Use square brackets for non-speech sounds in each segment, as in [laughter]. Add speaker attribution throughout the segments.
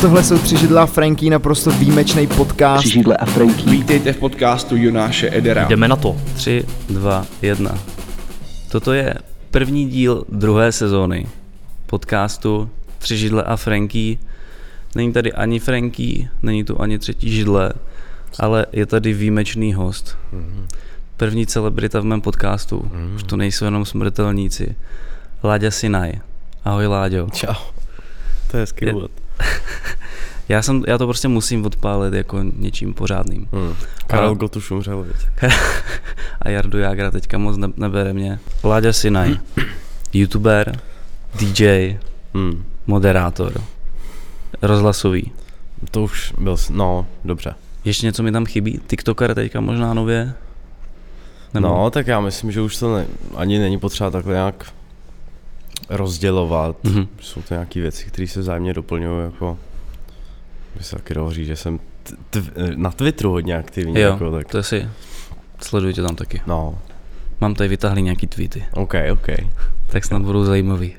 Speaker 1: Tohle jsou Tři židla a Franky, naprosto výjimečný podcast.
Speaker 2: Tři židle a Franky.
Speaker 3: Vítejte v podcastu Jonáše Edera.
Speaker 4: Jdeme na to. 3, 2, 1. Toto je první díl druhé sezóny podcastu Tři židle a Franky. Není tady ani Franky, není tu ani třetí židle, ale je tady výjimečný host. První celebrita v mém podcastu. Už to nejsou jenom smrtelníci. Láďa Sinaj. Ahoj Láďo.
Speaker 5: Čau. To je hezký
Speaker 4: Je-
Speaker 5: úvod.
Speaker 4: Já, jsem, já to prostě musím odpálit jako něčím pořádným.
Speaker 5: Hmm. Karel
Speaker 4: A-
Speaker 5: a... Gotuš umřel, viď?
Speaker 4: [laughs] a Jardu Jágra teďka moc ne- nebere mě. Láďa
Speaker 5: [clears throat]
Speaker 4: Sinaj, youtuber, DJ,
Speaker 5: Hmm.
Speaker 4: moderátor, rozhlasový.
Speaker 5: To už byl, s- no, dobře.
Speaker 4: Ještě něco mi tam chybí? TikToker teďka možná nově?
Speaker 5: Nebo... No, tak já myslím, že už to ne, ani není potřeba takhle nějak rozdělovat.
Speaker 4: Mhm.
Speaker 5: Jsou to nějaké věci, které se vzájemně doplňují, jako... By se taky dohoří, že jsem t- tv- na Twitteru hodně aktivní,
Speaker 4: Jo,
Speaker 5: jako tak.
Speaker 4: to si sledujte tam taky.
Speaker 5: No,
Speaker 4: Mám tady vytáhli nějaký tweety,
Speaker 5: OK, OK.
Speaker 4: tak snad budou zajímavý.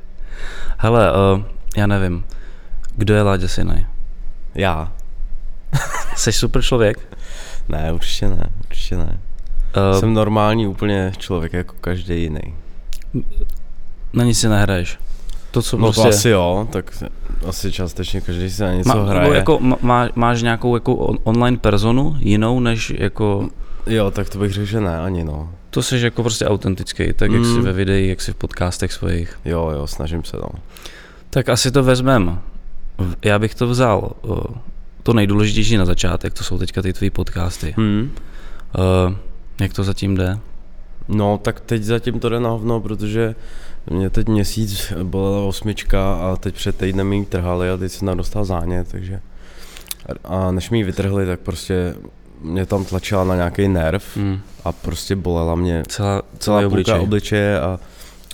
Speaker 4: Hele, uh, já nevím, kdo je Láďa Sinaj?
Speaker 5: Já?
Speaker 4: Jsi super člověk?
Speaker 5: Ne, určitě ne, určitě ne.
Speaker 4: Uh, Jsem...
Speaker 5: Jsem normální úplně člověk, jako každý jiný.
Speaker 4: Na nic si nehraješ. To, co
Speaker 5: No
Speaker 4: prostě...
Speaker 5: to asi jo, tak asi částečně každý si na něco
Speaker 4: nebo
Speaker 5: hraje.
Speaker 4: Jako, ma- má, máš nějakou jako on, online personu jinou než jako,
Speaker 5: Jo, tak to bych řekl, že ne, ani no.
Speaker 4: to jsi jako prostě autentický, tak jak
Speaker 5: Mm.
Speaker 4: jsi ve videích, jak jsi v podcastech svých.
Speaker 5: Jo, jo, snažím se, no.
Speaker 4: Tak asi to vezmem. V- Já bych to vzal o, to nejdůležitější na začátek, to jsou teďka ty tvý podcasty.
Speaker 5: Hmm.
Speaker 4: Uh, jak to zatím jde?
Speaker 5: No, tak teď zatím to jde na hovno, protože mě teď měsíc byla osmička a teď před týdnem mi ji trhali a teď jsem tam dostal zánět, takže... A než mi ji vytrhli, tak prostě mě tam tlačila na nějaký nerv
Speaker 4: Mm.
Speaker 5: a prostě bolela mě
Speaker 4: Celá,
Speaker 5: celá
Speaker 4: celá obličej.
Speaker 5: půlka obličeje a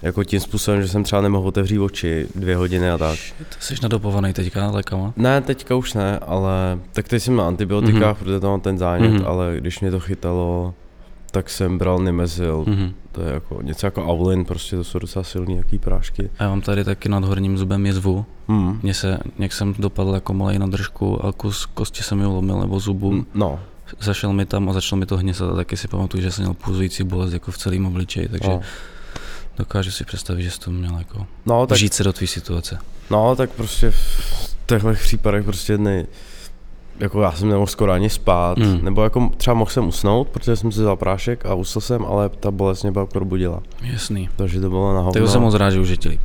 Speaker 5: jako tím způsobem, že jsem třeba nemohl otevřít oči dvě hodiny a tak.
Speaker 4: Shit, Jsi nadopovaný teďka lékama?
Speaker 5: Ne, teďka už ne, ale tak teď jsem na antibiotikách, mm-hmm. protože tam mám ten zánět,
Speaker 4: Mhm.
Speaker 5: mm-hmm. ale když mě to chytalo, tak jsem bral Nimezil. Mm-hmm.
Speaker 4: Mhm.
Speaker 5: To je jako něco jako Avlin, prostě to jsou docela silný jaký prášky.
Speaker 4: A já mám tady taky nad horním zubem jezvu.
Speaker 5: Mm.
Speaker 4: Mně se, jak jsem dopadl jako malej na držku a kus kosti se mi ulomil nebo zubu.
Speaker 5: No,
Speaker 4: zašel mi tam a začalo mi to hněsat a taky si pamatuju, že jsem měl pulzující bolest jako v celém obličeji, takže
Speaker 5: no.
Speaker 4: no. dokážu si představit, že jsi to měl jako
Speaker 5: No,
Speaker 4: tak.
Speaker 5: tak,
Speaker 4: žít se do tvý situace.
Speaker 5: no, tak prostě v těchto případech prostě dny, jako já jsem nemohl skoro ani spát,
Speaker 4: Mm.
Speaker 5: mm. nebo jako třeba mohl jsem usnout, protože jsem si vzal prášek a usl jsem, ale ta bolest mě pak probudila,
Speaker 4: Jasný.
Speaker 5: takže to bylo na hovno.
Speaker 4: Tak No to jsem moc rád, že už je ti líp.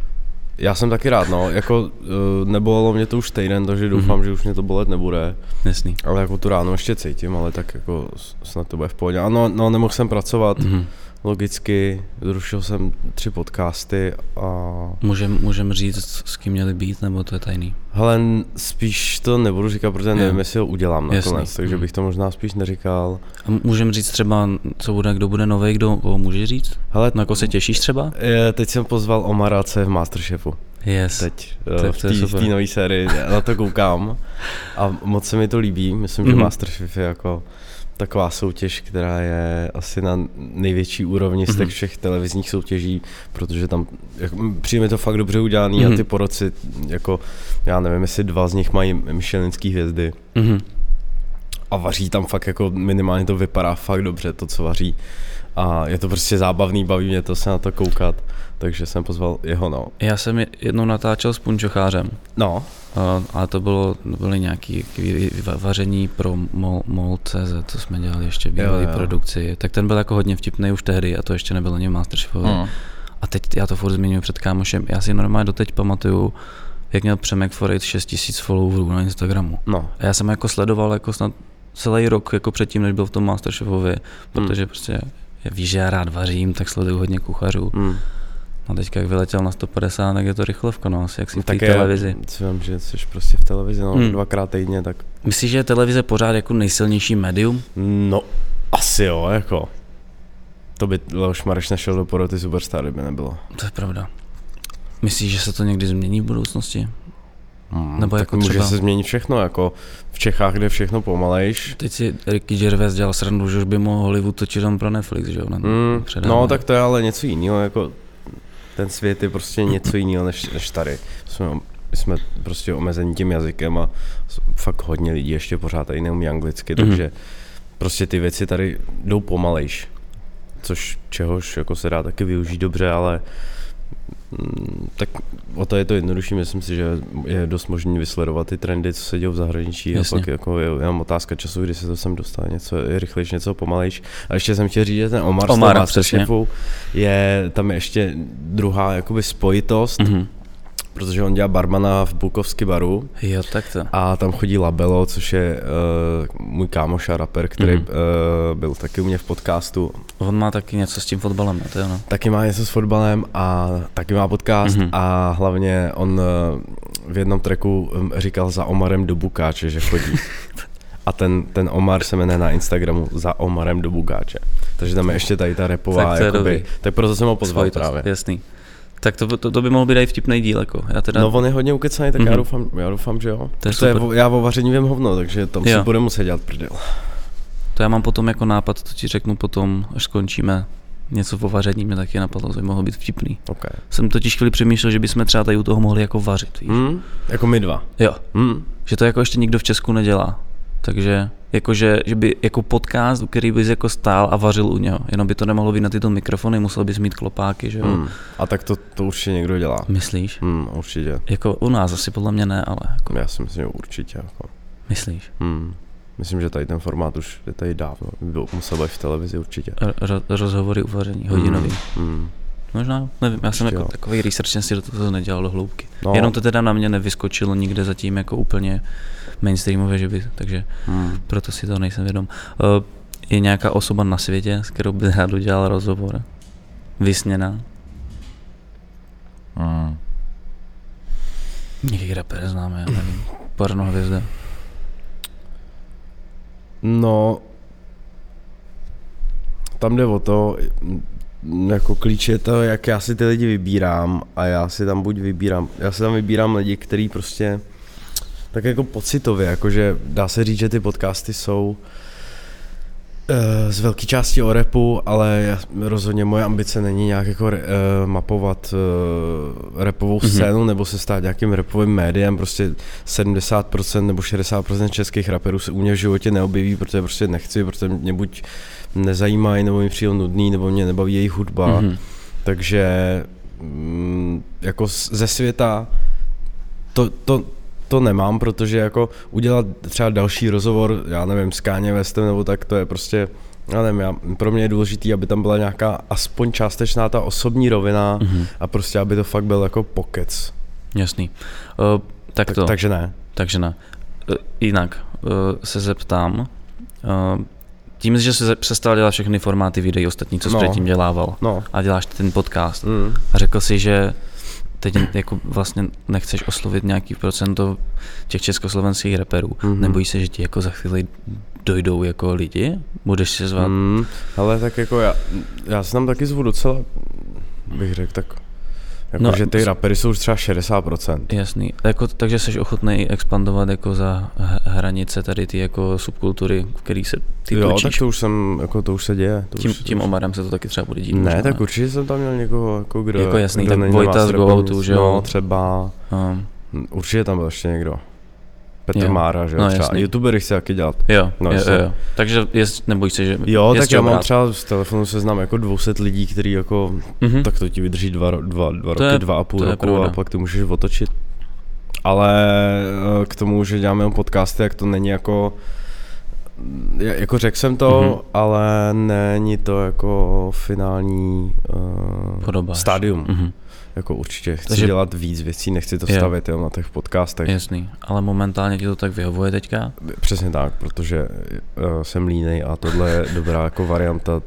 Speaker 5: Já jsem taky rád, no, jako eh, nebolelo mě to už týden, takže
Speaker 4: Mhm.
Speaker 5: doufám, mm-hmm. že už mě to bolet nebude,
Speaker 4: Jasný.
Speaker 5: ale jako tu ráno ještě cítím, ale tak jako s- snad to bude v pohodě. Ano, no, nemohl jsem pracovat,
Speaker 4: Mhm.
Speaker 5: logicky, zrušil jsem tři podcasty a
Speaker 4: Můžem, můžem říct, s kým měli být, nebo to je tajný.
Speaker 5: hele, n- spíš to nebudu říkat, protože nevím, jestli ho udělám
Speaker 4: Jasný.
Speaker 5: nakonec, takže
Speaker 4: Mhm.
Speaker 5: bych to možná spíš neříkal.
Speaker 4: A m- můžem říct třeba, co bude, kdo bude nový, kdo koho může říct?
Speaker 5: Hele,
Speaker 4: Na koho se těšíš třeba?
Speaker 5: eh, teď jsem pozval Omarace v Masterchefu.
Speaker 4: Yes.
Speaker 5: teď
Speaker 4: to je
Speaker 5: eh,
Speaker 4: super.
Speaker 5: v té nové sérii, já na to koukám a moc se mi to líbí, myslím, že
Speaker 4: Mhm.
Speaker 5: Masterchef je jako taková soutěž, která je asi na největší úrovni
Speaker 4: Mhm.
Speaker 5: z těch všech televizních soutěží, protože tam jak, m, přijde mi to fakt dobře udělaný a
Speaker 4: Mhm.
Speaker 5: ty poroci, jako já nevím, jestli dva z nich mají Michelinský hvězdy
Speaker 4: Mhm.
Speaker 5: a vaří tam fakt jako minimálně to vypadá fakt dobře, to co vaří a je to prostě zábavný, baví mě to se na to koukat, takže jsem pozval jeho, no.
Speaker 4: Já jsem je- jednou natáčel s punčochářem.
Speaker 5: No,
Speaker 4: A, a Eh, to bylo, byly nějaké vaření pro Mol, Mol.cz, co jsme dělali ještě v bývalé
Speaker 5: Jo, jo.
Speaker 4: produkci. Tak ten byl jako hodně vtipný už tehdy a to ještě nebylo ani v Masterchefově.
Speaker 5: Hmm.
Speaker 4: Mm. A teď já to furt zmiňuji před kámošem. Já si normálně doteď pamatuju, jak měl Přemek Forejt 6000 followerů na Instagramu.
Speaker 5: no.
Speaker 4: A já jsem jako sledoval jako snad celý rok jako předtím, než byl v tom
Speaker 5: Hmm.
Speaker 4: Masterchefovi, protože prostě já víš, že já rád vařím, tak sleduju hodně kuchařů.
Speaker 5: Mm.
Speaker 4: A teďka, jak vyletěl na 150, tak je to rychlovka, no, asi jak si v té
Speaker 5: Tak je-
Speaker 4: televizi.
Speaker 5: Co vím, že jsi prostě v televizi, no,
Speaker 4: Hmm.
Speaker 5: hmm. dvakrát týdně, tak
Speaker 4: Myslíš, že je televize pořád jako nejsilnější médium?
Speaker 5: no, asi jo, jako. To by Leoš Mareš nešel do poroty Superstar, kdyby nebylo.
Speaker 4: To je pravda. Myslíš, že se to někdy změní v budoucnosti?
Speaker 5: Hmm,
Speaker 4: Nebo
Speaker 5: tak
Speaker 4: jako
Speaker 5: může
Speaker 4: třeba-
Speaker 5: se změnit všechno, jako v Čechách, kde všechno pomalejš.
Speaker 4: Teď si Ricky Gervais dělal srandu, že už by mohl Hollywood točit tam pro Netflix, že jo? Ne-
Speaker 5: Hmm,
Speaker 4: předává.
Speaker 5: no, tak to je ale něco jiného, jako ten svět je prostě něco jiného než, než tady. Jsme my jsme prostě omezení tím jazykem a s- fakt hodně lidí ještě pořád tady neumí anglicky,
Speaker 4: Mhm.
Speaker 5: takže prostě ty věci tady jdou pomalejš, což čehož jako se dá taky využít dobře, ale mm, tak o to je to jednodušší, myslím si, že je dost možný vysledovat ty trendy, co se dějí v zahraničí
Speaker 4: Jasně.
Speaker 5: Jasně. a pak jako je jenom otázka času, kdy se to sem dostane, něco je rychlejš, něco pomalejš. A ještě jsem chtěl říct, že ten Omar,
Speaker 4: Omar,
Speaker 5: Omar
Speaker 4: přesně.
Speaker 5: je tam je ještě druhá jakoby spojitost,
Speaker 4: Mhm.
Speaker 5: protože on dělá barmana v Bukovsky baru
Speaker 4: Jo, tak to.
Speaker 5: a tam chodí Labelo, což je uh, můj kámoš a rapper, který
Speaker 4: Mhm.
Speaker 5: mm. uh, byl taky u mě v podcastu.
Speaker 4: On má taky něco s tím fotbalem, no, to je ono.
Speaker 5: Taky má něco s fotbalem a taky má podcast
Speaker 4: Mhm.
Speaker 5: mm. a hlavně on uh, v jednom tracku um, říkal za Omarem do Bukáče, že chodí.
Speaker 4: [laughs]
Speaker 5: A ten, ten Omar se jmenuje na Instagramu za Omarem do Bukáče. Takže tam je ještě tady ta repová,
Speaker 4: Tak
Speaker 5: tak,
Speaker 4: to je
Speaker 5: jakoby,
Speaker 4: dobrý. prostě-
Speaker 5: tak proto jsem ho pozval
Speaker 4: Spojitost,
Speaker 5: právě.
Speaker 4: Jasný. Tak to, to, to, by mohl být i vtipný díl, jako. Já teda,
Speaker 5: No on je hodně ukecaný, tak
Speaker 4: Mhm.
Speaker 5: já, doufám, já doufám, že jo.
Speaker 4: To je
Speaker 5: Protože
Speaker 4: super.
Speaker 5: vo- já o vaření vím hovno, takže tam si
Speaker 4: Jo.
Speaker 5: bude muset dělat prdel.
Speaker 4: to já mám potom jako nápad, to ti řeknu potom, až skončíme. Něco po vaření mě taky napadlo, to by mohlo být vtipný.
Speaker 5: Okay.
Speaker 4: Jsem totiž chvíli přemýšlel, že bychom třeba tady u toho mohli jako vařit, víš?
Speaker 5: Hmm? Jako my dva.
Speaker 4: Jo,
Speaker 5: Hmm?
Speaker 4: že to jako ještě nikdo v Česku nedělá. Takže jakože, že by jako podcast, u který bys jako stál a vařil u něho, jenom by to nemohlo být na tyto mikrofony, musel bys mít klopáky, že jo?
Speaker 5: Hmm. A tak to, to určitě někdo dělá.
Speaker 4: Myslíš?
Speaker 5: Hmm, určitě.
Speaker 4: Jako u nás asi podle mě ne, ale jako
Speaker 5: Já si myslím, že určitě. Jako.
Speaker 4: myslíš?
Speaker 5: Hmm. Myslím, že tady ten formát už je tady dávno. Byl, musel být v televizi určitě.
Speaker 4: Ro- rozhovory uvaření, hodinový. Mm.
Speaker 5: Hmm.
Speaker 4: Možná, jo, nevím, já jsem
Speaker 5: Určitě
Speaker 4: jako
Speaker 5: Prostě jo.
Speaker 4: takový research, jsem si do toho nedělal do hloubky. No.
Speaker 5: No.
Speaker 4: Jenom to teda na mě nevyskočilo nikde zatím jako úplně mainstreamově, že by, takže
Speaker 5: Hmm.
Speaker 4: proto si to nejsem vědom. Eh, Je nějaká osoba na světě, s kterou bys rád udělal rozhovor? Vysněná?
Speaker 2: Mm.
Speaker 4: Nějaký rapper známe, já nevím. Porno hvězda.
Speaker 5: No, tam jde o to, mm, jako klíč je to, jak já si ty lidi vybírám a já si tam buď vybírám, já si tam vybírám lidi, který prostě tak jako pocitově, jakože dá se říct, že ty podcasty jsou eh, z velké části o repu, ale já, rozhodně moje ambice není nějak jako re, eh, mapovat eh, repovou scénu mm-hmm. nebo se stát nějakým repovým médiem, prostě 70% nebo 60% českých raperů se u mě v životě neobjeví, protože prostě nechci, protože mě buď nezajímají, nebo mi přijde nudný, nebo mě nebaví jejich hudba. Mm-hmm.
Speaker 4: Mhm.
Speaker 5: Takže mm, jako z- ze světa to, to, to nemám, protože jako udělat třeba další rozhovor, já nevím, s Kanye Westem nebo tak, to je prostě, já nevím, já, pro mě je důležitý, aby tam byla nějaká aspoň částečná ta osobní rovina
Speaker 4: Mhm.
Speaker 5: a prostě, aby to fakt byl jako pokec.
Speaker 4: Jasný. Eh, Tak,
Speaker 5: Tak,
Speaker 4: to.
Speaker 5: takže ne.
Speaker 4: Takže ne. E, Jinak e, se zeptám, e, tím, že se přestal dělat všechny formáty videí ostatní, co jsi no.
Speaker 5: No.
Speaker 4: předtím dělával
Speaker 5: No.
Speaker 4: a děláš ten podcast
Speaker 5: Mm.
Speaker 4: a řekl si, že teď jako vlastně nechceš oslovit nějaký procento těch československých reperů. Mm-hmm.
Speaker 5: Mhm.
Speaker 4: Nebojíš se, že ti jako za chvíli dojdou jako lidi? Budeš se zvát? Mm.
Speaker 5: Mm, ale tak jako já, já se tam taky zvu docela, bych řekl tak, jako
Speaker 4: No,
Speaker 5: no, že ty rapery jsou už třeba 60%.
Speaker 4: Jasný. Jako, takže jsi ochotný expandovat jako za h- hranice tady ty jako subkultury, v který se ty
Speaker 5: jo,
Speaker 4: točíš.
Speaker 5: tak to už jsem, jako to už se děje. To
Speaker 4: Tím,
Speaker 5: už,
Speaker 4: tím
Speaker 5: to už,
Speaker 4: Omarem se to taky třeba bude dít.
Speaker 5: ne,
Speaker 4: možná,
Speaker 5: tak určitě jsem tam měl někoho, jako kdo,
Speaker 4: Jako jasný,
Speaker 5: kdo
Speaker 4: tak
Speaker 5: není na
Speaker 4: Vojta
Speaker 5: vás
Speaker 4: z
Speaker 5: rapu
Speaker 4: Go-Outu,
Speaker 5: nic.
Speaker 4: že jo?
Speaker 5: No, třeba,
Speaker 4: Um,
Speaker 5: hm, určitě tam byl ještě někdo. Petr
Speaker 4: Jo.
Speaker 5: jo. Mára, že jo,
Speaker 4: No,
Speaker 5: no, třeba.
Speaker 4: jasný.
Speaker 5: Jasný. YouTubery chci taky dělat.
Speaker 4: jo,
Speaker 5: No,
Speaker 4: no, jo,
Speaker 5: jasně.
Speaker 4: jo, jo. Takže jest, nebojíš se, že
Speaker 5: Jo,
Speaker 4: jest
Speaker 5: tak já mám třeba z telefonu seznam jako 200 lidí, který jako,
Speaker 4: mm-hmm.
Speaker 5: tak to ti vydrží dva, ro- dva, dva
Speaker 4: To
Speaker 5: roky,
Speaker 4: je-
Speaker 5: dva a půl
Speaker 4: to je
Speaker 5: roku
Speaker 4: pravda.
Speaker 5: a pak ty můžeš otočit. Ale eh, k tomu, že děláme jenom podcasty, jak to není jako, mm, ja- jako řekl jsem to,
Speaker 4: Mhm.
Speaker 5: mm-hmm. ale není to jako finální uh,
Speaker 4: Podobáš.
Speaker 5: stadium.
Speaker 4: Mm-hmm.
Speaker 5: Jako určitě chci
Speaker 4: Takže-
Speaker 5: Takže... dělat víc věcí, nechci to
Speaker 4: Jo.
Speaker 5: stavět jenom na těch podcastech.
Speaker 4: Jasný, ale momentálně ti to tak vyhovuje teďka?
Speaker 5: Přesně tak, protože uh, jsem línej a tohle je dobrá jako varianta uh,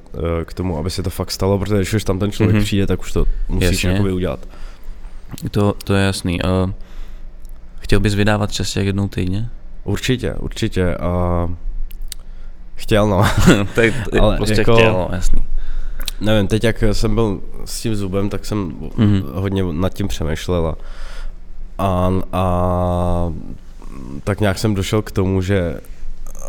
Speaker 5: k tomu, aby se to fakt stalo, protože když už tam ten člověk
Speaker 4: Mhm.
Speaker 5: mm-hmm. přijde, tak už to musíš
Speaker 4: Jasně.
Speaker 5: Jasně. jakoby udělat.
Speaker 4: To, to je jasný. Uh, chtěl bys vydávat častěji jak jednou týdně?
Speaker 5: Určitě, určitě. A chtěl, no.
Speaker 4: tak
Speaker 5: [laughs] to-
Speaker 4: ale prostě
Speaker 5: prostě
Speaker 4: jako...
Speaker 5: chtěl,
Speaker 4: chtěl,
Speaker 5: no,
Speaker 4: jasný.
Speaker 5: Nevím, teď jak jsem byl s tím zubem, tak jsem
Speaker 4: Mhm.
Speaker 5: mm-hmm. hodně nad tím přemýšlel a, a, a tak nějak jsem došel k tomu, že eh,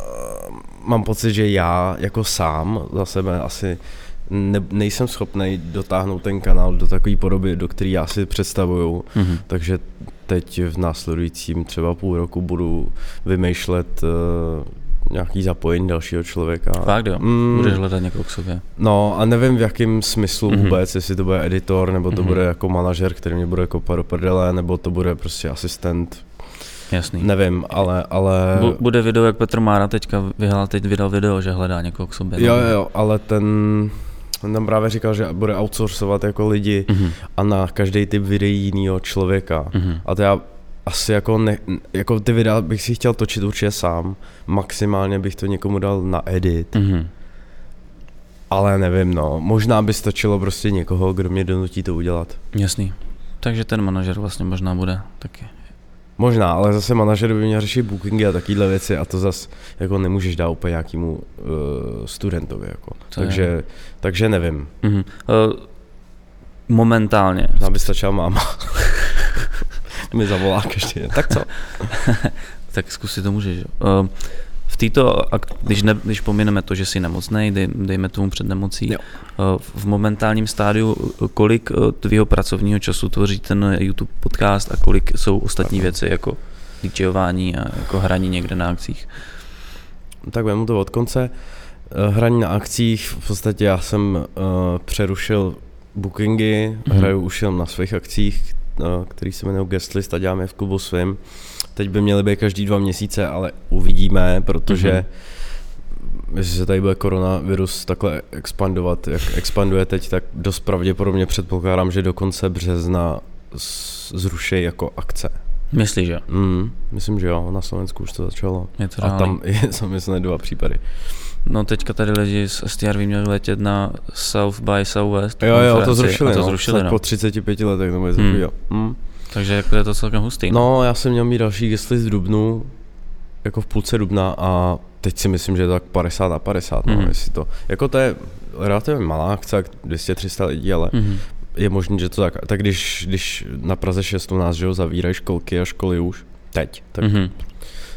Speaker 5: mám pocit, že já jako sám za sebe asi ne, nejsem schopný dotáhnout ten kanál do takové podoby, do které já si představuju.
Speaker 4: Mm-hmm.
Speaker 5: Takže teď v následujícím třeba půl roku budu vymýšlet eh, nějaký zapojení dalšího člověka.
Speaker 4: Fakt jo,
Speaker 5: Mm.
Speaker 4: budeš hledat někoho k sobě.
Speaker 5: No a nevím v jakém smyslu
Speaker 4: Mhm.
Speaker 5: mm-hmm. vůbec, jestli to bude editor, nebo to
Speaker 4: Mhm.
Speaker 5: mm-hmm. bude jako manažer, který mě bude kopat do prdele, nebo to bude prostě asistent,
Speaker 4: Jasný.
Speaker 5: nevím, ale, ale...
Speaker 4: Bu- Bude video, jak Petr Mára teďka vyhrál, teď vydal video, že hledá někoho k sobě.
Speaker 5: Jo, jo, ale ten, on tam právě říkal, že bude outsourcovat jako lidi
Speaker 4: Mhm.
Speaker 5: a na každý typ videí jinýho člověka.
Speaker 4: Mhm.
Speaker 5: A to já asi jako, ne, jako ty videa bych si chtěl točit určitě sám, maximálně bych to někomu dal na edit,
Speaker 4: Mhm.
Speaker 5: ale nevím no, možná by stačilo prostě někoho, kdo mě donutí to udělat.
Speaker 4: Jasný. Takže ten manažer vlastně možná bude taky.
Speaker 5: Možná, ale zase manažer by měl řešit bookingy a takovéhle věci a to zas jako nemůžeš dát úplně nějakému uh, studentovi jako.
Speaker 4: To je-
Speaker 5: Takže, takže nevím,
Speaker 4: Mhm. Eh, Momentálně.
Speaker 5: nám by stačila máma. [laughs] mi zavolá každý den. Tak co?
Speaker 4: Tak zkusit to můžeš. jo. Eh, V této, ak- když, ne, když pomineme to, že jsi nemocný, dej, dejme tomu před nemocí,
Speaker 5: Jo.
Speaker 4: eh, v momentálním stádiu, eh, kolik eh, tvýho pracovního času tvoří ten YouTube podcast a kolik jsou ostatní věci, jako DJování a jako hraní někde na akcích?
Speaker 5: Tak vemu to od konce. Eh, Hraní na akcích, v podstatě já jsem uh, přerušil bookingy,
Speaker 4: Mhm.
Speaker 5: mm-hmm. hraju už jenom na svých akcích, eh, který se jmenují Guest List a dělám je v klubu svým. Teď by měly být každý dva měsíce, ale uvidíme, protože mm-hmm. jestli se tady bude koronavirus takhle expandovat, jak expanduje teď, tak dost pravděpodobně předpokládám, že do konce března s- zruší jako akce.
Speaker 4: Myslíš, že?
Speaker 5: Mm, myslím, že jo, na Slovensku už to začalo.
Speaker 4: Je to
Speaker 5: A
Speaker 4: reálný.
Speaker 5: tam [laughs] je samozřejmě dva případy.
Speaker 4: No teďka tady lidi z STR měli letět na South by Southwest.
Speaker 5: Jo, jo,
Speaker 4: konferenci
Speaker 5: to zrušili,
Speaker 4: a to
Speaker 5: no.
Speaker 4: zrušili
Speaker 5: Tak
Speaker 4: no.
Speaker 5: Po 35 letech, nebo
Speaker 4: Hmm.
Speaker 5: hmm. jo. Hmm.
Speaker 4: Takže jako je to celkem hustý.
Speaker 5: No, já jsem měl mít další gesly z Dubnu, jako v půlce Dubna a teď si myslím, že je to tak 50 na 50, no,
Speaker 4: Mhm.
Speaker 5: jestli to, jako to je relativně malá akce, jak 200-300 lidí, ale
Speaker 4: Mhm.
Speaker 5: je možný, že to tak, tak když, když na Praze 6 u nás, že jo, zavírají školky a školy už, teď, tak,
Speaker 4: Mhm.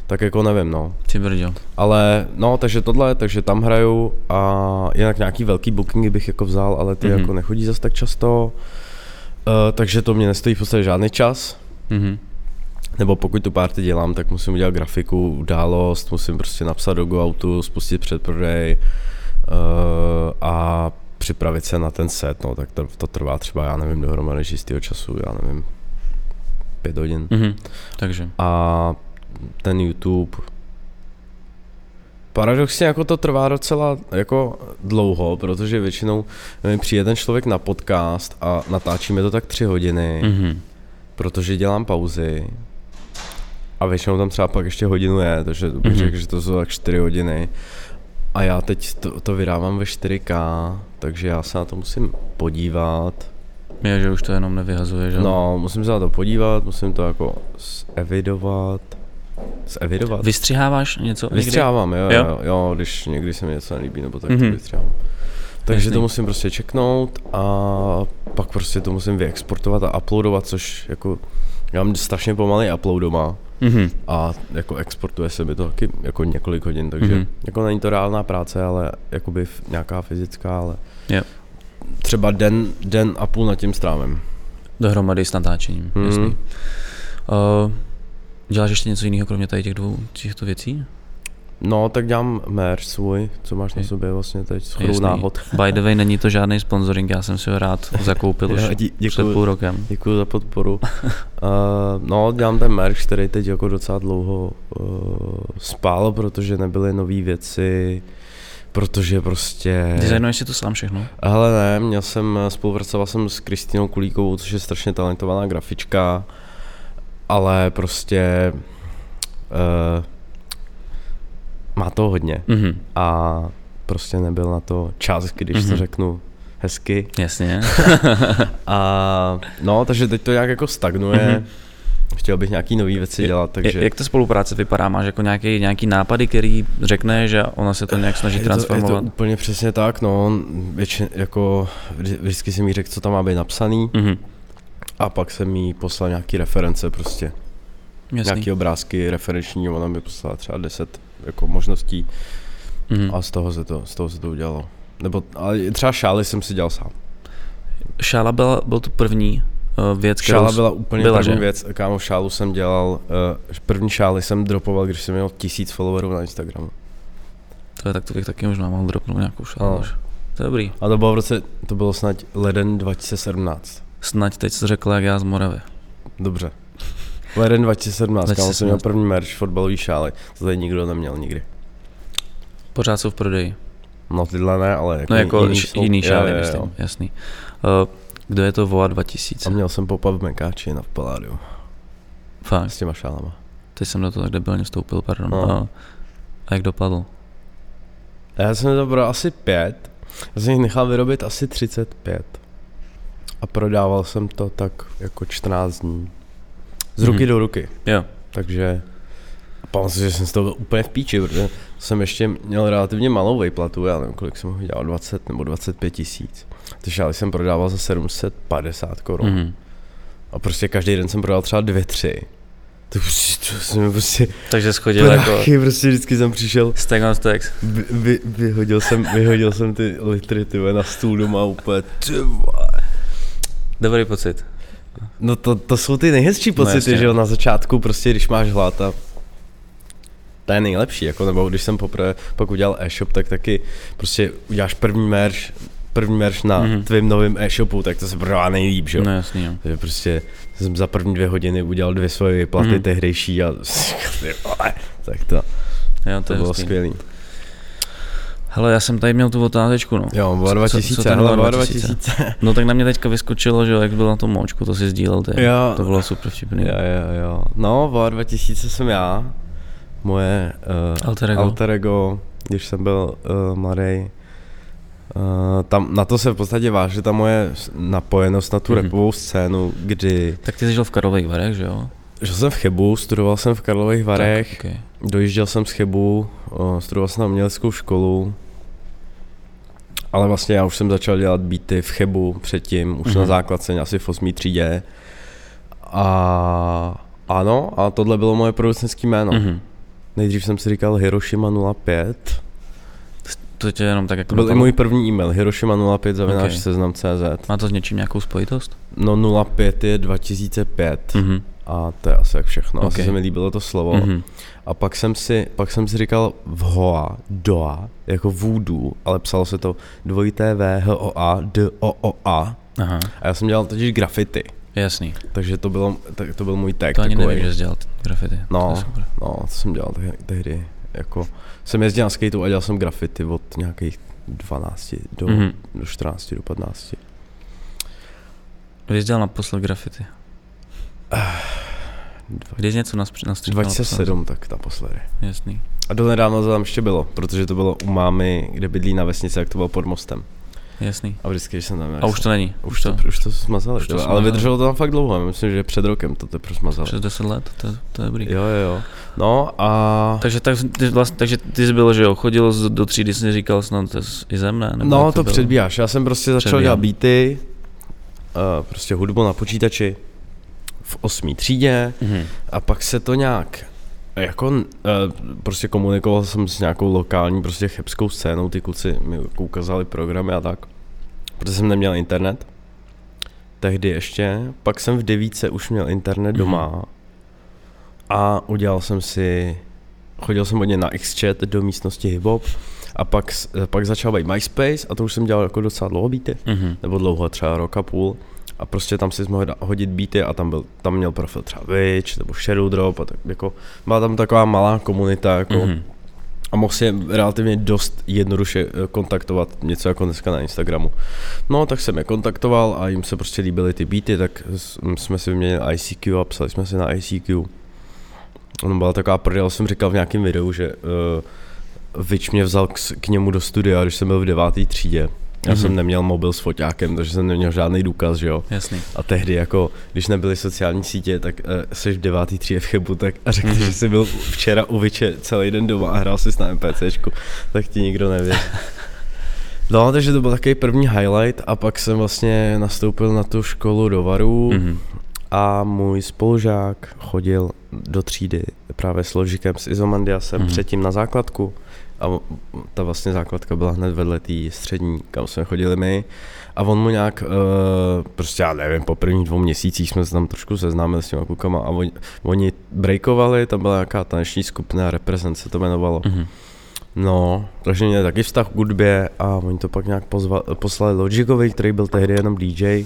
Speaker 5: tak jako nevím, no.
Speaker 4: Ty brďo.
Speaker 5: Ale no, takže tohle, takže tam hraju a jinak nějaký velký bookingy bych jako vzal, ale ty
Speaker 4: Mhm.
Speaker 5: mm-hmm. jako nechodí zas tak často. Uh, takže to mě nestojí v podstatě žádný čas.
Speaker 4: Mhm.
Speaker 5: Nebo pokud tu party dělám, tak musím udělat grafiku, událost, musím prostě napsat do GoAutu, spustit předprodej uh, a připravit se na ten set, no, tak to, to trvá třeba, já nevím, dohromady čistého času, já nevím, pět hodin.
Speaker 4: Mhm. Takže.
Speaker 5: A ten YouTube, paradoxně jako to trvá docela jako dlouho, protože většinou mi přijde ten člověk na podcast a natáčíme to tak tři hodiny, mm.
Speaker 4: Mhm.
Speaker 5: protože dělám pauzy. A většinou tam třeba pak ještě hodinu je, takže to bych
Speaker 4: Mhm.
Speaker 5: řekl, že to jsou tak čtyři hodiny. A já teď to, to vydávám ve 4K, takže já se na to musím podívat.
Speaker 4: Je, že už to jenom nevyhazuje, že?
Speaker 5: No, musím se na to podívat, musím to jako zevidovat. Zevidovat?
Speaker 4: Vystřiháváš něco? někdy?
Speaker 5: Vystřihávám, jo,
Speaker 4: Jo?
Speaker 5: jo? jo, jo, když někdy se mi něco nelíbí, nebo tak mm-hmm.
Speaker 4: Mhm.
Speaker 5: to vystřihávám. Takže
Speaker 4: Jasný.
Speaker 5: to musím prostě čeknout a pak prostě to musím vyexportovat a uploadovat, což jako já mám strašně pomalý upload doma
Speaker 4: Mhm.
Speaker 5: a jako exportuje se mi to taky jako několik hodin, takže
Speaker 4: Mhm.
Speaker 5: mm-hmm. jako není to reálná práce, ale jakoby f- nějaká fyzická, ale
Speaker 4: Jo.
Speaker 5: třeba den, den a půl nad tím strávím.
Speaker 4: Dohromady s natáčením,
Speaker 5: Mhm.
Speaker 4: jasný. Eh, děláš ještě něco jiného, kromě tady těch dvou těchto věcí?
Speaker 5: No, tak dělám merch svůj, co máš na
Speaker 4: Je-
Speaker 5: sobě vlastně teď, s
Speaker 4: Jasný.
Speaker 5: chodou náhod. [laughs]
Speaker 4: By the way, není to žádný sponsoring, já jsem si ho rád zakoupil už
Speaker 5: [laughs] Jo, dí-
Speaker 4: před
Speaker 5: děkuju.
Speaker 4: půl rokem.
Speaker 5: Děkuji za podporu. Uh, no, dělám ten merch, který teď jako docela dlouho uh, spál, protože nebyly nové věci, protože prostě...
Speaker 4: Designuješ si to sám všechno?
Speaker 5: Hele ne, měl jsem, spolupracoval jsem s Kristýnou Kulíkovou, což je strašně talentovaná grafička, ale prostě uh, má to hodně
Speaker 4: Mhm.
Speaker 5: a prostě nebyl na to čas, když mm-hmm.
Speaker 4: Mhm.
Speaker 5: to řeknu hezky. [laughs]
Speaker 4: Jasně.
Speaker 5: A no, takže teď to nějak jako stagnuje.
Speaker 4: Mhm.
Speaker 5: Mm-hmm. Chtěl bych nějaký nový věci
Speaker 4: Je-
Speaker 5: dělat, takže...
Speaker 4: Je- Jak ta spolupráce vypadá? Máš jako nějaký, nějaký nápady, který řekne, že ona se to nějak snaží
Speaker 5: je to, je to
Speaker 4: transformovat?
Speaker 5: úplně přesně tak, no, většin, jako vždy- vždycky jsem jí řekl, co tam má být napsaný
Speaker 4: Mhm,
Speaker 5: a pak jsem jí poslal nějaký reference prostě, Jasný.
Speaker 4: jasný.
Speaker 5: nějaký obrázky referenční, ona mi poslala třeba 10 jako možností
Speaker 4: Mhm.
Speaker 5: a z toho se to, z toho se to udělalo. Nebo ale třeba šály jsem si dělal sám.
Speaker 4: Šála byla, byl to první eh, věc, kterou...
Speaker 5: Šála
Speaker 4: s-
Speaker 5: byla úplně
Speaker 4: byla,
Speaker 5: byla, první
Speaker 4: že?
Speaker 5: že? věc. Kámo, šálu jsem dělal, eh, první šály jsem dropoval, když jsem měl tisíc followerů na Instagramu.
Speaker 4: To je, tak to bych taky možná mohl dropnout nějakou
Speaker 5: No.
Speaker 4: šálu. že? To je dobrý.
Speaker 5: A to bylo v roce, to bylo snad leden 2017.
Speaker 4: Snad teď jsi řekl, jak já z Moravy.
Speaker 5: Dobře. Leden 2017, kámo, jsem měl
Speaker 4: 2017.
Speaker 5: první merch fotbalový šály. To tady nikdo neměl nikdy.
Speaker 4: Pořád jsou v prodeji.
Speaker 5: No tyhle ne, ale jako,
Speaker 4: No jako jiný,
Speaker 5: jsou-
Speaker 4: jiný
Speaker 5: jo,
Speaker 4: šály,
Speaker 5: jo, jo.
Speaker 4: myslím, jasný. Eh, Kdo je to VOA 2000?
Speaker 5: A měl jsem pop-up v Mekáči na Paládiu
Speaker 4: Fakt,
Speaker 5: s těma šálama.
Speaker 4: teď jsem do toho tak debilně vstoupil, pardon.
Speaker 5: No.
Speaker 4: A, a jak dopadl?
Speaker 5: A já jsem zabral asi pět, já jsem jich nechal vyrobit asi 35. A prodával jsem to tak jako 14 dní. Z ruky
Speaker 4: Mhm.
Speaker 5: do ruky,
Speaker 4: Jo.
Speaker 5: takže... A pamatuju si, že jsem z toho byl úplně v píči, protože jsem ještě měl relativně malou vejplatu, já nevím, kolik jsem ho dělal, 20 nebo 25 tisíc. Ty šály jsem prodával za 750 korun.
Speaker 4: Mhm.
Speaker 5: A prostě každý den jsem prodal třeba dvě, tři. To, prostě, to jsem prostě...
Speaker 4: Takže schodil jako
Speaker 5: Prachy, prostě vždycky jsem přišel
Speaker 4: stack on stacks.
Speaker 5: Vy, vy, vyhodil, jsem, vyhodil jsem ty litry ty vole, na stůl doma úplně. Ty vole.
Speaker 4: Dobrý pocit.
Speaker 5: No to, to jsou ty nejhezčí pocity,
Speaker 4: No jasně.
Speaker 5: že jo, na začátku prostě, když máš hlad a to je nejlepší, jako, nebo když jsem poprvé pak udělal e-shop, tak taky prostě uděláš první merch, první merch na
Speaker 4: Mhm.
Speaker 5: mm-hmm. tvým novém e-shopu, tak to se prodá nejlíp, že jo.
Speaker 4: No jasný, jo.
Speaker 5: Takže prostě jsem za první dvě hodiny udělal dvě svoje vyplaty
Speaker 4: Mhm.
Speaker 5: mm. tehdejší a [laughs] ty vole, tak to,
Speaker 4: jo to,
Speaker 5: to
Speaker 4: je
Speaker 5: bylo
Speaker 4: hustý.
Speaker 5: skvělý.
Speaker 4: Hele, já jsem tady měl tu otázečku, no.
Speaker 5: Jo,
Speaker 4: Co-
Speaker 5: bylo
Speaker 4: co-
Speaker 5: 2000,
Speaker 4: co to
Speaker 5: hele,
Speaker 4: bylo
Speaker 5: bylo
Speaker 4: 2000?
Speaker 5: 2000.
Speaker 4: [laughs] No tak na mě teďka vyskočilo, že jo, jak byl na tom močku, to si sdílel ty.
Speaker 5: Jo.
Speaker 4: To bylo super vtipný.
Speaker 5: Jo, jo, jo. No, VAR 2000 jsem já. Moje uh,
Speaker 4: Alter ego.
Speaker 5: alter ego, když jsem byl uh, mladý. Uh, tam, na to se v podstatě váže ta moje s- napojenost na tu
Speaker 4: Mhm.
Speaker 5: mm-hmm. repovou scénu, kdy
Speaker 4: Tak ty jsi žil v Karlových Varech, že jo?
Speaker 5: žil jsem v Chebu, studoval jsem v Karlových Varech,
Speaker 4: Tak, okay.
Speaker 5: dojížděl jsem z Chebu, uh, studoval jsem na uměleckou školu, ale vlastně já už jsem začal dělat beaty v Chebu předtím, už
Speaker 4: Mhm.
Speaker 5: mm-hmm. na základce, asi v 8. třídě. A ano, a tohle bylo moje producentské jméno. Mm-hmm.
Speaker 4: Mhm.
Speaker 5: Nejdřív jsem si říkal Hiroshima 05.
Speaker 4: To tě jenom tak
Speaker 5: To
Speaker 4: jako...
Speaker 5: byl i
Speaker 4: napadlo.
Speaker 5: můj první e-mail, Hiroshima 05 zavináč
Speaker 4: Ok.
Speaker 5: okay. seznam CZ.
Speaker 4: Má to s něčím nějakou spojitost?
Speaker 5: No 05 je 2005 mm.
Speaker 4: Mhm.
Speaker 5: a to je asi jak všechno. Okay.
Speaker 4: Ok.
Speaker 5: Asi se mi líbilo to slovo. Mm-hmm.
Speaker 4: Mhm.
Speaker 5: A pak jsem si, pak jsem si říkal vhoa, doa, jako voodoo, ale psalo se to dvojité v, h, o, a, d, o, o, a.
Speaker 4: Aha,
Speaker 5: A já jsem dělal totiž grafity,
Speaker 4: jasný.
Speaker 5: takže to, bylo, tak to byl můj tag.
Speaker 4: To ani
Speaker 5: takovej.
Speaker 4: nevím, že jsi dělal ty grafity. To
Speaker 5: No.
Speaker 4: je super.
Speaker 5: No, to jsem dělal tehdy, tehdy jako jsem jezdil na skateu a dělal jsem grafity od nějakých 12 do,
Speaker 4: Mhm.
Speaker 5: mm-hmm. do 14, do 15.
Speaker 4: Kdy jsi dělal naposled
Speaker 5: [sighs]
Speaker 4: grafity?
Speaker 5: Dva-
Speaker 4: Kdy jsi něco naspř- nastříkal?
Speaker 5: 2007 tak naposledy.
Speaker 4: naposled? Jasný.
Speaker 5: A do nedávna to tam ještě bylo, protože to bylo u mámy, kde bydlí na vesnici, jak to bylo pod mostem.
Speaker 4: Jasný.
Speaker 5: A vždycky, když jsem tam
Speaker 4: A už to není.
Speaker 5: už to, už to smazali,
Speaker 4: už to
Speaker 5: to, ale
Speaker 4: smazali.
Speaker 5: vydrželo to tam fakt dlouho, já myslím, že před rokem to teprve smazali.
Speaker 4: Přes 10 let, to, je- to je dobrý.
Speaker 5: Jo, jo, jo. No a...
Speaker 4: Takže, tak, ty vlastně, takže ty jsi byl, že jo, chodil z, do třídy, jsi říkal snad to je z- i ze mne? Nebo
Speaker 5: No,
Speaker 4: jak
Speaker 5: to
Speaker 4: bylo?
Speaker 5: předbíháš. Já jsem prostě začal
Speaker 4: Předbíhám.
Speaker 5: dělat beaty, eh, prostě hudbu na počítači v osmý třídě
Speaker 4: Mhm.
Speaker 5: a pak se to nějak jako eh, prostě komunikoval jsem s nějakou lokální prostě chebskou scénou, ty kluci mi jako ukázali programy a tak, protože jsem neměl internet tehdy ještě, pak jsem v devítce už měl internet
Speaker 4: Mhm.
Speaker 5: doma a udělal jsem si, chodil jsem hodně na Xchat do místnosti hiphop a pak, s- eh, pak začal být MySpace a to už jsem dělal jako docela dlouho beaty,
Speaker 4: Mhm.
Speaker 5: nebo dlouho, třeba rok a půl. A prostě tam si mohl da- hodit beaty a tam, byl, tam měl profil třeba Witch nebo Shadow Drop a tak jako, byla tam taková malá komunita jako mm-hmm.
Speaker 4: Mhm.
Speaker 5: a mohl si je relativně dost jednoduše eh, kontaktovat, něco jako dneska na Instagramu. No tak jsem je kontaktoval a jim se prostě líbily ty beaty, tak s- m, jsme si vyměnili ICQ a psali jsme si na ICQ. Ono byla taková prdel, jsem říkal v nějakém videu, že uh, Vič mě vzal k, s- k němu do studia, když jsem byl v devátý třídě. Já
Speaker 4: Mhm.
Speaker 5: jsem neměl mobil s foťákem, takže jsem neměl žádný důkaz, že jo.
Speaker 4: Jasný.
Speaker 5: A tehdy jako, když nebyly sociální sítě, tak uh, jsi v devátý třídě v Chebu, tak a řekl,
Speaker 4: Mhm.
Speaker 5: mm-hmm. že jsi byl včera u Viče celý den doma a hrál si na MPCčku, tak ti
Speaker 4: [laughs]
Speaker 5: nikdo nevěří. No, takže to byl takový první highlight a pak jsem vlastně nastoupil na tu školu do Varu
Speaker 4: Mhm.
Speaker 5: a můj spolužák chodil do třídy právě s Logikem, s Izomandiasem,
Speaker 4: Mhm.
Speaker 5: mm-hmm. předtím na základku a o- ta vlastně základka byla hned vedle té střední, kam jsme chodili my a on mu nějak, eh, prostě já nevím, po prvních dvou měsících jsme se tam trošku seznámili s těma klukama a oni, oni breakovali, tam byla nějaká taneční skupina, reprezent se to jmenovalo.
Speaker 4: Mhm.
Speaker 5: No, takže měli taky vztah k hudbě a oni to pak nějak pozva, poslali Logicovi, který byl tehdy jenom DJ.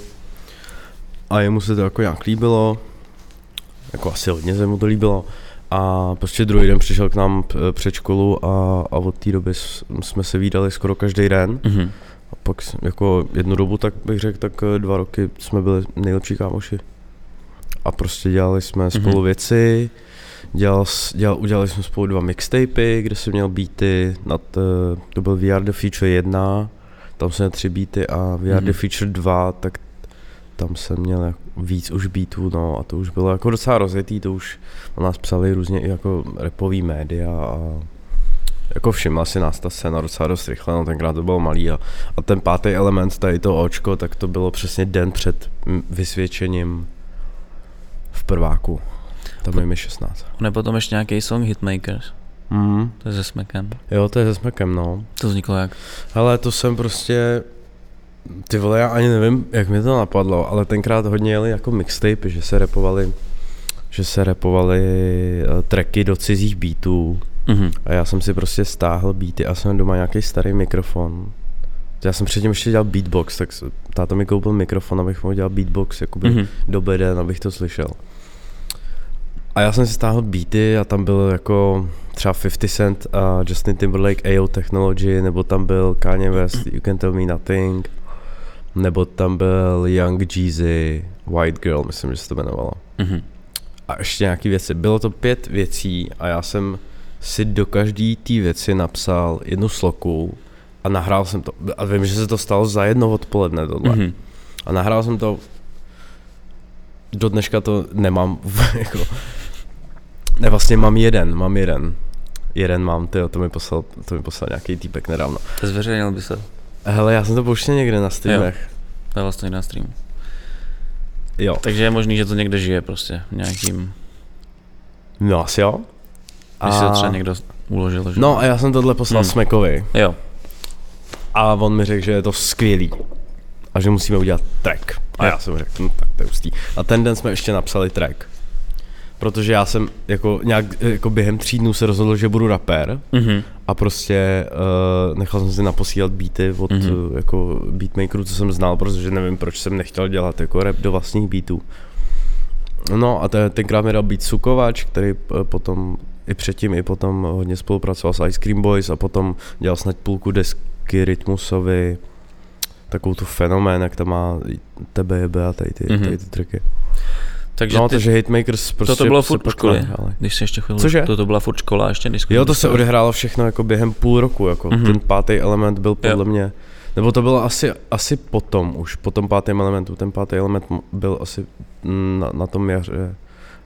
Speaker 5: A jemu se to jako nějak líbilo, jako asi hodně se mu to líbilo. A prostě druhý den přišel k nám p- před školu a, a od té doby s- jsme se vídali skoro každý den.
Speaker 4: Mhm.
Speaker 5: A pak s- jako jednu dobu, tak bych řekl, tak eh, dva roky jsme byli nejlepší kámoši. A prostě dělali jsme
Speaker 4: Mhm.
Speaker 5: spolu věci, dělal, s- dělal, udělali jsme spolu dva mixtapy, kde jsem měl beaty, nad, eh, to byl VR The Feature 1, tam jsem měl tři beaty a VR
Speaker 4: Mhm.
Speaker 5: The Feature 2, tak tam jsem měl jak- víc už beatů, no a to už bylo jako docela rozjetý, to už o nás psali různě i jako repový média a jako všimla si nás ta scéna docela dost rychle, no tenkrát to bylo malý a, a ten pátý element, tady to očko, tak to bylo přesně den před mm, vysvědčením v prváku. Tam je mi 16.
Speaker 4: On je potom ještě nějaký song Hitmakers,
Speaker 5: Mm.
Speaker 4: to je se Smekem.
Speaker 5: Jo, to je se smekem, no.
Speaker 4: To vzniklo jak?
Speaker 5: Ale to jsem prostě, ty vole, já ani nevím, jak mi to napadlo, ale tenkrát hodně jeli jako mixtape, že se repovali, že se repovali eh, tracky do cizích beatů.
Speaker 4: Mhm.
Speaker 5: A já jsem si prostě stáhl beaty a jsem doma nějaký starý mikrofon. Já jsem předtím ještě dělal beatbox, tak s- táta mi koupil mikrofon, abych mohl dělat beatbox jakoby mm-hmm.
Speaker 4: Mhm.
Speaker 5: do beden, abych to slyšel. A já jsem si stáhl beaty a tam byl jako třeba 50 Cent a Justin Timberlake AO Technology, nebo tam byl Kanye West You Can Tell Me Nothing, nebo tam byl Young Jeezy, White Girl, myslím, že se to jmenovalo
Speaker 4: Mhm.
Speaker 5: a ještě nějaký věci. Bylo to pět věcí a já jsem si do každé té věci napsal jednu sloku a nahrál jsem to. A vím, že se to stalo za jedno odpoledne tohle. Mm-hmm.
Speaker 4: Mhm.
Speaker 5: A nahrál jsem to. Do dneška to nemám. [laughs] jako. Ne, vlastně mám jeden, mám jeden. Jeden mám, tyjo, to mi poslal, to mi poslal nějaký týpek nedávno.
Speaker 4: To zveřejnil by se,
Speaker 5: Hele, já jsem to pouštěl někde na streamech.
Speaker 4: to je vlastně na streamu.
Speaker 5: Jo.
Speaker 4: Takže je možný, že to někde žije prostě v nějakým,
Speaker 5: No asi jo.
Speaker 4: když se to třeba někdo uložil. Že?
Speaker 5: No a já jsem tohle poslal
Speaker 4: Hmm.
Speaker 5: hmm. Smekovi.
Speaker 4: Jo,
Speaker 5: A on mi řekl, že je to skvělý. A že musíme udělat track. A já jsem řekl, no tak to je hustý. A ten den jsme ještě napsali track. Protože já jsem jako nějak jako během tří dnů se rozhodl, že budu rapper
Speaker 4: mhm.
Speaker 5: a prostě uh, nechal jsem si naposílat beaty od
Speaker 4: Mhm.
Speaker 5: mm-hmm. jako beatmakerů, co jsem znal, protože nevím, proč jsem nechtěl dělat jako rap do vlastních beatů. No a ten, tenkrát mi dal beat Sukovač, který eh, potom i předtím, i potom hodně spolupracoval s Ice Cream Boys a potom dělal snad půlku desky Rytmusovi, takovou tu fenomén, jak tam má tebe jebe a tady ty,
Speaker 4: Mhm.
Speaker 5: mm-hmm. tady ty triky.
Speaker 4: Takže
Speaker 5: No,
Speaker 4: ty,
Speaker 5: takže Hitmakers prostě
Speaker 4: toto bylo
Speaker 5: se
Speaker 4: furt
Speaker 5: pak
Speaker 4: školy.
Speaker 5: nahráli.
Speaker 4: Když se ještě chvíli,
Speaker 5: Cože?
Speaker 4: To, to byla furt škola ještě, když
Speaker 5: Jo, to se odehrálo všechno jako během půl roku, jako
Speaker 4: Mhm.
Speaker 5: mm-hmm. ten pátý element byl podle
Speaker 4: Jo.
Speaker 5: jo. mě, nebo to bylo asi, asi potom už, po tom pátém elementu, ten pátý element m- byl asi mm, na, na tom jaře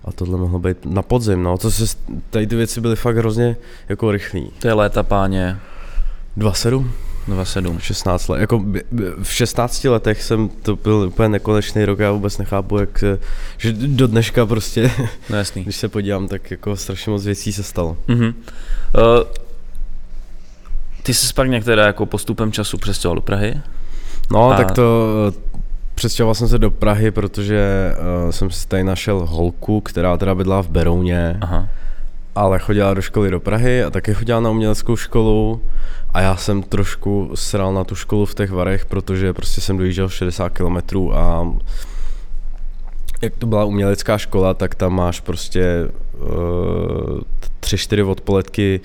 Speaker 5: a tohle mohlo být na podzim, no, to se, s- tady ty věci byly fakt hrozně jako rychlý.
Speaker 4: To je léta páně
Speaker 5: 27,
Speaker 4: 27.
Speaker 5: 16 let, jako by- by- v 16 letech jsem, to byl úplně nekonečný rok, já vůbec nechápu, jak, se- že do dneška prostě, [laughs]
Speaker 4: No jasný.
Speaker 5: když se podívám, tak jako strašně moc věcí se stalo.
Speaker 4: Mhm. Uh, ty jsi pak nějak teda jako postupem času přestěhoval do Prahy?
Speaker 5: No,
Speaker 4: A-
Speaker 5: a... tak to eh, přestěhoval jsem se do Prahy, protože uh, jsem si tady našel holku, která teda bydlá v Berouně,
Speaker 4: Aha.
Speaker 5: ale chodila do školy do Prahy a taky chodila na uměleckou školu a já jsem trošku sral na tu školu v těch varech, protože prostě jsem dojížděl 60 km a jak to byla umělecká škola, tak tam máš prostě uh, tři, čtyři odpoledky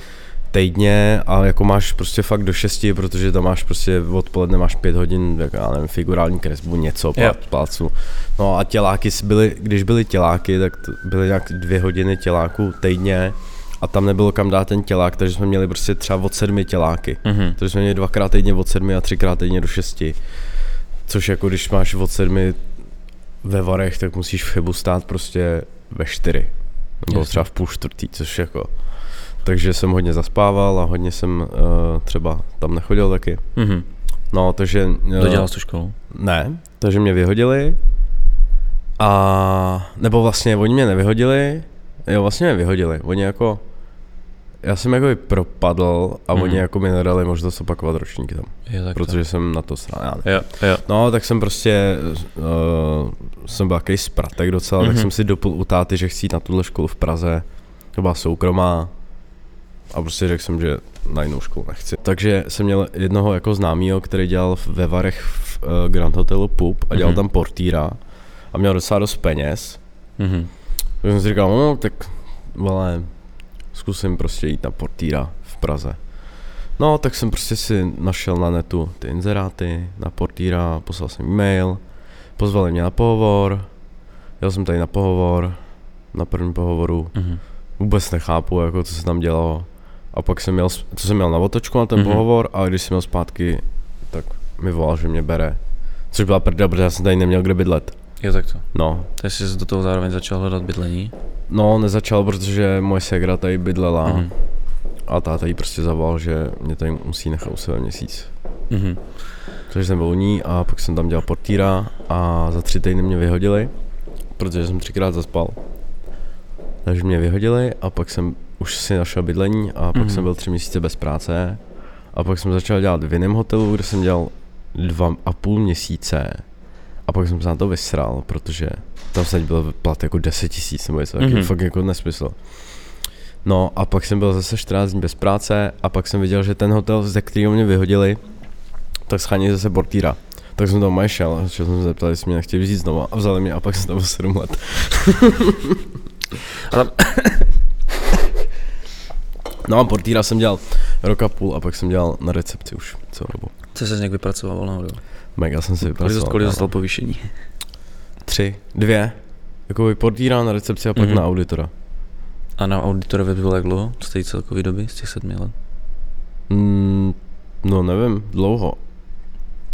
Speaker 5: týdně a jako máš prostě fakt do šesti, protože tam máš prostě odpoledne máš pět hodin, jak já nevím, figurální kresbu, něco,
Speaker 4: Jo.
Speaker 5: plát, plácu. No a těláky s- byly, když byly těláky, tak t- byly nějak dvě hodiny těláků týdně a tam nebylo kam dát ten tělák, takže jsme měli prostě třeba od sedmi těláky.
Speaker 4: Mhm.
Speaker 5: Takže jsme měli dvakrát týdně od sedmi a třikrát týdně do šesti. Což jako když máš od sedmi ve varech, tak musíš v chybu stát prostě ve čtyři. Nebo
Speaker 4: Jasně.
Speaker 5: třeba v půl čtvrtý, což jako... Takže jsem hodně zaspával a hodně jsem uh, třeba tam nechodil taky.
Speaker 4: Mhm.
Speaker 5: No, takže... eh,
Speaker 4: Dodělal jsi tu školu.
Speaker 5: ne, takže mě vyhodili. A nebo vlastně oni mě nevyhodili, Jo, vlastně mě vyhodili. Oni jako... Já jsem jako propadl a
Speaker 4: Mhm.
Speaker 5: oni jako mi nedali možnost opakovat ročník tam,
Speaker 4: Je tak
Speaker 5: protože jsem na to sral. Já ne-
Speaker 4: Jo, jo.
Speaker 5: No, tak jsem prostě, uh, jsem byl takový spratek docela, mm-hmm. tak
Speaker 4: Mhm.
Speaker 5: jsem si dopl u táty, že chci jít na tuhle školu v Praze, to byla soukromá a prostě řekl jsem, že na jinou školu nechci. Takže jsem měl jednoho jako známýho, který dělal v- ve Varech v uh, Grand Hotelu Pub a dělal
Speaker 4: Mhm.
Speaker 5: mm-hmm. tam portýra a měl docela dost peněz.
Speaker 4: Mhm.
Speaker 5: Takže jsem si říkal, no tak, vole, zkusím prostě jít na portýra v Praze. No, tak jsem prostě si našel na netu ty inzeráty na portýra, poslal jsem e-mail, pozvali mě na pohovor, jel jsem tady na pohovor, na prvním pohovoru,
Speaker 4: Mhm.
Speaker 5: vůbec nechápu, jako co se tam dělalo. A pak jsem měl, co jsem měl na otočku na ten
Speaker 4: Mhm.
Speaker 5: mm-hmm. pohovor a když jsem měl zpátky, tak mi volal, že mě bere. Což byla prda, protože já jsem tady neměl kde bydlet.
Speaker 4: Jo, tak to.
Speaker 5: No,
Speaker 4: Takže jsi do toho zároveň začal hledat bydlení.
Speaker 5: No, nezačal, protože moje segra tady bydlela
Speaker 4: Mhm.
Speaker 5: mm. a táta jí prostě zavolal, že mě tady musí nechat u sebe měsíc.
Speaker 4: Mhm.
Speaker 5: Takže jsem byl u ní a pak jsem tam dělal portýra a za tři týdny mě vyhodili, protože jsem třikrát zaspal. Takže mě vyhodili a pak jsem už si našel bydlení a pak
Speaker 4: Mhm.
Speaker 5: mm. jsem byl tři měsíce bez práce a pak jsem začal dělat v jiném hotelu, kde jsem dělal dva a půl měsíce a pak jsem se na to vysral, protože tam snad byl plat jako 10 tisíc nebo něco,
Speaker 4: Mhm.
Speaker 5: mm-hmm. fakt jako nesmysl. No a pak jsem byl zase 14 dní bez práce a pak jsem viděl, že ten hotel, ze kterého mě vyhodili, tak schání zase portýra. Tak jsem tam šel, šel jsem se zeptat, jestli mě nechtějí vzít znova a vzali mě a pak jsem tam byl 7 let. a tam... No a portýra jsem dělal roka půl a pak jsem dělal na recepci už celou dobu.
Speaker 4: Co jsi z něk vypracoval volnou dobu?
Speaker 5: Mega jsem si
Speaker 4: Kolik
Speaker 5: vypracoval.
Speaker 4: dostal, kolik dostal povýšení?
Speaker 5: Tři, dvě. Jakoby portýra na recepci a pak
Speaker 4: Mhm.
Speaker 5: mm-hmm. na auditora.
Speaker 4: A na auditorovi bylo jak dlouho? Z té celkové doby, z těch sedmi let?
Speaker 5: Mm, no nevím, dlouho.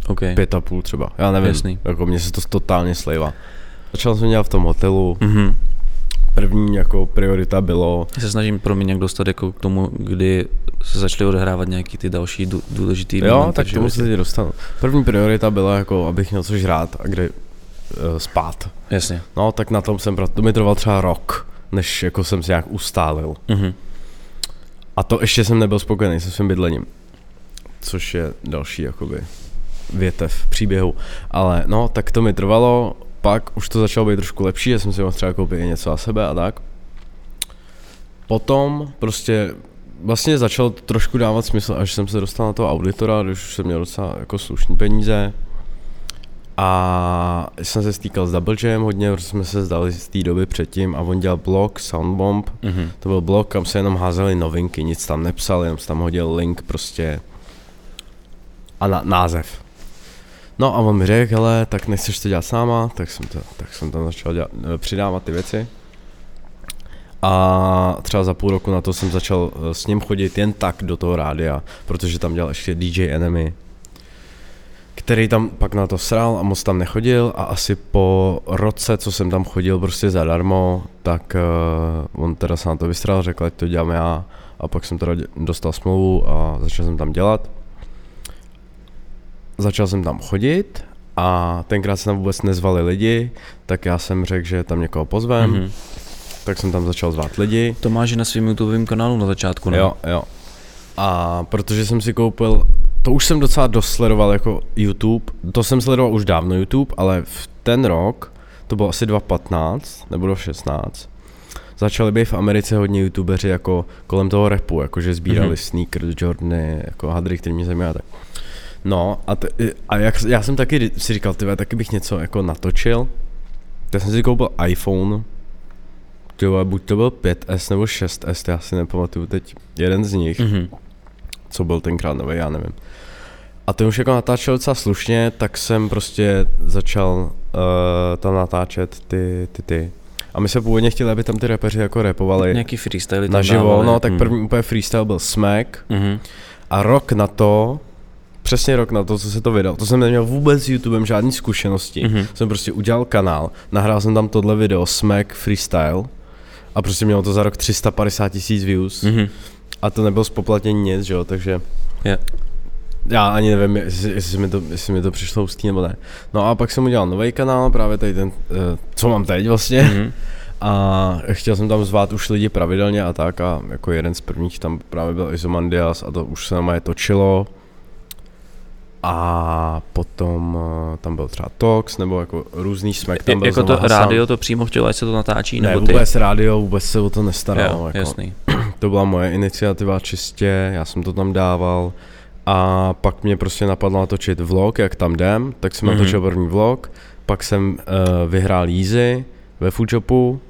Speaker 4: OK.
Speaker 5: Pět a půl třeba, já nevím.
Speaker 4: Jasný.
Speaker 5: Jako mně se to totálně slejva. Začal jsem dělat v tom hotelu,
Speaker 4: Mhm.
Speaker 5: první jako priorita bylo,
Speaker 4: Já se snažím pro mě nějak dostat jako k tomu, kdy se začaly odehrávat nějaký ty další dů, důležitý
Speaker 5: jo,
Speaker 4: momenty
Speaker 5: tak
Speaker 4: v
Speaker 5: tomu se
Speaker 4: životě.
Speaker 5: teď dostanu. První priorita byla jako, abych měl co žrát a kde uh, spát.
Speaker 4: Jasně.
Speaker 5: No, tak na tom jsem, pra- to mi trvalo třeba rok, než jako jsem se nějak ustálil.
Speaker 4: Mhm.
Speaker 5: A to ještě jsem nebyl spokojený se svým bydlením. Což je další jakoby větev příběhu. Ale no, tak to mi trvalo, pak už to začalo být trošku lepší, že jsem si mohl třeba koupit i něco na sebe a tak. Potom prostě vlastně začalo to trošku dávat smysl, až jsem se dostal na toho auditora, když už jsem měl docela jako slušný peníze. A jsem se stýkal s Double Jam hodně, protože jsme se zdali z té doby předtím a on dělal blog, Soundbomb,
Speaker 4: Mhm.
Speaker 5: to byl blog, kam se jenom házely novinky, nic tam nepsal, jenom se tam hodil link prostě a na, název. No a on mi řekl, hele, tak nechceš to dělat sama, tak jsem, to, tak jsem tam začal dělat, eh, přidávat ty věci. A třeba za půl roku na to jsem začal eh, s ním chodit jen tak do toho rádia, protože tam dělal ještě DJ Enemy, který tam pak na to sral a moc tam nechodil a asi po roce, co jsem tam chodil prostě zadarmo, tak uh, on teda se na to vystral, řekl, ať to dělám já a pak jsem teda dě- dostal smlouvu a začal jsem tam dělat. Začal jsem tam chodit a tenkrát se tam vůbec nezvali lidi, tak já jsem řekl, že tam někoho pozvem, mm-hmm.
Speaker 4: Mhm.
Speaker 5: tak jsem tam začal zvát lidi.
Speaker 4: To máš i na svém YouTubeovém kanálu na začátku, ne?
Speaker 5: Jo, jo. A protože jsem si koupil, to už jsem docela dost sledoval jako YouTube, to jsem sledoval už dávno YouTube, ale v ten rok, to bylo asi 2015 nebo 2016, začali být v Americe hodně youtubeři jako kolem toho repu, jakože sbírali
Speaker 4: Mhm.
Speaker 5: mm-hmm. sneakers, Jordany, jako hadry, který mě zajímají a tak. No a, t- a jak, já jsem taky si říkal, ty vole, taky bych něco jako natočil, tak jsem si koupil iPhone, ty vole, buď to byl 5S nebo 6S, já si nepamatuju teď jeden z nich,
Speaker 4: Mhm.
Speaker 5: co byl tenkrát, nebo já nevím. A ten už jako natáčel docela slušně, tak jsem prostě začal uh, tam natáčet ty, ty, ty. A my se původně chtěli, aby tam ty repeři jako repovali
Speaker 4: Nějaký freestyle
Speaker 5: naživo, no
Speaker 4: mm.
Speaker 5: tak první úplně freestyle byl Smack
Speaker 4: Mhm.
Speaker 5: a rok na to, přesně rok na to, co se to vydal, to jsem neměl vůbec s YouTubem žádný zkušenosti,
Speaker 4: Mhm.
Speaker 5: mm-hmm. jsem prostě udělal kanál, nahrál jsem tam tohle video Smack Freestyle a prostě mělo to za rok 350 tisíc views
Speaker 4: Mhm.
Speaker 5: a to nebyl spoplatnění nic, že jo, takže
Speaker 4: Je.
Speaker 5: já ani nevím, jestli, jestli, mi to, jestli mi to přišlo hustý nebo ne. No a pak jsem udělal nový kanál, právě tady ten, eh, co mám teď vlastně.
Speaker 4: Mhm.
Speaker 5: [laughs] A chtěl jsem tam zvát už lidi pravidelně a tak a jako jeden z prvních tam právě byl Izomandias a to už se na moje točilo. A potom eh, tam byl třeba Tox nebo jako různý smek tam byl
Speaker 4: jako to
Speaker 5: znova Hasan.
Speaker 4: rádio to přímo chtělo, ať se to natáčí,
Speaker 5: Ne,
Speaker 4: nebo ty?
Speaker 5: vůbec rádio, vůbec se o to nestaral.
Speaker 4: jo,
Speaker 5: jako,
Speaker 4: jasný.
Speaker 5: to byla moje iniciativa čistě, já jsem to tam dával a pak mě prostě napadlo natočit vlog, jak tam jdem, tak jsem
Speaker 4: Mhm.
Speaker 5: mm-hmm. natočil první vlog, pak jsem uh, vyhrál jízy ve Foodshopu,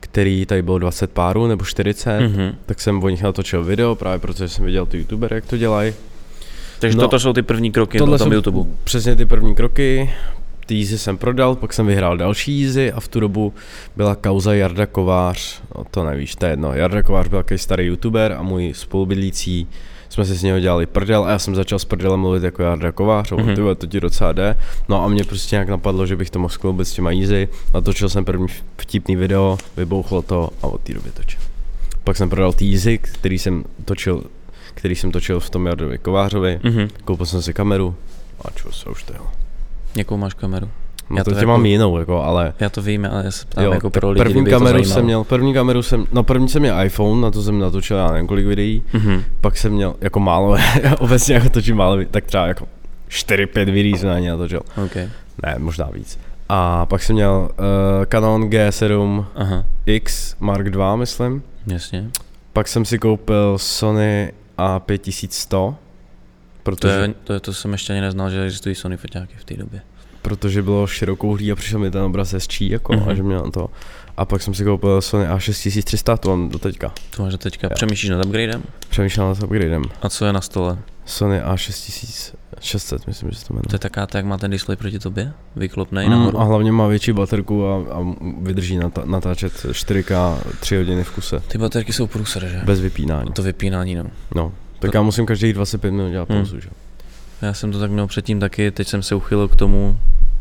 Speaker 5: který tady bylo 20 párů nebo 40, mm-hmm.
Speaker 4: Mhm.
Speaker 5: tak jsem o nich natočil video, právě protože jsem viděl ty youtubery, jak to dělají.
Speaker 4: Takže
Speaker 5: No,
Speaker 4: toto jsou ty první kroky na tom
Speaker 5: jsou
Speaker 4: YouTube.
Speaker 5: přesně ty první kroky, ty jízy jsem prodal, pak jsem vyhrál další jízy a v tu dobu byla kauza Jarda Kovář, no to nevíš, to je jedno, Jarda Kovář byl takový starý youtuber a můj spolubydlící, jsme si z něho dělali prdel a já jsem začal s prdelem mluvit jako Jarda Kovář,
Speaker 4: Mhm.
Speaker 5: mm-hmm. tyhle, to ti docela jde, no a mě prostě nějak napadlo, že bych to mohl skloubit s těma jízy, natočil jsem první vtipný video, vybouchlo to a od té doby točím. Pak jsem prodal ty jízy, který jsem točil, který jsem točil v tom Jardovi Kovářovi,
Speaker 4: Mhm.
Speaker 5: Koupil jsem si kameru a čus, a už to jo.
Speaker 4: Jakou máš kameru?
Speaker 5: No
Speaker 4: Já
Speaker 5: to,
Speaker 4: to
Speaker 5: tě
Speaker 4: jako-
Speaker 5: mám jinou, jako, ale...
Speaker 4: Já to vím, ale já se ptám jako
Speaker 5: tak
Speaker 4: pro lidi,
Speaker 5: první
Speaker 4: kdyby je to
Speaker 5: kameru
Speaker 4: zajímalo.
Speaker 5: jsem měl, první kameru jsem, no první jsem měl iPhone, na to jsem natočil já nevím kolik videí,
Speaker 4: Mhm.
Speaker 5: pak jsem měl jako málo, [laughs] obecně jako točím málo, videí, tak třeba jako 4-5 videí jsem na ně natočil,
Speaker 4: Okay.
Speaker 5: ne, možná víc. A pak jsem měl uh, Canon G7X
Speaker 4: Aha,
Speaker 5: Mark II, myslím,
Speaker 4: jasně.
Speaker 5: pak jsem si koupil Sony A5100,
Speaker 4: To,
Speaker 5: protože...
Speaker 4: je, to, je, to jsem ještě ani neznal, že existují Sony foťáky v té době.
Speaker 5: protože bylo širokou hlí a přišel mi ten obraz hezčí, jako, mm-hmm.
Speaker 4: Mhm.
Speaker 5: a že měl to. A pak jsem si koupil Sony A6300, to mám do teďka.
Speaker 4: To máš do teďka.
Speaker 5: Jo.
Speaker 4: Přemýšlíš nad upgradem?
Speaker 5: Přemýšlel nad upgradem.
Speaker 4: A co je na stole?
Speaker 5: Sony A6600, myslím, že se to
Speaker 4: To je
Speaker 5: jmenuje.
Speaker 4: taká, ta, jak má ten displej proti tobě? Vyklopnej
Speaker 5: Mm,
Speaker 4: nahoru?
Speaker 5: a hlavně má větší baterku a, a vydrží nata- natáčet 4K 3 hodiny v kuse.
Speaker 4: Ty baterky jsou průser, že?
Speaker 5: Bez vypínání.
Speaker 4: To vypínání, no.
Speaker 5: No. Tak
Speaker 4: to-
Speaker 5: já musím každých 25 minut dělat
Speaker 4: Mm.
Speaker 5: pauzu, že?
Speaker 4: Já jsem to tak měl předtím taky, teď jsem se uchylil k tomu,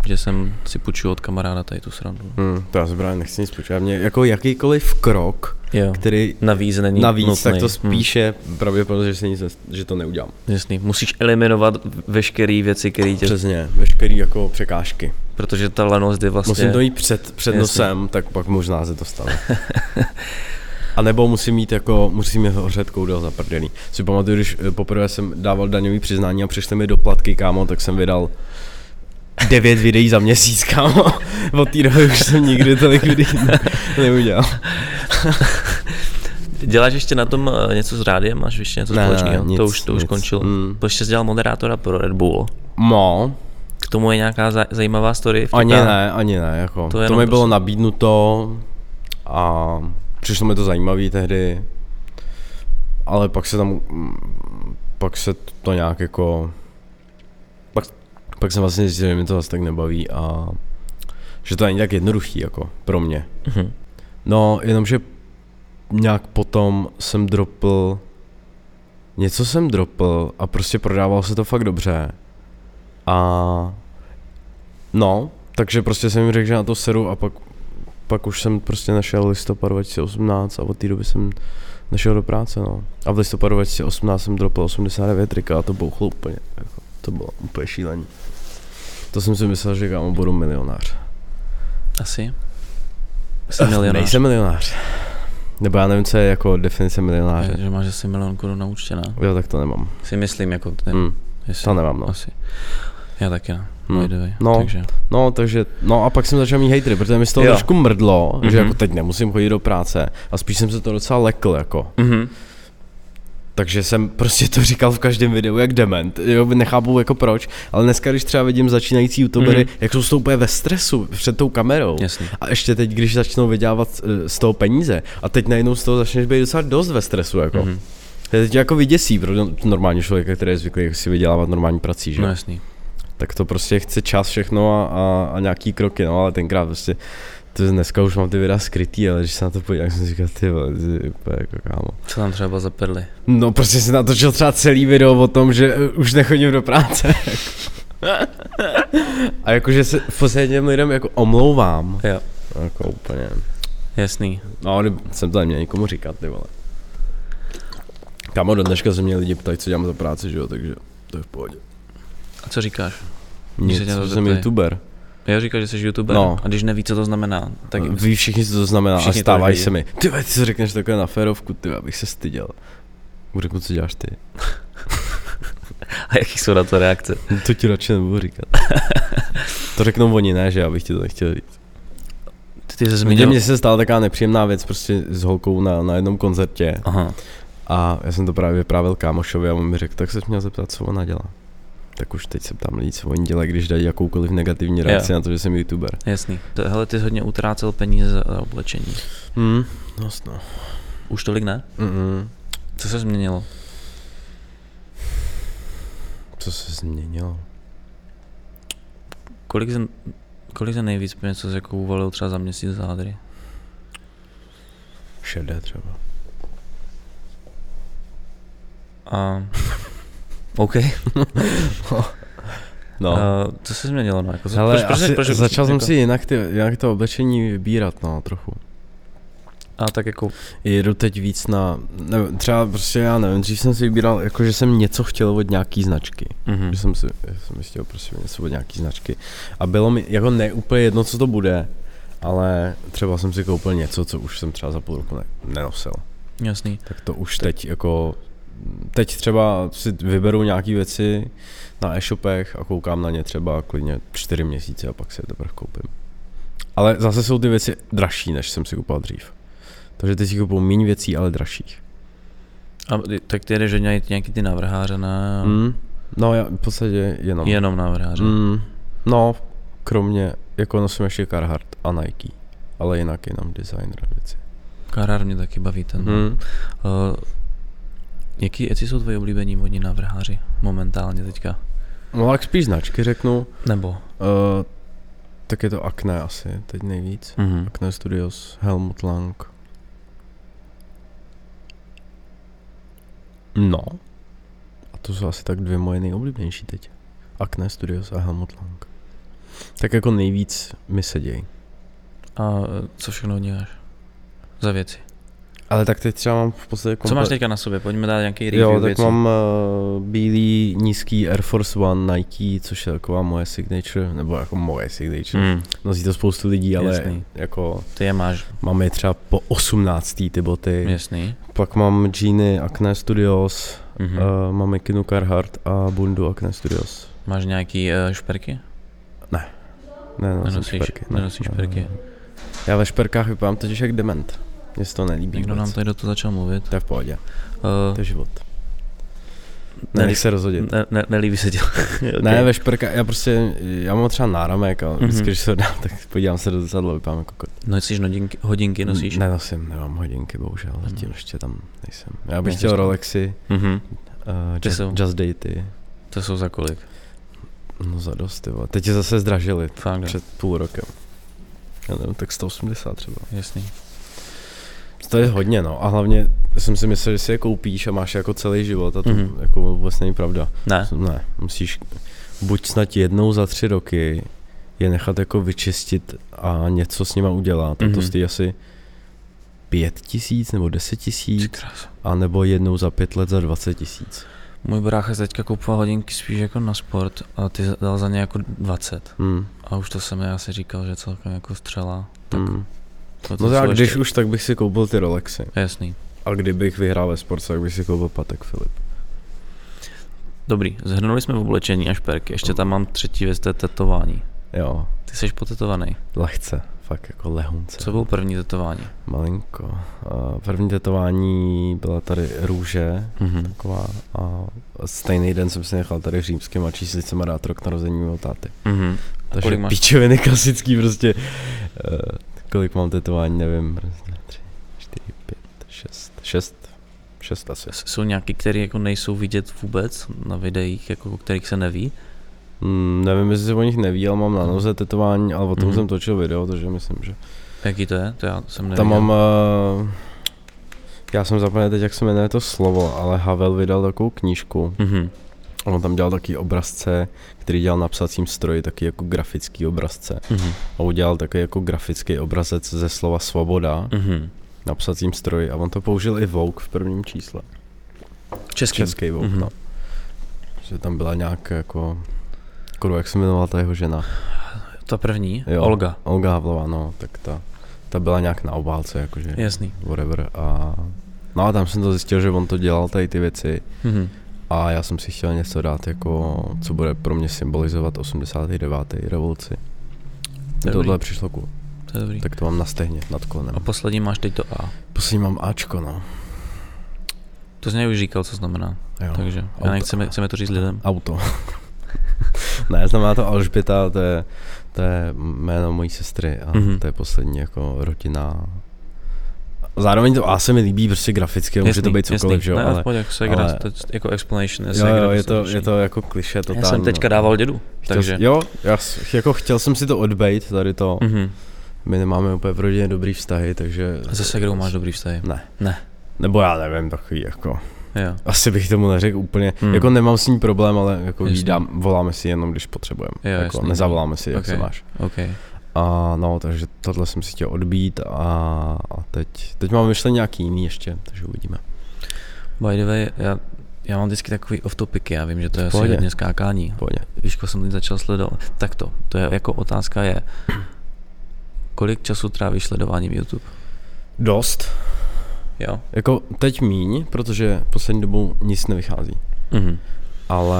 Speaker 4: že jsem si půjčil od kamaráda tady tu srandu.
Speaker 5: Mm, to já se právě nechci nic počítat. Mě jako jakýkoliv krok,
Speaker 4: Jo.
Speaker 5: který
Speaker 4: Navíc není
Speaker 5: navíc,
Speaker 4: nutný.
Speaker 5: tak to
Speaker 4: Hm.
Speaker 5: spíše pravděpodobně, že, se nic, nes- že to neudělám.
Speaker 4: Jasný, musíš eliminovat veškeré věci, které tě...
Speaker 5: Přesně, veškerý jako překážky.
Speaker 4: Protože ta lenost je vlastně...
Speaker 5: Musím to mít před, před
Speaker 4: Jasně.
Speaker 5: nosem, tak pak možná se to stane.
Speaker 4: [laughs]
Speaker 5: A nebo musím mít jako, musím mít hořet koudel za prdelí. Si pamatuju, když eh, poprvé jsem dával daňový přiznání a přišly mi doplatky, kámo, tak jsem vydal devět videí za měsíc, kámo. [laughs] Od té doby už jsem nikdy tolik videí ne- neudělal.
Speaker 4: Děláš ještě na tom eh, něco s rádiem? Máš ještě něco společného? to už, to už končilo.
Speaker 5: Mm.
Speaker 4: Protože jsi dělal moderátora pro Red Bull.
Speaker 5: No, K
Speaker 4: K tomu je nějaká za- zajímavá story? vtipná?
Speaker 5: Ani ne, ani ne, jako.
Speaker 4: To
Speaker 5: To, to
Speaker 4: jenom
Speaker 5: mi bylo
Speaker 4: prostě-
Speaker 5: nabídnuto a přišlo mi to zajímavé tehdy, ale pak se tam, mm, pak se to nějak jako, pak, pak jsem vlastně zjistil, že mi to zase tak nebaví a že to není tak jednoduchý jako pro mě.
Speaker 4: Mhm.
Speaker 5: No, jenomže nějak potom jsem dropl, něco jsem dropl a prostě prodávalo se to fakt dobře. A no, takže prostě jsem jim řekl, že na to seru a pak, pak už jsem prostě našel listopad 2018 a od té doby jsem nešel do práce, no. A v listopadu 2018 jsem dropl 89 trika a to bouchlo úplně, jako, to bylo úplně šílení. To jsem si myslel, že kámo budu milionář.
Speaker 4: Asi. Jsi milionář.
Speaker 5: Eh, Nejsem milionář. Nebo já nevím, co je jako definice milionáře.
Speaker 4: Že- Že máš asi milion korun na účtě, ne?
Speaker 5: Jo, tak to nemám.
Speaker 4: Si myslím, jako ten,
Speaker 5: Mm,
Speaker 4: jestli,
Speaker 5: to nemám, no.
Speaker 4: asi. Já taky ne,
Speaker 5: Mm.
Speaker 4: by the way.
Speaker 5: No.
Speaker 4: Takže,
Speaker 5: No, takže, no a pak jsem začal mít hejtry, protože mi z toho
Speaker 4: Jo.
Speaker 5: trošku mrdlo, mm-hmm.
Speaker 4: Mhm.
Speaker 5: že jako teď nemusím chodit do práce a spíš jsem se to docela lekl, jako.
Speaker 4: mhm.
Speaker 5: Takže jsem prostě to říkal v každém videu, jak dement, jo, nechápu jako proč, ale dneska, když třeba vidím začínající youtubery,
Speaker 4: Mhm.
Speaker 5: mm-hmm. jak jsou z toho úplně ve stresu před tou kamerou,
Speaker 4: jasný.
Speaker 5: A ještě teď, když začnou vydělávat eh, z toho peníze a teď najednou z toho začneš být docela dost ve stresu, jako.
Speaker 4: Mhm.
Speaker 5: Mm-hmm. To je teď jako vyděsí pro normální člověka, který je zvyklý si vydělávat normální prací, že?
Speaker 4: No
Speaker 5: Ne.
Speaker 4: jasný.
Speaker 5: Tak to prostě chce čas všechno a, a, a nějaký kroky, no ale tenkrát prostě, to je- dneska už mám ty videa skrytý, ale když se na to podívám, tak jsem si říkal, ty vole, ty je úplně jako kámo.
Speaker 4: Co tam třeba za perly?
Speaker 5: No prostě jsem natočil třeba celý video o tom, že eh, už nechodím do práce. a jakože se v podstatě těm lidem jako omlouvám.
Speaker 4: Jo.
Speaker 5: Jako úplně.
Speaker 4: Jasný.
Speaker 5: No, ale jsem to neměl nikomu říkat, ty vole. Kamo, do dneška se mě lidi ptají, co dělám za práci, že jo, takže to je v pohodě.
Speaker 4: A co říkáš? Když
Speaker 5: Nic,
Speaker 4: se tě na to
Speaker 5: jsem
Speaker 4: zeptají.
Speaker 5: youtuber.
Speaker 4: Já říkal, že jsi youtuber no.
Speaker 5: No. Mm.
Speaker 4: a když neví, co to znamená, tak
Speaker 5: Tak ví všichni, co to znamená
Speaker 4: Všichni to
Speaker 5: a stávají
Speaker 4: vědí.
Speaker 5: se mi. Ty vole, ty si řekneš takhle na férovku, ty vole, abych se styděl. Budu Řeknu, co děláš ty. [laughs]
Speaker 4: a jaký jsou na to reakce.
Speaker 5: To ti radši
Speaker 4: [laughs]
Speaker 5: nebudu říkat. to řeknou oni, ne, že já bych ti to nechtěl říct.
Speaker 4: Ty, ty jsi
Speaker 5: Mně
Speaker 4: zmínil...
Speaker 5: mně se stala taková nepříjemná věc prostě s holkou na, na jednom koncertě
Speaker 4: Aha,
Speaker 5: a já jsem to právě vyprávěl kámošovi a on mi řekl, tak se měl zeptat, co ona dělá. Tak už teď se ptám lidí, co oni dělají, když dají jakoukoliv negativní reakci
Speaker 4: Jo.
Speaker 5: yeah. na to, že jsem youtuber.
Speaker 4: jasný. To, hele, ty jsi hodně utrácel peníze za za oblečení.
Speaker 5: Hmm, dost no.
Speaker 4: Už tolik ne?
Speaker 5: Mm-mm.
Speaker 4: Co se změnilo?
Speaker 5: Co se změnilo?
Speaker 4: Kolik jsem, kolik jsem nejvíc peněz, co jsi jako uvalil třeba za měsíc za hadry?
Speaker 5: Šedé třeba.
Speaker 4: A... OK.
Speaker 5: No.
Speaker 4: No. A, co se změnilo? No? Jako, co-
Speaker 5: Ale
Speaker 4: proč,
Speaker 5: asi
Speaker 4: proč, proč,
Speaker 5: začal jsem
Speaker 4: jako,
Speaker 5: si jinak, ty, jinak to oblečení vybírat, no, trochu.
Speaker 4: A tak jako...
Speaker 5: Jedu teď víc na, nevím, třeba prostě já nevím, dřív jsem si vybíral, jako že jsem něco chtěl od nějaký značky.
Speaker 4: Mhm.
Speaker 5: Že jsem si, já jsem si chtěl prostě něco od nějaký značky. A bylo mi jako ne úplně jedno, co to bude, ale třeba jsem si koupil něco, co už jsem třeba za půl roku ne, nenosil.
Speaker 4: Jasný.
Speaker 5: Tak to už teď jako, teď třeba si vyberu nějaký věci na e-shopech a koukám na ně třeba klidně čtyři měsíce a pak si je teprve koupím. Ale zase jsou ty věci dražší, než jsem si kupoval dřív. Takže teď si kupuju méně věcí, ale dražších.
Speaker 4: A, ty- tak ty jdeš že nějaký, nějaký ty navrháře, ne?
Speaker 5: Mm. No já v podstatě jenom.
Speaker 4: Jenom navrháře.
Speaker 5: Mm. No, kromě, jako nosím ještě Carhartt a Nike. Ale jinak jenom designer věci.
Speaker 4: Karár mě taky baví ten.
Speaker 5: Mm.
Speaker 4: Uh, jaký věci jsou tvoji oblíbení modní návrháři momentálně teďka?
Speaker 5: No tak spíš značky řeknu.
Speaker 4: Nebo?
Speaker 5: Uh, tak je to Akne asi, teď nejvíc.
Speaker 4: Mm-hmm.
Speaker 5: Akne Studios, Helmut Lang. No. A to jsou asi tak dvě moje nejoblíbenější teď. Akne Studios a Helmut Lang. Tak jako nejvíc mi sedějí.
Speaker 4: A eh, co všechno od nich máš? Za věci.
Speaker 5: Ale tak teď třeba mám v podstatě...
Speaker 4: Co
Speaker 5: komple-
Speaker 4: máš teďka na sobě? Pojďme dát nějaký review
Speaker 5: Jo, tak
Speaker 4: věcí.
Speaker 5: mám uh, bílý nízký Air Force One Nike, což je taková moje signature, nebo jako moje signature. Mm.
Speaker 4: Mm,
Speaker 5: Nosí to spoustu lidí, ale
Speaker 4: Jasný.
Speaker 5: Jasný. jako
Speaker 4: ty je máš,
Speaker 5: máme třeba po 18. ty boty.
Speaker 4: jasný.
Speaker 5: Pak mám džíny Acne Studios,
Speaker 4: Mhm.
Speaker 5: mm-hmm. uh, mám mikinu Carhartt a bundu Acne Studios.
Speaker 4: Máš nějaký uh, šperky?
Speaker 5: Ne, no,
Speaker 4: Nenosíš,
Speaker 5: šperky. ne,
Speaker 4: nenosíš
Speaker 5: ne,
Speaker 4: šperky.
Speaker 5: ne. Já ve šperkách vypadám totiž jak dement. Mně se to nelíbí
Speaker 4: Někdo nám
Speaker 5: to...
Speaker 4: tady do toho začal mluvit.
Speaker 5: to je v pohodě,
Speaker 4: Uh,
Speaker 5: to je život.
Speaker 4: Nelí-
Speaker 5: Nenech se rozhodit.
Speaker 4: ne, ne, nelíbí se ti.
Speaker 5: Okay. Ne, ve šperka, já prostě, já mám třeba náramek, ale mm-hmm.
Speaker 4: Mhm.
Speaker 5: vždycky, když se ho dám, tak podívám se do zrcadla, vypadám jako kot.
Speaker 4: Nosíš hodinky, hodinky nosíš? Mhm.
Speaker 5: Nenosím, nemám hodinky, bohužel, mm. zatím ještě tam nejsem. Já bych
Speaker 4: Nejsi
Speaker 5: chtěl
Speaker 4: tam.
Speaker 5: Rolexy,
Speaker 4: Mhm.
Speaker 5: uh,
Speaker 4: Ty
Speaker 5: just,
Speaker 4: jsou-
Speaker 5: just Daty,
Speaker 4: To jsou za kolik?
Speaker 5: no za dost, jo. Teď je zase zdražili,
Speaker 4: Fakt, jo.
Speaker 5: před půl rokem. Já nevím, tak 180 třeba.
Speaker 4: jasný.
Speaker 5: To je hodně, no. A hlavně jsem si myslel, že si je koupíš a máš je jako celý život a to
Speaker 4: Mhm.
Speaker 5: mm-hmm. jako vůbec není pravda.
Speaker 4: Ne,
Speaker 5: Ne, musíš buď snad jednou za tři roky je nechat jako vyčistit a něco s nima udělat. Mm-hmm. A
Speaker 4: Mhm.
Speaker 5: to stojí asi pět tisíc nebo deset tisíc,
Speaker 4: Ty krása.
Speaker 5: a nebo jednou za pět let za 20 tisíc.
Speaker 4: Můj brácha se teďka kupoval hodinky spíš jako na sport a ty dal za ně jako 20.
Speaker 5: Hmm.
Speaker 4: A už to jsem já si říkal, že celkem jako střela. Tak
Speaker 5: Hmm.
Speaker 4: to, to
Speaker 5: No tak,
Speaker 4: jsou
Speaker 5: když
Speaker 4: ještě-
Speaker 5: už, tak bych si koupil ty Rolexy.
Speaker 4: Jasný.
Speaker 5: A kdybych vyhrál ve sportu, tak bych si koupil Patek Filip.
Speaker 4: Dobrý, zhrnuli jsme v oblečení a šperky. Ještě tam mám třetí věc, to je tetování.
Speaker 5: Jo,
Speaker 4: Ty jsi potetovaný.
Speaker 5: lehce, fakt jako lehonce.
Speaker 4: Co bylo první tetování?
Speaker 5: Malinko. A První tetování byla tady růže,
Speaker 4: Mhm.
Speaker 5: taková a stejný den jsem si nechal tady římskýma číslicema dát rok narození mého táty.
Speaker 4: Mhm.
Speaker 5: Takže
Speaker 4: kolik máš?
Speaker 5: píčoviny klasický prostě. Uh, kolik mám tetování, nevím. raz, dva, Tři, čtyři, pět, šest. Šest? Šest asi.
Speaker 4: S- Jsou nějaký, které jako nejsou vidět vůbec na videích, jako o kterých se neví?
Speaker 5: Mm, nevím, jestli se o nich neví, ale mám na noze tetování, ale o tom
Speaker 4: Mhm.
Speaker 5: jsem točil video, takže myslím, že...
Speaker 4: Jaký to je? To já jsem neviděl.
Speaker 5: Tam mám... Uh, já jsem zapomněl teď, jak se jmenuje to slovo, ale Havel vydal takovou knížku,
Speaker 4: Mhm.
Speaker 5: On tam dělal taky obrazce, který dělal na psacím stroji, taky jako grafický obrazce.
Speaker 4: Mhm.
Speaker 5: A udělal taky jako grafický obrazec ze slova svoboda
Speaker 4: Mhm.
Speaker 5: na psacím stroji a on to použil i Vogue v prvním čísle.
Speaker 4: Český.
Speaker 5: Český Vogue,
Speaker 4: Mhm.
Speaker 5: mm-hmm. no. Že tam byla nějak jako... Kurva, jak se jmenovala ta jeho žena?
Speaker 4: Ta první, jo. Olga.
Speaker 5: Olga Havlová, no, tak ta, ta byla nějak na obálce, jakože,
Speaker 4: Jasný.
Speaker 5: whatever. A, no a tam jsem to zjistil, že on to dělal, tady ty věci.
Speaker 4: Mhm.
Speaker 5: A já jsem si chtěl něco dát, jako, co bude pro mě symbolizovat 89. revoluci.
Speaker 4: To je
Speaker 5: Tohle
Speaker 4: dobrý.
Speaker 5: přišlo cool.
Speaker 4: To je dobrý.
Speaker 5: Tak to mám na stehně, nad kolenem.
Speaker 4: A poslední máš teď to A.
Speaker 5: Poslední mám Ačko, no.
Speaker 4: To jsi mě už říkal, co znamená.
Speaker 5: Jo.
Speaker 4: Takže já
Speaker 5: Auta.
Speaker 4: nechceme, chceme to říct lidem.
Speaker 5: Auto. [laughs] ne, znamená to Alžběta, to je, to je jméno mojí sestry a
Speaker 4: Mhm.
Speaker 5: mm-hmm. to je poslední jako rodina. Zároveň to A se mi líbí prostě graficky, jasný, může to být cokoliv, že jo,
Speaker 4: Ne,
Speaker 5: ale...
Speaker 4: ale, pojď, jako, Segra,
Speaker 5: ale-
Speaker 4: to, je jako explanation. je
Speaker 5: Jo,
Speaker 4: Segra,
Speaker 5: jo, je to,
Speaker 4: strašný.
Speaker 5: je to jako kliše totální.
Speaker 4: Já jsem teďka dával dědu,
Speaker 5: Chtěl,
Speaker 4: takže...
Speaker 5: Jo, já s- jako chtěl jsem si to odbejt, tady to. Mm.
Speaker 4: Mhm.
Speaker 5: My nemáme úplně v rodině dobrý vztahy, takže...
Speaker 4: A se Segrou máš dobrý vztahy.
Speaker 5: Ne.
Speaker 4: Ne.
Speaker 5: Nebo já nevím, takový jako...
Speaker 4: Jo.
Speaker 5: Asi bych tomu neřekl úplně,
Speaker 4: Hmm.
Speaker 5: hmm. jako nemám s ní problém, ale jako
Speaker 4: Jasný.
Speaker 5: vídám, voláme si jenom, když potřebujeme,
Speaker 4: Jo,
Speaker 5: jako
Speaker 4: jasný.
Speaker 5: nezavoláme si, jak
Speaker 4: Ok.
Speaker 5: se máš.
Speaker 4: OK.
Speaker 5: A no, takže tohle jsem si chtěl odbít a, a teď, teď mám myšlený nějaký jiný ještě, takže uvidíme.
Speaker 4: By the way, já, já mám vždycky takový off topic, já vím, že to je asi
Speaker 5: pohodě.
Speaker 4: hodně skákání.
Speaker 5: Pojď.
Speaker 4: Víš, koho jsem teď začal sledovat. Tak to, to je jako otázka je, kolik času trávíš sledováním YouTube?
Speaker 5: Dost.
Speaker 4: Jo?
Speaker 5: Jako teď míň, protože poslední dobou nic nevychází.
Speaker 4: Mhm.
Speaker 5: Ale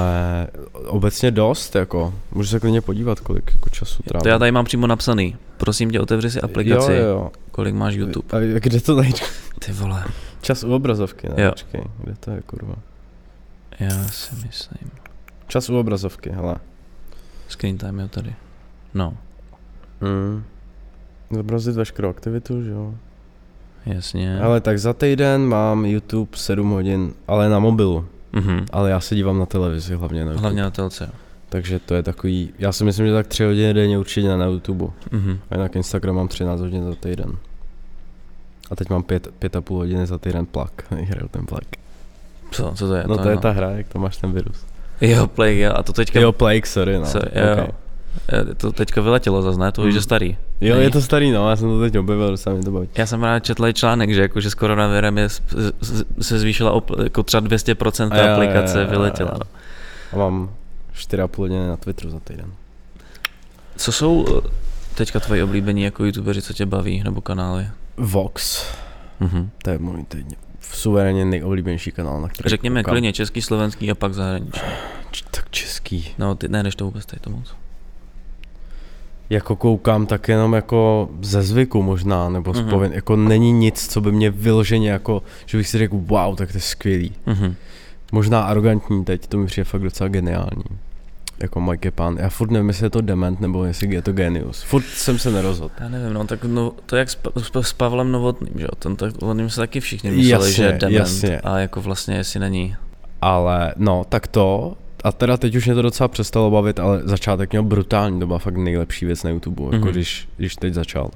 Speaker 5: obecně dost, jako. Můžu se klidně podívat, kolik jako času trávím.
Speaker 4: To já tady mám přímo napsaný. Prosím tě, otevři si aplikaci,
Speaker 5: Jo, jo,
Speaker 4: kolik máš
Speaker 5: jo.
Speaker 4: YouTube.
Speaker 5: A kde to najdu? [laughs]
Speaker 4: Ty vole,
Speaker 5: Čas u obrazovky, ne?
Speaker 4: Jo.
Speaker 5: Jo. Počkej, kde to je, kurva?
Speaker 4: já si myslím.
Speaker 5: Čas u obrazovky, hele.
Speaker 4: Screen time je tady. No,
Speaker 5: Mm. Zobrazit veškerou aktivitu, že jo?
Speaker 4: jasně.
Speaker 5: Ale tak za týden mám YouTube 7 hodin, ale na mobilu.
Speaker 4: Mhm.
Speaker 5: Ale já se dívám na televizi hlavně. Na YouTube.
Speaker 4: Hlavně na telce.
Speaker 5: Takže to je takový, já si myslím, že tak 3 hodiny denně určitě na YouTube.
Speaker 4: Mhm.
Speaker 5: A jinak Instagram mám 13 hodin za týden. A teď mám 5, pět a půl hodiny za týden plak. [laughs] Hraju ten plak.
Speaker 4: Co, co to je?
Speaker 5: No to je ta hra, jak to máš ten virus.
Speaker 4: Jo, play, jo, a to teďka...
Speaker 5: Jo, Plague, sorry, no.
Speaker 4: Co, jo.
Speaker 5: Ok.
Speaker 4: Eh, To teďka vyletělo zase, ne? To už
Speaker 5: Mhm.
Speaker 4: je starý.
Speaker 5: jo,
Speaker 4: Nej.
Speaker 5: je to starý, no, já jsem to teď objevil, docela mě to baví.
Speaker 4: Já jsem právě četl i článek, že, jako, že s koronavirem je, s- s- se zvýšila opl- jako třeba 200%
Speaker 5: A jo,
Speaker 4: ta
Speaker 5: jo,
Speaker 4: aplikace,
Speaker 5: jo, jo,
Speaker 4: vyletěla.
Speaker 5: jo.
Speaker 4: no.
Speaker 5: A mám 4,5 hodiny na Twitteru za týden.
Speaker 4: Co jsou eh, teďka tvoji oblíbení jako youtubeři, co tě baví, nebo kanály?
Speaker 5: Vox,
Speaker 4: Mhm.
Speaker 5: to je můj teď suverénně nejoblíbenější kanál, na který
Speaker 4: Řekněme
Speaker 5: koukám.
Speaker 4: klidně český, slovenský a pak zahraničí.
Speaker 5: Č- tak český.
Speaker 4: No, ty ne, než to vůbec tady to moc.
Speaker 5: Jako koukám tak jenom jako ze zvyku možná, nebo
Speaker 4: Mhm.
Speaker 5: mm-hmm. spovin, jako není nic, co by mě vyloženě jako, že bych si řekl, wow, tak to je skvělý.
Speaker 4: Mhm.
Speaker 5: Možná arrogantní teď, to mi přijde fakt docela geniální. Jako Mike Pan. Já furt nevím, jestli je to dement, nebo jestli je to genius. Furt jsem se nerozhodl.
Speaker 4: Já nevím, no tak no, to jak s, Pa- s, Pa- s Pavlem Novotným, že jo, ten, tak, o něm se taky všichni mysleli,
Speaker 5: Jasně,
Speaker 4: že je dement
Speaker 5: jasně.
Speaker 4: a jako vlastně jestli není.
Speaker 5: Ale no, tak to. A teda teď už mě to docela přestalo bavit, ale začátek měl brutální, to byla fakt nejlepší věc na YouTube, mm-hmm. jako
Speaker 4: Mhm.
Speaker 5: když, když teď začal.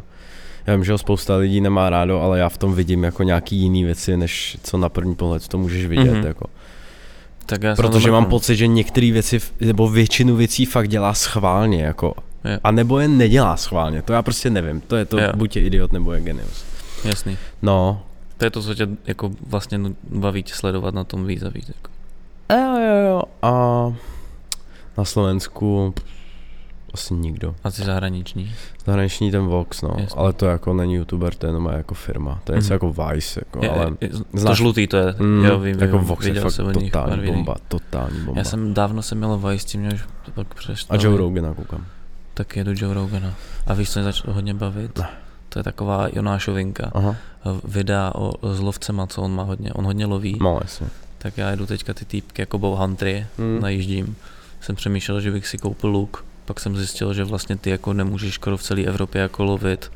Speaker 5: Já vím, že ho spousta lidí nemá rádo, ale já v tom vidím jako nějaký jiný věci, než co na první pohled to můžeš vidět.
Speaker 4: Mhm.
Speaker 5: Mm-hmm. Jako.
Speaker 4: Tak já jsem
Speaker 5: Protože
Speaker 4: to
Speaker 5: mám
Speaker 4: mrknul.
Speaker 5: pocit, že některé věci, f- nebo většinu věcí fakt dělá schválně, jako.
Speaker 4: Jo.
Speaker 5: A nebo je nedělá schválně, to já prostě nevím. To je to,
Speaker 4: Jo.
Speaker 5: buď je idiot, nebo je genius.
Speaker 4: Jasný.
Speaker 5: No.
Speaker 4: To je to, co tě jako vlastně nu- baví tě sledovat na tom víc a víc. Jako.
Speaker 5: Jo, jo, jo. A na Slovensku asi nikdo.
Speaker 4: A ty zahraniční.
Speaker 5: Zahraniční ten Vox, no.
Speaker 4: Jasně.
Speaker 5: Ale to jako není youtuber, to je jenom jako firma. To je něco
Speaker 4: Mhm.
Speaker 5: jako Vice, jako,
Speaker 4: Je,
Speaker 5: ale...
Speaker 4: je, to
Speaker 5: znáš-
Speaker 4: žlutý to je,
Speaker 5: Mm,
Speaker 4: jo, vím,
Speaker 5: jako
Speaker 4: vím,
Speaker 5: Vox je
Speaker 4: viděl
Speaker 5: fakt
Speaker 4: jsem o nich pár
Speaker 5: totální
Speaker 4: videí.
Speaker 5: bomba, totální bomba.
Speaker 4: Já jsem no, dávno jsem měl Vice, tím mě už to pak přešlo.
Speaker 5: A Joe Rogana koukám.
Speaker 4: Tak jedu Joe Rogana. A víš, co mě začalo hodně bavit? To je taková Jonášovinka.
Speaker 5: Aha,
Speaker 4: Videa o s lovcema, co on má hodně. On hodně loví.
Speaker 5: no jasně.
Speaker 4: Tak já jedu teďka ty týpky jako Bowhuntery,
Speaker 5: Mm.
Speaker 4: najíždím. Jsem přemýšlel, že bych si koupil luk, pak jsem zjistil, že vlastně ty jako nemůžeš skoro v celé Evropě jako lovit.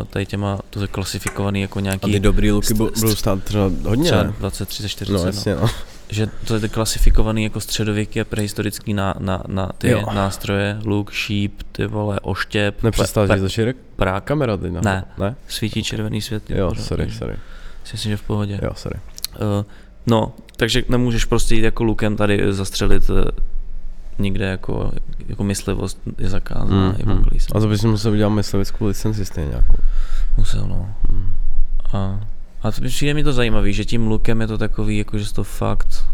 Speaker 4: Eh, Tady těma, to je klasifikovaný jako
Speaker 5: A ty
Speaker 4: nějaký
Speaker 5: dobrý luky
Speaker 4: st-
Speaker 5: bu-
Speaker 4: st-
Speaker 5: budou stát třeba hodně,
Speaker 4: třeba
Speaker 5: ne?
Speaker 4: 23 ze 40.
Speaker 5: No jasně, no.
Speaker 4: Že to je klasifikovaný jako středověký a prehistorický na, na, na ty
Speaker 5: Jo.
Speaker 4: nástroje, luk, šíp, ty vole, oštěp,
Speaker 5: Nepřestal
Speaker 4: pe-
Speaker 5: jsi za širek?
Speaker 4: prák,
Speaker 5: Kamera ty na-
Speaker 4: Ne.
Speaker 5: Ne?
Speaker 4: svítí červený svět.
Speaker 5: Jo, sorry, sorry.
Speaker 4: Si myslím, že v pohodě.
Speaker 5: Jo, sorry.
Speaker 4: Eh, no, takže nemůžeš prostě jít jako lukem tady zastřelit eh, nikde jako, jako myslivost je zakázaná mm, i v
Speaker 5: Mhm.
Speaker 4: Anglii.
Speaker 5: A to bys musel udělat myslivickou licenci stejně jako- nějakou.
Speaker 4: Musel, no. A, a to, přijde mi to zajímavé, že tím lukem je to takový, jako že jsi to fakt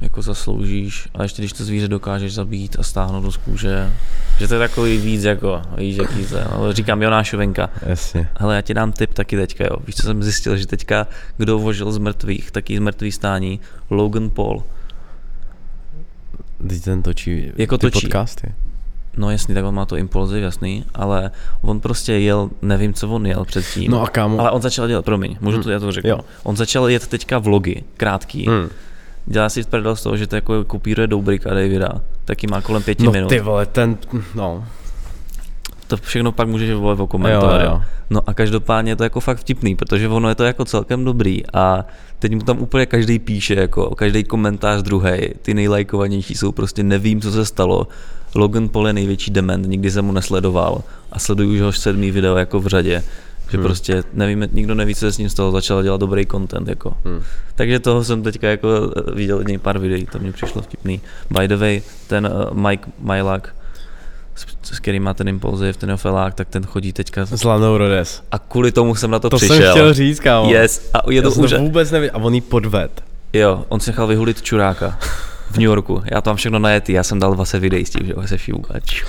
Speaker 4: jako zasloužíš a ještě když to zvíře dokážeš zabít a stáhnout do z kůže, že to je takový víc jako, víš, jaký to je, no, říkám Jonášovenka.
Speaker 5: Jasně.
Speaker 4: Hele, já ti dám tip taky teďka, jo. Víš, co jsem zjistil, že teďka, kdo vožil z mrtvých, taky z mrtvých stání, Logan Paul.
Speaker 5: Teď ten točí
Speaker 4: Jako
Speaker 5: ty
Speaker 4: točí.
Speaker 5: podcasty.
Speaker 4: No jasný, tak on má to impulzy, jasný, ale on prostě jel, nevím, co on jel předtím.
Speaker 5: No a kámo,
Speaker 4: Ale on začal dělat, promiň, můžu to, já to řeknu.
Speaker 5: Jo.
Speaker 4: On začal jet teďka vlogy, krátký.
Speaker 5: Hmm.
Speaker 4: Dělá si prdel z toho, že to jako kopíruje Doubrika Davida, taky má kolem pěti
Speaker 5: no
Speaker 4: minut.
Speaker 5: ty vole, ten, no,
Speaker 4: To všechno pak můžeš vole okomentovat.
Speaker 5: Jo, jo.
Speaker 4: jo. No a každopádně je to jako fakt vtipný, protože ono je to jako celkem dobrý a teď mu tam úplně každý píše, jako každý komentář druhý, ty nejlajkovanější jsou prostě nevím, co se stalo. Logan Paul je největší dement, nikdy jsem mu nesledoval a sleduju už jeho sedmý video jako v řadě. Že hmm. prostě nevím, nikdo neví, co se s ním stalo, začal dělat dobrý content. Jako. Hmm. Takže toho jsem teďka jako eh, viděl od něj pár videí, to mě přišlo vtipný. By the way, ten eh, Mike Mylak, s, s kterým má ten impulziv, ten jeho felák, tak ten chodí teďka
Speaker 5: s Lanou Rodes.
Speaker 4: a kvůli tomu jsem na to,
Speaker 5: To
Speaker 4: přišel.
Speaker 5: jsem chtěl říct, kámo.
Speaker 4: Yes, a je
Speaker 5: Já
Speaker 4: to
Speaker 5: jsem
Speaker 4: úžasné.
Speaker 5: to vůbec nevěděl. A on jí podved.
Speaker 4: Jo, on se nechal vyhulit čuráka v New Yorku. Já to mám všechno najetý, já jsem dal 20 videí s tím, že se šivu. A ču.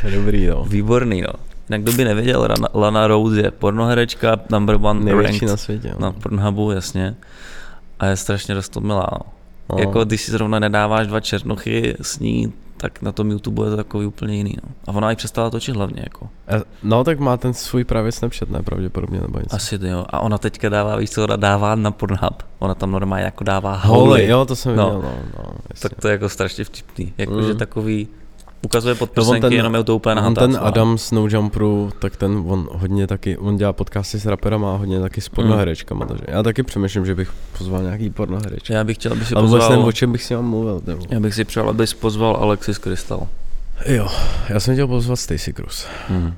Speaker 5: To je dobrý, no.
Speaker 4: Výborný, no. Jinak kdo by nevěděl, Lana, Lana Rose je pornoherečka, number one
Speaker 5: Největší
Speaker 4: ranked
Speaker 5: na světě. no. jo.
Speaker 4: na Pornhubu, jasně. A je strašně roztomilá, no.
Speaker 5: No.
Speaker 4: Jako když si zrovna nedáváš dva černochy s ní, tak na tom YouTube je to takový úplně jiný, no. A ona i přestala točit hlavně, jako.
Speaker 5: A- No, tak má ten svůj právě Snapchat, ne? Pravděpodobně, nebo něco.
Speaker 4: Asi to jo. A ona teďka dává, víš co, ona dává na Pornhub. Ona tam normálně jako dává holy.
Speaker 5: Holy, jo, to jsem
Speaker 4: No.
Speaker 5: viděl, no, no, jasně.
Speaker 4: Tak to je jako strašně vtipný. Jakože
Speaker 5: Mm.
Speaker 4: takový, ukazuje pod
Speaker 5: No, on
Speaker 4: prsenky,
Speaker 5: ten-
Speaker 4: jenom je to úplně
Speaker 5: On ten
Speaker 4: nahatá.
Speaker 5: Adam z No Jumperu, tak ten on hodně taky, on dělá podcasty s raperama a hodně taky s
Speaker 4: Mm.
Speaker 5: pornoherečkama, takže já taky přemýšlím, že bych pozval nějaký pornoherečky.
Speaker 4: Já bych chtěl, aby si
Speaker 5: A vůbec nevím, o
Speaker 4: pozval...
Speaker 5: čem bych s ním mluvil. Nebo...
Speaker 4: Já bych si přál, abys pozval Alexis Crystal.
Speaker 5: Jo, já jsem chtěl pozvat Stacy Cruz.
Speaker 4: Hmm.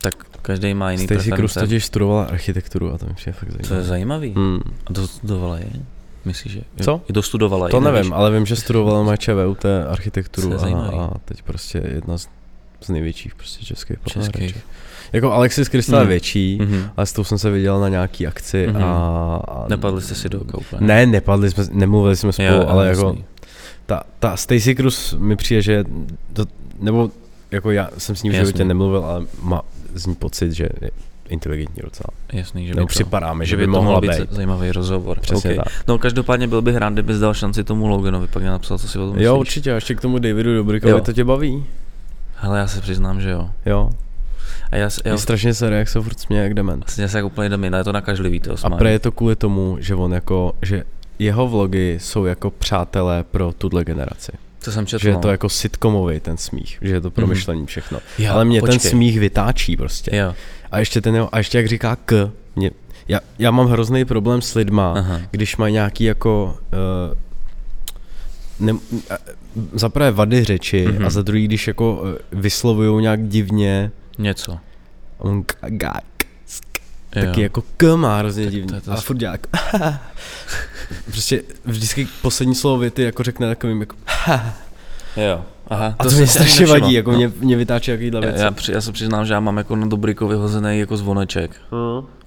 Speaker 4: Tak každý má jiný
Speaker 5: Stacy Cruz
Speaker 4: preference.
Speaker 5: totiž studovala architekturu a to mi přijde fakt
Speaker 4: To je
Speaker 5: zajímavé.
Speaker 4: zajímavý.
Speaker 5: Hmm.
Speaker 4: A dostudovala je? Myslíš, že...
Speaker 5: Co?
Speaker 4: Je dostudovala
Speaker 5: To
Speaker 4: je,
Speaker 5: nevím,
Speaker 4: nevíš?
Speaker 5: ale vím, že studovala na ČVUT
Speaker 4: To
Speaker 5: architekturu
Speaker 4: je
Speaker 5: a,
Speaker 4: zajímavý.
Speaker 5: a teď prostě jedna z, z největších prostě českých
Speaker 4: Českých.
Speaker 5: pornohereček. Jako Alexis Crystal je
Speaker 4: Hmm.
Speaker 5: větší,
Speaker 4: Mhm.
Speaker 5: ale s tou jsem se viděl na nějaký akci
Speaker 4: Mhm.
Speaker 5: a, a...
Speaker 4: Nepadli jste si do oka úplně.
Speaker 5: Ne, nepadli jsme, nemluvili jsme spolu,
Speaker 4: Jo,
Speaker 5: ale
Speaker 4: jasný.
Speaker 5: jako ta, ta Stacy Cruz mi přijde, že to, nebo jako já jsem s ní v
Speaker 4: Jasný.
Speaker 5: životě nemluvil, ale má z ní pocit, že je inteligentní docela.
Speaker 4: Jasný, že by
Speaker 5: Nebo
Speaker 4: to...
Speaker 5: připadáme, že
Speaker 4: že
Speaker 5: by,
Speaker 4: to
Speaker 5: mohla
Speaker 4: mohl
Speaker 5: být.
Speaker 4: být zajímavý rozhovor.
Speaker 5: Přesně
Speaker 4: Ok.
Speaker 5: tak.
Speaker 4: No každopádně byl bych rád, kdyby dal šanci tomu Loganovi, pak mě napsal, co si o tom myslíš.
Speaker 5: Jo, určitě, a ještě k tomu Davidu
Speaker 4: Jo.
Speaker 5: Dobrikovi, to tě baví.
Speaker 4: Hele, já se přiznám, že jo.
Speaker 5: Jo,
Speaker 4: A já, se-
Speaker 5: jo.
Speaker 4: já
Speaker 5: Je strašně se jak se furt směje jak dement.
Speaker 4: vlastně se jako úplně jdem jiná, je to nakažlivý, to
Speaker 5: A
Speaker 4: smání.
Speaker 5: pre je to kvůli tomu, že on jako, že jeho vlogy jsou jako přátelé pro tuhle generaci.
Speaker 4: To jsem četl,
Speaker 5: Že je to
Speaker 4: no. Mhm.
Speaker 5: jako sitcomový ten smích, že je to promyšlení všechno.
Speaker 4: Jo,
Speaker 5: Ale mě
Speaker 4: počkej.
Speaker 5: ten smích vytáčí prostě.
Speaker 4: Jo,
Speaker 5: A ještě ten, jeho- a ještě jak říká k, mě, já, já mám hrozný problém s lidma,
Speaker 4: Aha.
Speaker 5: Aha. když mají nějaký jako uh, ne, a- za prvé vady řeči
Speaker 4: Mhm.
Speaker 5: mm-hmm. a za druhý, když jako vyslovují nějak divně,
Speaker 4: něco.
Speaker 5: a on k, k,
Speaker 4: Jo.
Speaker 5: taky jako k má hrozně
Speaker 4: Tak to
Speaker 5: divný
Speaker 4: je to
Speaker 5: a
Speaker 4: s-
Speaker 5: furt
Speaker 4: [laughs]
Speaker 5: dělá jako prostě vždycky poslední slovo věty jako řekne takovým jako
Speaker 4: Jo. Aha,
Speaker 5: a to,
Speaker 4: jsem
Speaker 5: mě
Speaker 4: si [laughs]
Speaker 5: strašně
Speaker 4: nevšiml.
Speaker 5: vadí, jako mě, mě vytáčí jakýhle
Speaker 4: no. Já,
Speaker 5: věci.
Speaker 4: já, při, já, se přiznám, že já mám jako na Dobrikovi hozený jako zvoneček.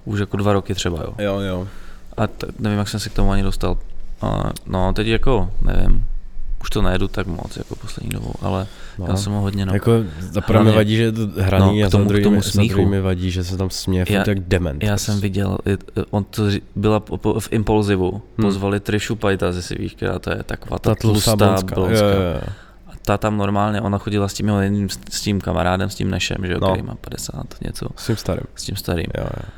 Speaker 4: Už jako dva roky třeba, jo.
Speaker 5: Jo, jo.
Speaker 4: A t- nevím, jak jsem si k tomu ani dostal. A, no, teď jako, nevím. Už to nejedu tak moc, jako poslední dobou, ale no.
Speaker 5: No.
Speaker 4: já jsem ho hodně
Speaker 5: No.
Speaker 4: na...
Speaker 5: Jako zaprvé mi
Speaker 4: Hlavně-
Speaker 5: vadí, že je to hraný
Speaker 4: no,
Speaker 5: no,
Speaker 4: k
Speaker 5: a
Speaker 4: tomu- k
Speaker 5: za druhý,
Speaker 4: tomu
Speaker 5: mi, za
Speaker 4: smíchu.
Speaker 5: druhý mi vadí, že se tam směje furt
Speaker 4: Já-
Speaker 5: jak dement.
Speaker 4: Já
Speaker 5: prostě. Hmm.
Speaker 4: jsem viděl, je- eh, on to ři- byla po- po- v Impulzivu, pozvali Trishu Pajta, ze si víš, která to je taková ta,
Speaker 5: ta tlusá blonská. Jo, jo, jo.
Speaker 4: A ta tam normálně, ona chodila s tím, jeho jedním, s tím kamarádem, s tím Nešem, že jo,
Speaker 5: No.
Speaker 4: který má 50 něco,
Speaker 5: S tím starým.
Speaker 4: s tím starým.
Speaker 5: Jo, jo.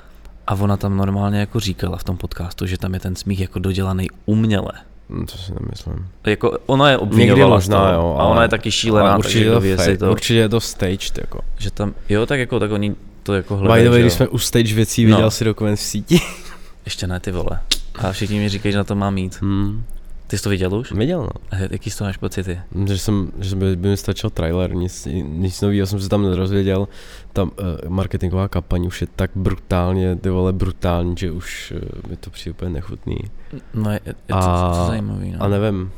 Speaker 4: A ona tam normálně jako říkala v tom podcastu, že tam je ten smích jako dodělaný uměle.
Speaker 5: Hm, To si nemyslím.
Speaker 4: Jako ona je
Speaker 5: Někdy
Speaker 4: obviňovala z
Speaker 5: možná,
Speaker 4: toho,
Speaker 5: jo.
Speaker 4: a ona
Speaker 5: ale-
Speaker 4: je taky šílená,
Speaker 5: ale
Speaker 4: určitě
Speaker 5: určitě,
Speaker 4: takže kdo
Speaker 5: to
Speaker 4: ví, jestli
Speaker 5: fake,
Speaker 4: to,
Speaker 5: určitě je to staged, jako.
Speaker 4: že tam, jo, tak jako, tak oni to jako hledají,
Speaker 5: By the way,
Speaker 4: že
Speaker 5: když
Speaker 4: jo.
Speaker 5: jsme u stage věcí,
Speaker 4: No.
Speaker 5: viděl si dokument v síti.
Speaker 4: Ještě ne, ty vole. A všichni mi říkají, že na to mám mít.
Speaker 5: Hmm.
Speaker 4: Ty jsi to viděl už?
Speaker 5: Viděl, no.
Speaker 4: A jaký z toho máš pocity?
Speaker 5: Že jsem, že by, by mi stačil trailer, nic, nic nového jsem se tam nedozvěděl. Tam uh, marketingová kampaň už je tak brutálně, ty vole, brutální, že eh, už uh, mi to přijde úplně nechutný.
Speaker 4: No, je, je to,
Speaker 5: A-
Speaker 4: to, to zajímavý, no.
Speaker 5: A nevím,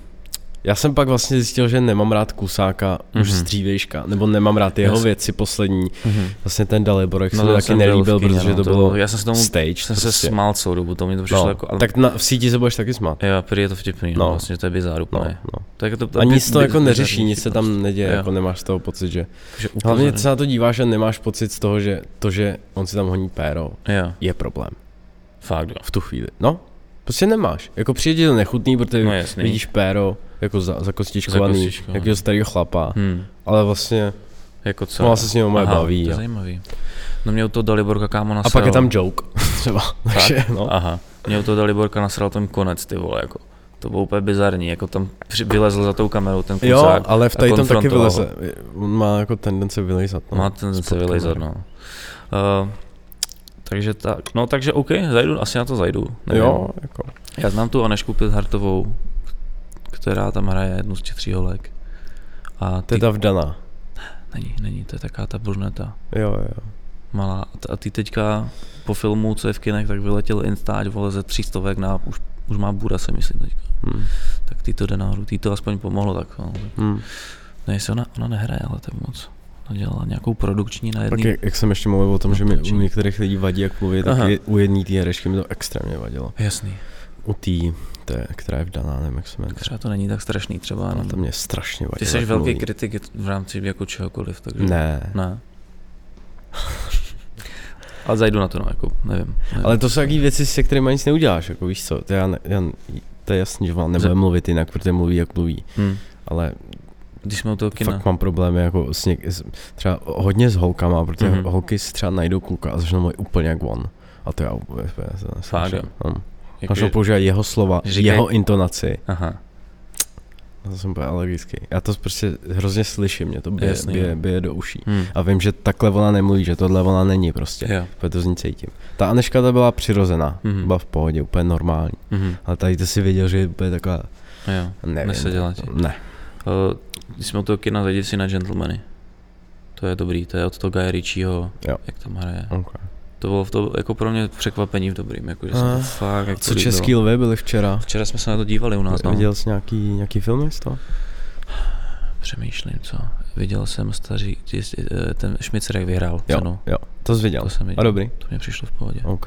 Speaker 5: Já jsem pak vlastně zjistil, že nemám rád kusáka mm-hmm. už z dřívejška, nebo nemám rád jeho
Speaker 4: Mhm. Jasně.
Speaker 5: věci poslední.
Speaker 2: Mhm.
Speaker 5: Vlastně ten Daliborek no, se mi taky
Speaker 4: jsem byl
Speaker 5: nelíbil,
Speaker 4: v kyně,
Speaker 5: protože
Speaker 4: no,
Speaker 5: to bylo
Speaker 4: já jsem se tomu
Speaker 5: stage.
Speaker 4: jsem se
Speaker 5: prostě.
Speaker 4: smál celou dobu, to mi to přišlo
Speaker 5: No,
Speaker 4: jako... ale-
Speaker 5: tak na, v síti se budeš taky smát.
Speaker 4: Jo, prý je to vtipný, no.
Speaker 5: No.
Speaker 4: vlastně to je bizár
Speaker 5: No,
Speaker 4: úplně.
Speaker 5: no.
Speaker 4: Tak to,
Speaker 5: A nic to jako neřeší,
Speaker 4: bizarní prostě.
Speaker 5: nic se tam neděje,
Speaker 4: Jo.
Speaker 5: jako nemáš z toho pocit, že...
Speaker 4: vtip, že
Speaker 5: Hlavně
Speaker 4: upozorní.
Speaker 5: se na to díváš a nemáš pocit z toho, že to, že on si tam honí péro,
Speaker 4: Jo,
Speaker 5: je problém.
Speaker 4: fakt jo.
Speaker 5: V tu chvíli. No, prostě nemáš. Jako přijde ti to nechutný, protože
Speaker 4: No
Speaker 5: no,
Speaker 4: jasný.
Speaker 5: vidíš péro jako za, zakostičkovaný,
Speaker 4: Zakostičkovaný.
Speaker 5: jakého starého chlapa. Hmm.
Speaker 4: Hm,
Speaker 5: Ale vlastně
Speaker 4: jako co?
Speaker 5: no, se s ním moje baví.
Speaker 4: to je
Speaker 5: jo.
Speaker 4: zajímavý. No mě u toho Daliborka kámo
Speaker 5: A
Speaker 4: nasral.
Speaker 5: pak je tam joke, [laughs] třeba. Takže, no.
Speaker 4: Aha, mě u toho Daliborka nasral ten konec, ty vole, jako. To bylo úplně bizarní, jako tam při- vylezl za tou kamerou ten klucák.
Speaker 5: Jo, ale v
Speaker 4: a
Speaker 5: tady tam taky
Speaker 4: konfrontoval ho.
Speaker 5: vyleze. On má jako tendenci vylejzat. No.
Speaker 4: Má ten se vylejzat, no. Uh, takže tak, no takže OK, zajdu, asi na to zajdu. Nevím.
Speaker 5: Jo, jako.
Speaker 4: Já znám tu Anešku Pithardovou, která tam hraje jednu z těch tří holek. A ty,
Speaker 5: To je ta vdaná.
Speaker 4: není, není, to je taká ta bruneta
Speaker 5: Jo, jo.
Speaker 4: malá. A t- A ty teďka po filmu, co je v kinech, tak vyletěl instáč, vole, ze tří stovek na, už, už má bůra, se myslím teďka.
Speaker 5: Hm.
Speaker 4: Tak ty to jde nahoru, ty to aspoň pomohlo, tak no.
Speaker 5: Hm.
Speaker 4: Ne, jestli ona, ona nehraje, ale tak moc. Ona dělala nějakou produkční na
Speaker 5: Pak
Speaker 4: jedný.
Speaker 5: jak, jak jsem ještě mluvil o tom, že mi
Speaker 4: Natočí.
Speaker 5: u některých lidí vadí, jak mluví, tak
Speaker 4: Aha.
Speaker 5: i u jedné té herečky mi to extrémně vadilo.
Speaker 4: Jasný,
Speaker 5: U té, to je, která je vdaná, nevím, jak se jmenuje.
Speaker 4: třeba to není tak strašný třeba.
Speaker 5: Ale
Speaker 4: No.
Speaker 5: to mě strašně vadí.
Speaker 4: Ty jsi velký kritik v rámci jako čehokoliv, takže...
Speaker 5: Ne.
Speaker 4: Ne. Ale zajdu na to, no, jako, nevím. nevím.
Speaker 5: Ale to jsou takové věci, se kterými nic neuděláš, jako víš co, to, já ne, já, to je jasný, že vám nebude
Speaker 4: Za-
Speaker 5: mluvit jinak, protože mluví jak mluví,
Speaker 4: Hm.
Speaker 5: ale
Speaker 4: Když jsme u toho
Speaker 5: Kina.
Speaker 4: kina.
Speaker 5: fakt mám problémy jako s něk, s, třeba hodně s holkama, protože
Speaker 4: Mhm.
Speaker 5: mm-hmm. holky si třeba najdou kluka a začnou mluvit úplně jak on. A to já úplně se
Speaker 4: Fakt, jo?
Speaker 5: neslyším. Hm.
Speaker 4: Jako,
Speaker 5: Začnou
Speaker 4: že-
Speaker 5: používat jeho slova,
Speaker 4: Říkej-
Speaker 5: jeho intonaci.
Speaker 4: Aha,
Speaker 5: Na No to jsem úplně alergický. Já to prostě hrozně slyším, mě to bije,
Speaker 4: Jasný,
Speaker 5: bije,
Speaker 4: jo.
Speaker 5: bije do uší.
Speaker 4: hm.
Speaker 5: A vím, že takhle ona nemluví, že tohle ona není prostě.
Speaker 4: Jo.
Speaker 5: Úplně to z ní cítím. Ta Aneška ta byla přirozená,
Speaker 4: Mhm.
Speaker 5: mm-hmm. byla v pohodě, úplně normální.
Speaker 4: Mhm.
Speaker 5: Ale tady to si věděl, že je úplně taková,
Speaker 4: Jo.
Speaker 5: nevím. no,
Speaker 4: Neseděla ti.
Speaker 5: Ne.
Speaker 4: Eh, Když jsme u toho kina, zajdi si na Gentlemany. To je dobrý, to je od toho Guy Ritchieho,
Speaker 5: Jo.
Speaker 4: jak tam hraje.
Speaker 5: Okay.
Speaker 4: To bylo v to, jako pro mě překvapení v dobrým, jako, že jsem to
Speaker 5: Eh,
Speaker 4: fakt jako
Speaker 5: Co
Speaker 4: líbilo.
Speaker 5: český lvy byly včera?
Speaker 4: Včera jsme se na to dívali u nás, no.
Speaker 5: Viděl jsi nějaký, nějaký filmy z toho?
Speaker 4: Přemýšlím, co. Viděl jsem starý, jist- eh, ten Šmicer, jak vyhrál cenu.
Speaker 5: jo. To jsi viděl.
Speaker 4: no? To jsem
Speaker 5: A
Speaker 4: viděl.
Speaker 5: dobrý.
Speaker 4: To mě přišlo v pohodě.
Speaker 5: OK.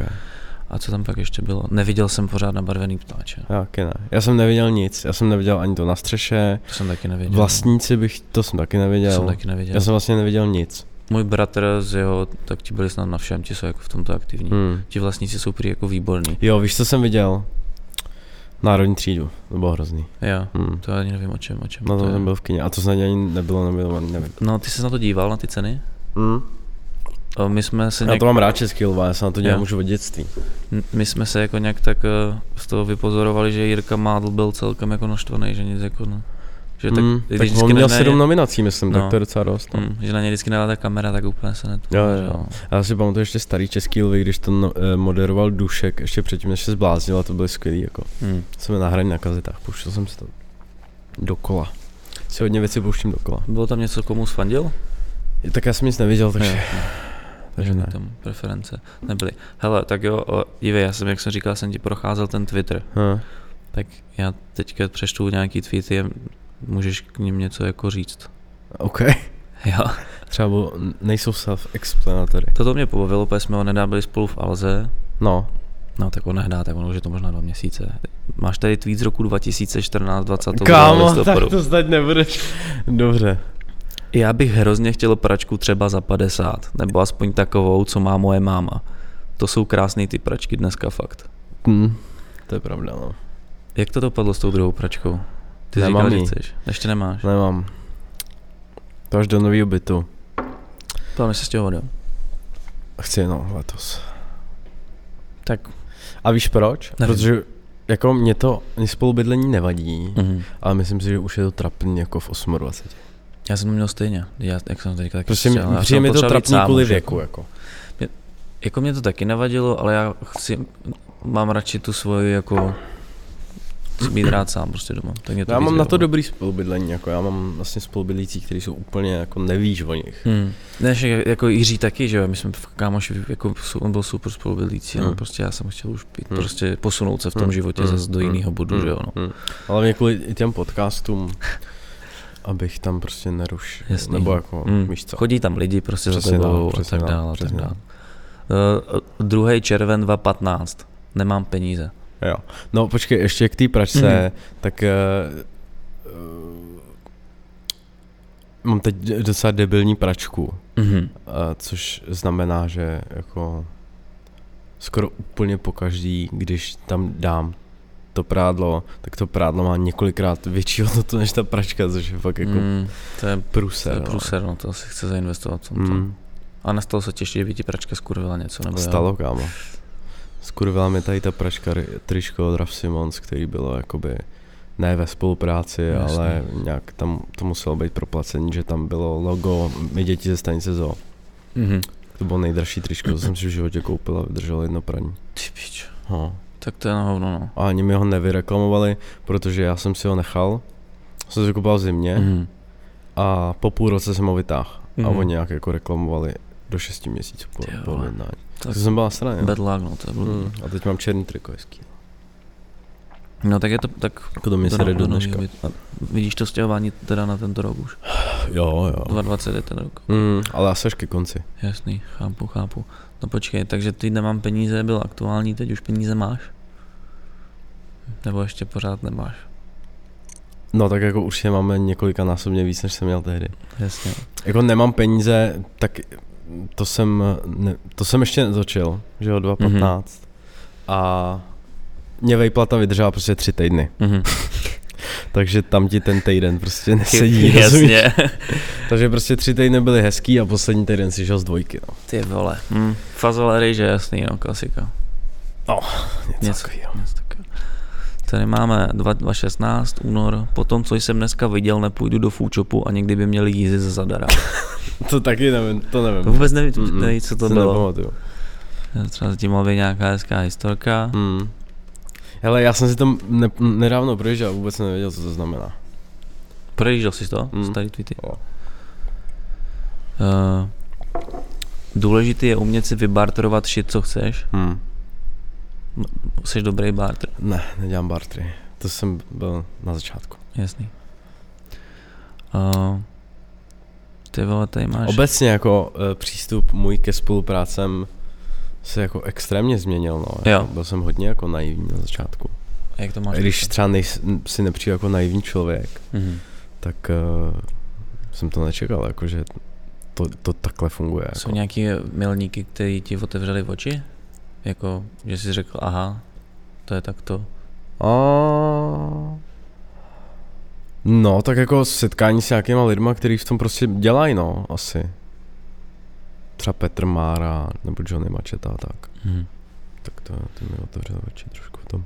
Speaker 4: A co tam pak ještě bylo? Neviděl jsem pořád nabarvený ptáče.
Speaker 5: Já, taky ne. Já jsem neviděl nic. Já jsem neviděl ani to na střeše.
Speaker 4: To jsem taky neviděl.
Speaker 5: Vlastníci bych, to jsem taky neviděl.
Speaker 4: no. To jsem taky neviděl.
Speaker 5: Já jsem vlastně neviděl nic.
Speaker 4: Můj bratr z jeho, tak ti byli snad na všem, ti jsou jako v tomto aktivní. Hmm.
Speaker 5: Hmm.
Speaker 4: Ti vlastníci jsou prý jako výborní.
Speaker 5: Jo, víš, co jsem viděl? Národní třídu. To bylo hrozný.
Speaker 4: Jo,
Speaker 5: Hmm.
Speaker 4: to já ani nevím o čem, o čem
Speaker 5: No to
Speaker 4: je.
Speaker 5: jsem byl v kyně. A to snad ani nebylo, nebylo, nevím.
Speaker 4: No, ty jsi na to díval, na ty ceny? Hm.
Speaker 5: Hmm.
Speaker 4: O, My jsme se
Speaker 5: Já
Speaker 4: nějak,
Speaker 5: to mám rád český lva, já se na to
Speaker 4: Jo.
Speaker 5: dělám už od dětství.
Speaker 4: n- my jsme se jako nějak tak eh, z toho vypozorovali, že Jirka Mádl byl celkem jako naštvaný, že nic jako no. Že tak,
Speaker 5: Hmm.
Speaker 4: když
Speaker 5: Tak
Speaker 4: vždycky
Speaker 5: on měl
Speaker 4: na-
Speaker 5: sedm nominací, myslím,
Speaker 4: No.
Speaker 5: tak to je docela dost. no.
Speaker 4: Mm, že na něj vždycky nalá ta kamera, tak úplně se netu.
Speaker 5: Jo, jo, jo. Já si pamatuju ještě starý český lvy, když to no, eh, moderoval Dušek, ještě předtím, než se zbláznil, a to bylo skvělý, jako.
Speaker 4: Mm.
Speaker 5: Jsme nahraní na kazetách, pouštěl jsem si to dokola. Si hodně věci pouštím dokola.
Speaker 4: Bylo tam něco, komu sfandil?
Speaker 5: Tak já jsem nic neviděl, takže,
Speaker 4: Jo.
Speaker 5: [laughs] takže ne.
Speaker 4: tam preference nebyly. Hele, tak jo, o, dívej, já jsem, jak jsem říkal, jsem ti procházel ten Twitter,
Speaker 5: Hm.
Speaker 4: tak já teďka přečtu nějaký tweety a můžeš k ním něco jako říct. [laughs]
Speaker 5: OK.
Speaker 4: Jo,
Speaker 5: Třeba bylo, nejsou self-explanatory.
Speaker 4: toto mě pobavilo, protože jsme ho nedá byli spolu v Alze,
Speaker 5: No,
Speaker 4: no tak on nedá, tak ono už je to možná dva měsíce. Máš tady tweet z roku 2014, 20.
Speaker 5: kámo, tak
Speaker 4: listopadu.
Speaker 5: to znať nebudeš. Dobře.
Speaker 4: Já bych hrozně chtěl pračku třeba za 50, nebo aspoň takovou, co má moje máma. To jsou krásné ty pračky dneska fakt.
Speaker 5: Hm. To je pravda, no.
Speaker 4: Jak to dopadlo s tou druhou pračkou? Ty jsi
Speaker 5: Nemám No,
Speaker 4: říkal, že
Speaker 5: ji.
Speaker 4: chceš. Ještě nemáš.
Speaker 5: Nemám. To až do nového bytu.
Speaker 4: Plánuješ se stěhovat, jo?
Speaker 5: Chci, no, letos.
Speaker 4: Tak.
Speaker 5: A víš proč?
Speaker 4: Nevím.
Speaker 5: Protože jako mě to, mě spolubydlení nevadí,
Speaker 4: Mhm.
Speaker 5: ale myslím si, že už je to trapný jako v 28.
Speaker 4: Já jsem to měl stejně, já, jak jsem to říkal, tak
Speaker 5: Prostě mě,
Speaker 4: já jsem
Speaker 5: přijde mi to
Speaker 4: potřeboval být
Speaker 5: trapný
Speaker 4: sám
Speaker 5: kvůli
Speaker 4: už,
Speaker 5: věku, jako.
Speaker 4: Jako mě to taky nevadilo, ale já chci, mám radši tu svoji jako chci být rád sám prostě doma. Tak mě to
Speaker 5: Já
Speaker 4: víc
Speaker 5: mám na to
Speaker 4: vyhovuje.
Speaker 5: dobrý spolubydlení, jako já mám vlastně spolubydlící, kteří jsou úplně, jako nevíš o nich.
Speaker 4: Hmm. Ne, že jako Jiří taky, že jo, my jsme v kámoši, jako, su- on byl super spolubydlící, hmm. no,
Speaker 5: Hmm.
Speaker 4: prostě já jsem chtěl už být,
Speaker 5: Hmm.
Speaker 4: prostě posunout se v tom
Speaker 5: Hmm.
Speaker 4: životě
Speaker 5: Hmm.
Speaker 4: zase do
Speaker 5: Hmm.
Speaker 4: jiného bodu,
Speaker 5: Hmm.
Speaker 4: že jo, no.
Speaker 5: Hmm. Hlavně kvůli i těm podcastům, abych tam prostě nerušil.
Speaker 4: Jasný.
Speaker 5: Nebo jako,
Speaker 4: Hmm.
Speaker 5: mm. víš co.
Speaker 4: Chodí tam lidi prostě
Speaker 5: Přesně
Speaker 4: za tebou
Speaker 5: tak,
Speaker 4: a
Speaker 5: přesně
Speaker 4: tak
Speaker 5: tak,
Speaker 4: dále a tak
Speaker 5: přesně
Speaker 4: dále. Uh, druhý červen 2015, nemám peníze.
Speaker 5: Jo. No počkej, ještě k té
Speaker 4: Hmm.
Speaker 5: pračce, mm. tak uh, mám teď docela debilní pračku,
Speaker 4: Mhm.
Speaker 5: eh, což znamená, že jako skoro úplně po každý, když tam dám to prádlo, tak to prádlo má několikrát větší [laughs] hodnotu než ta pračka, což je fakt jako mm.
Speaker 4: Mm, to je to je
Speaker 5: pruser.
Speaker 4: pruser, no, to asi chce zainvestovat v
Speaker 5: no.
Speaker 4: tomto.
Speaker 5: Mm.
Speaker 4: A nestalo se těžší, že by ti pračka skurvila něco, nebo No jo?
Speaker 5: Stalo, kámo. Skurvila mi tady ta pračka ry- tričko od Raf Simons, který bylo jakoby ne ve spolupráci,
Speaker 4: Jasně.
Speaker 5: Jasně. ale nějak tam to muselo být proplacení, že tam bylo logo my děti ze stanice zoo.
Speaker 4: Mhm.
Speaker 5: To bylo nejdražší tričko, co jsem si v životě koupil a vydržel jedno praní.
Speaker 4: Ty pičo,
Speaker 5: No.
Speaker 4: tak to je na hovno, no.
Speaker 5: A ani mi ho nevyreklamovali, protože já jsem si ho nechal, jsem si kupoval v zimě
Speaker 4: Mhm.
Speaker 5: a po půl roce jsem ho vytáhl.
Speaker 4: Mhm.
Speaker 5: A oni nějak jako reklamovali do 6 měsíců po,
Speaker 4: Ty
Speaker 5: po
Speaker 4: vole.
Speaker 5: jednání.
Speaker 4: Tak-
Speaker 5: Tak. To jsem byl na straně.
Speaker 4: Bedlák, no, to je blbý.
Speaker 5: Hmm. A teď mám černý triko, hezký.
Speaker 4: No tak je to, tak
Speaker 5: Jako to mě
Speaker 4: to
Speaker 5: se do
Speaker 4: nového
Speaker 5: dneška.
Speaker 4: bytu. A vidíš to stěhování teda na tento rok už.
Speaker 5: Jo, jo.
Speaker 4: 2020 je ten rok.
Speaker 5: Mm, ale asi až ke konci.
Speaker 4: Jasný, chápu, chápu. No počkej, takže ty nemám peníze, byl aktuální, teď už peníze máš? Nebo ještě pořád nemáš?
Speaker 5: No tak jako určitě máme několika násobně víc, než jsem měl tehdy.
Speaker 4: Jasně.
Speaker 5: Jako nemám peníze, tak to jsem, ne, to jsem ještě netočil, že jo, 2.15.
Speaker 4: Mhm.
Speaker 5: Mm-hmm. A mě vejplata vydržela prostě tři týdny,
Speaker 4: Mhm.
Speaker 5: takže tam ti ten
Speaker 4: [laughs]
Speaker 5: týden prostě nesedí. rozumíš?
Speaker 4: Jasně.
Speaker 5: Takže prostě tři týdny byly hezký a poslední týden si šel z dvojky, no.
Speaker 4: Ty vole. Hmm. Fazole ryže, jasný, no, klasika.
Speaker 5: No, Něco
Speaker 4: Něco.
Speaker 5: takovýho.
Speaker 4: Nic takového. Tady máme 2 2.16, únor. Po tom, co jsem dneska viděl, nepůjdu do foodshopu a někdy by měli jízy ze zadara.
Speaker 5: To taky nevím, to nevím.
Speaker 4: To vůbec nevím,
Speaker 5: Mm, mm,
Speaker 4: nevím co to
Speaker 5: si
Speaker 4: bylo.
Speaker 5: nepamatuju.
Speaker 4: Třeba s tím mluví nějaká hezká historka.
Speaker 5: Hmm. Hele, já jsem si tam ne, nedávno projížděl a vůbec jsem nevěděl, co to znamená.
Speaker 4: Projížděl jsi to?
Speaker 5: Mm.
Speaker 4: Starý tweety.
Speaker 5: Jo.
Speaker 4: Uh, důležitý je umět si vybarterovat shit, co chceš.
Speaker 5: Hmm.
Speaker 4: Jsi dobrý barter,
Speaker 5: Ne, nedělám bartry. To jsem byl na začátku.
Speaker 4: jasný. Uh, ty vole, tady máš...
Speaker 5: Obecně jako eh, přístup můj ke spoluprácem se jako extrémně změnil, no. Jako
Speaker 4: Jo.
Speaker 5: Byl jsem hodně jako naivní na začátku.
Speaker 4: Jak to
Speaker 5: A
Speaker 4: máš?
Speaker 5: když třeba nejs, si nepřijde jako naivní člověk,
Speaker 4: Mhm.
Speaker 5: tak uh, jsem to nečekal, jakože to, to takhle funguje.
Speaker 4: Jsou
Speaker 5: Jako.
Speaker 4: nějaký milníky, které ti otevřely oči? Jako, že jsi řekl, aha, to je takto.
Speaker 5: A... No, tak jako setkání s nějakýma lidma, který v tom prostě dělají, no, asi. Třeba Petr Mára, nebo Johnny Macheta a tak.
Speaker 4: Mhm.
Speaker 5: Tak to, to mi otevřelo oči trošku v tom.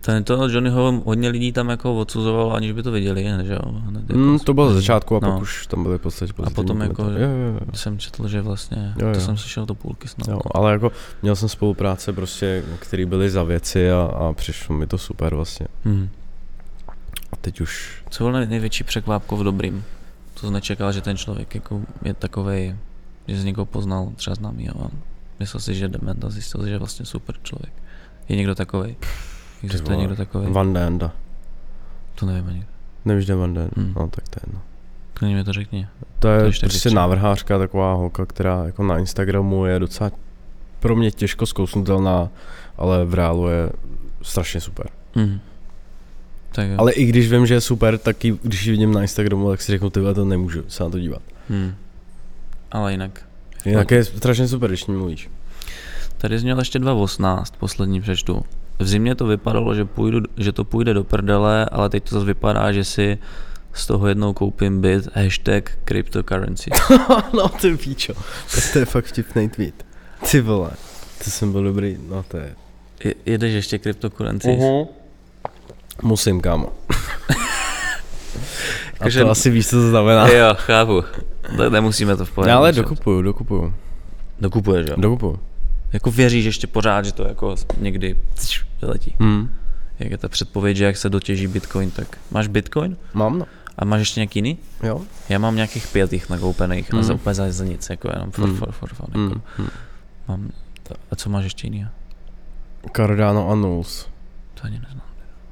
Speaker 4: Ten to Johnnyho hodně lidí tam jako odsuzovalo, aniž by to viděli, že jo? Hned jako
Speaker 5: Mm, to bylo ze začátku a
Speaker 4: no.
Speaker 5: pak už tam byly v podstatě pozitivní
Speaker 4: potom jako-
Speaker 5: komentáře. Jo, jo, jo.
Speaker 4: Jsem četl, že vlastně, jo,
Speaker 5: Jo,
Speaker 4: jo. to
Speaker 5: jo.
Speaker 4: jsem slyšel do půlky snad.
Speaker 5: Jo, ale jako měl jsem spolupráce prostě, které byly za věci a, a přišlo mi to super vlastně.
Speaker 4: Hmm.
Speaker 5: A teď už
Speaker 4: Co bylo nej- největší překvápko v dobrým? To jsi nečekal, že ten člověk jako je takovej, že z někoho poznal třeba známý a myslel si, že je dement a zjistil si, že je vlastně super člověk. Je někdo takovej? Existuje
Speaker 5: vole,
Speaker 4: někdo takovej?
Speaker 5: Van Denda.
Speaker 4: To nevím ani.
Speaker 5: Nevíš, kde je Van Denda?
Speaker 4: Hmm.
Speaker 5: No, tak to je jedno.
Speaker 4: Klidně mi to řekni.
Speaker 5: To je
Speaker 4: To
Speaker 5: to
Speaker 4: ještě
Speaker 5: prostě
Speaker 4: bych chtěl.
Speaker 5: návrhářka, taková holka, která jako na Instagramu je docela pro mě těžko zkousnutelná, ale v reálu je strašně super.
Speaker 4: Mm. Tak jo.
Speaker 5: Mhm. Ale i když vím, že je super, tak ji, když ji vidím na Instagramu, tak si řeknu, tyhle to nemůžu se na to dívat.
Speaker 4: Hmm. Ale jinak.
Speaker 5: Jinak je strašně super, když s ní mluvíš.
Speaker 4: Tady zněl ještě 2.18, poslední přečtu. V zimě to vypadalo, že, půjdu, že to půjde do prdele, ale teď to zase vypadá, že si z toho jednou koupím byt, hashtag cryptocurrency.
Speaker 5: [laughs] no ty píčo, tak to je fakt vtipný tweet. Ty vole, to jsem byl dobrý, no to je.
Speaker 4: Je, jedeš ještě cryptocurrency?
Speaker 5: Mhm. Musím, [laughs] kámo. A
Speaker 4: Takže-
Speaker 5: to asi víš, co to znamená.
Speaker 4: Jo, chápu. Tak nemusíme to v pořádku.
Speaker 5: Já No, ale
Speaker 4: řešit.
Speaker 5: dokupuju, dokupuju,
Speaker 4: Dokupuješ, jo?
Speaker 5: dokupuju.
Speaker 4: Jako věříš ještě pořád, že to jako někdy vyletí.
Speaker 5: Hmm.
Speaker 4: jak je ta předpověď, že jak se dotěží Bitcoin, tak máš Bitcoin
Speaker 5: Mám, no.
Speaker 4: a máš ještě nějaký jiný?
Speaker 5: Jo.
Speaker 4: Já mám nějakých pět jich nakoupených mm. a za,
Speaker 5: Mm.
Speaker 4: úplně za, za nic, jako jenom for,
Speaker 5: Mm.
Speaker 4: for, for fun, jako.
Speaker 5: Mm. mm.
Speaker 4: Mám, to- a co máš ještě jiného?
Speaker 5: Cardano a Nules.
Speaker 4: To ani neznám.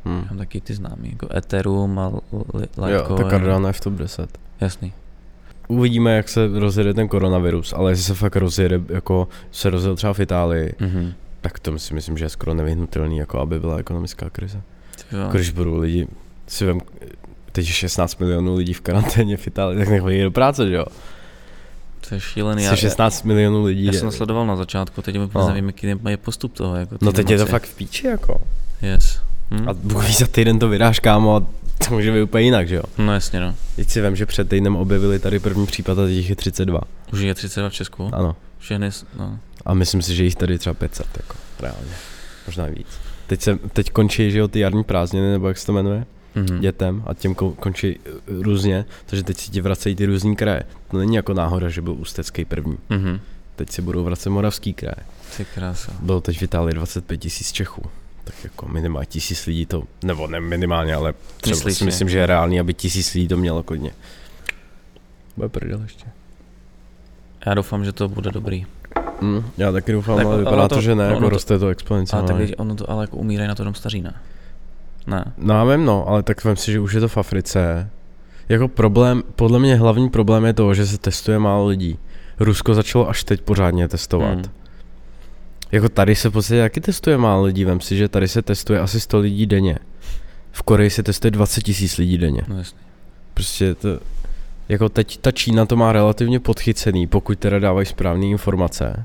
Speaker 5: Mm.
Speaker 4: Mám taky ty známý, jako Ethereum a li-
Speaker 5: Jo, tak
Speaker 4: Litecoin.
Speaker 5: Cardano je v top 10.
Speaker 4: Jasný.
Speaker 5: Uvidíme, jak se rozjede ten koronavirus, ale jestli se fakt rozjede, jako se rozjel třeba v Itálii,
Speaker 4: Mhm.
Speaker 5: tak to si myslím, že je skoro nevyhnutelný, jako aby byla ekonomická krize.
Speaker 4: Ty jo.
Speaker 5: Jako Když budou lidi, si vem, teď je 16 milionů lidí v karanténě v Itálii, tak nechodí do práce, že jo?
Speaker 4: To je šílený. No Já,
Speaker 5: Asi 16 milionů lidí.
Speaker 4: já
Speaker 5: je-
Speaker 4: jsem sledoval na začátku, teď úplně
Speaker 5: No.
Speaker 4: no. nevím, jaký je postup toho. Jako ty
Speaker 5: No teď je to
Speaker 4: nemoci.
Speaker 5: fakt v píči, jako.
Speaker 4: Yes. Hm?
Speaker 5: A Bůh ví, za týden to vydáš, kámo, a to může být úplně jinak, že jo?
Speaker 4: No jasně, no.
Speaker 5: Teď si vem, že před týdnem objevili tady první případ a teď jich je 32.
Speaker 4: Už je 32 v Česku.
Speaker 5: Ano.
Speaker 4: Všechny, s- no.
Speaker 5: A myslím si, že jich tady třeba 500, jako, reálně. Možná víc. Teď, se, teď končí, že jo, ty jarní prázdniny, nebo jak se to jmenuje,
Speaker 4: Mhm.
Speaker 5: dětem a těm ko- končí eh, různě, takže teď si ti vracejí ty různý kraje. To není jako náhoda, že byl Ústecký první.
Speaker 4: Mhm.
Speaker 5: Teď si budou vracet moravský kraje.
Speaker 4: Ty krása.
Speaker 5: Bylo teď v Itálii 25 tisíc Čechů. Tak jako minimálně tisíc lidí to, nebo ne minimálně, ale třeba
Speaker 4: Myslíš,
Speaker 5: si
Speaker 4: ne?
Speaker 5: myslím, že je reálný, aby tisíc lidí to mělo klidně. Bude prdel ještě.
Speaker 4: Já doufám, že to bude dobrý.
Speaker 5: Mm, já taky doufám,
Speaker 4: Tak
Speaker 5: ale
Speaker 4: ono
Speaker 5: vypadá to,
Speaker 4: to-
Speaker 5: že ne,
Speaker 4: ono
Speaker 5: jako
Speaker 4: to-
Speaker 5: roste to
Speaker 4: Ale tak
Speaker 5: exponenciálně.
Speaker 4: lidi, ono to ale jako umírají na to jenom staří, ne? Ne.
Speaker 5: No já vím, no, ale tak vím si, že už je to v Africe. Jako problém, podle mě hlavní problém je to, že se testuje málo lidí. Rusko začalo až teď pořádně testovat.
Speaker 4: Hmm.
Speaker 5: Jako tady se v podstatě taky testuje málo lidí, vem si, že tady se testuje asi 100 lidí denně. V Koreji se testuje 20 tisíc lidí denně.
Speaker 4: No jasně.
Speaker 5: Prostě to, jako teď ta Čína to má relativně podchycený, pokud teda dávají správné informace,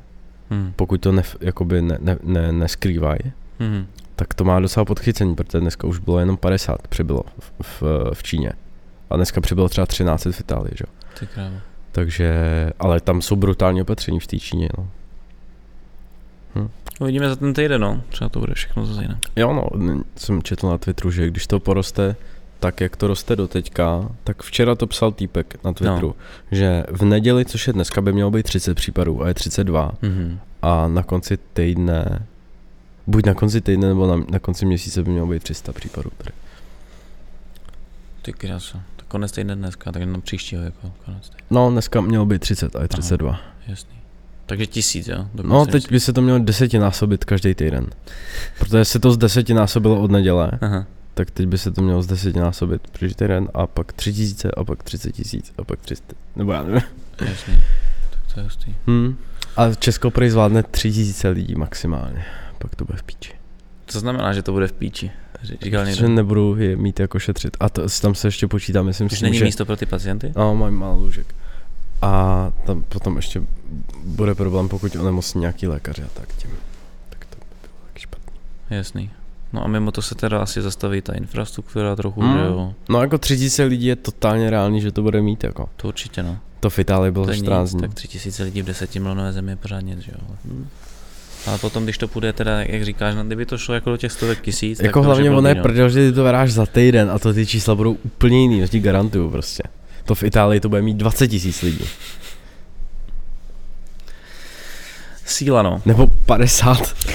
Speaker 4: Mhm.
Speaker 5: pokud to nef, jakoby ne, ne, ne, neskrývají,
Speaker 4: Mhm.
Speaker 5: tak to má docela podchycení, protože dneska už bylo jenom 50 přibylo v, v, v Číně. A dneska přibylo třeba 13 v Itálii, že? jo.
Speaker 4: Ty krávo.
Speaker 5: Takže, ale tam jsou brutální opatření v té Číně, no.
Speaker 4: Uvidíme za ten týden, no. Třeba to bude všechno zase jinak.
Speaker 5: Jo, no, n- jsem četl na Twitteru, že když to poroste tak, jak to roste do teďka, tak včera to psal týpek na Twitteru, no. že v neděli, což je dneska, by mělo být 30 případů a je 32
Speaker 4: Mhm.
Speaker 5: a na konci týdne, buď na konci týdne nebo na, na konci měsíce by mělo být 300 případů. Tady.
Speaker 4: Ty krása. Tak konec týdne dneska, tak jenom příštího jako konec. týdne.
Speaker 5: No, dneska mělo být 30 a je 32. Aha.
Speaker 4: Jasný. Takže tisíc, jo? Do
Speaker 5: No,
Speaker 4: konce
Speaker 5: teď
Speaker 4: měsíce.
Speaker 5: by se to mělo desetinásobit každý týden. Protože se to z desetinásobilo od neděle,
Speaker 4: Aha.
Speaker 5: tak teď by se to mělo z desetinásobit příští týden a pak 3000 a pak 30 tisíc a pak 300. Nebo já nevím.
Speaker 4: [laughs] Jasný. Tak to je hustý.
Speaker 5: Hmm. A Česko prý zvládne 3000 lidí maximálně. Pak to bude v píči.
Speaker 4: Co znamená, že to bude v píči? Říkal
Speaker 5: Protože
Speaker 4: někdo.
Speaker 5: nebudou je mít jako šetřit. A to, tam se ještě počítá, myslím
Speaker 4: Už
Speaker 5: si,
Speaker 4: není
Speaker 5: že...
Speaker 4: místo pro ty pacienty?
Speaker 5: No, mají málo lůžek. A tam potom ještě bude problém, pokud onemocní nějaký lékař a tak tím. Tak to by bylo tak špatně.
Speaker 4: Jasný. No a mimo to se teda asi zastaví ta infrastruktura trochu,
Speaker 5: Mm.
Speaker 4: že jo?
Speaker 5: No jako 3000 lidí je totálně reálný, že to bude mít jako.
Speaker 4: To určitě, no.
Speaker 5: To v Itálii bylo
Speaker 4: To není
Speaker 5: 14 dní.
Speaker 4: tak tři tisíce lidí v desetimilionové zemi je pořádně, že jo? Ale potom, když to půjde teda, jak říkáš, no, kdyby to šlo jako do těch stovek tisíc,
Speaker 5: Jako
Speaker 4: tak to už
Speaker 5: hlavně
Speaker 4: je
Speaker 5: ono je
Speaker 4: blbý, no.
Speaker 5: prdel, že ty to veráš za týden a to ty čísla budou úplně jiný, to ti garantuju prostě. To v Itálii to bude mít 20 tisíc lidí.
Speaker 4: Síla, no.
Speaker 5: Nebo 50.
Speaker 4: Eh.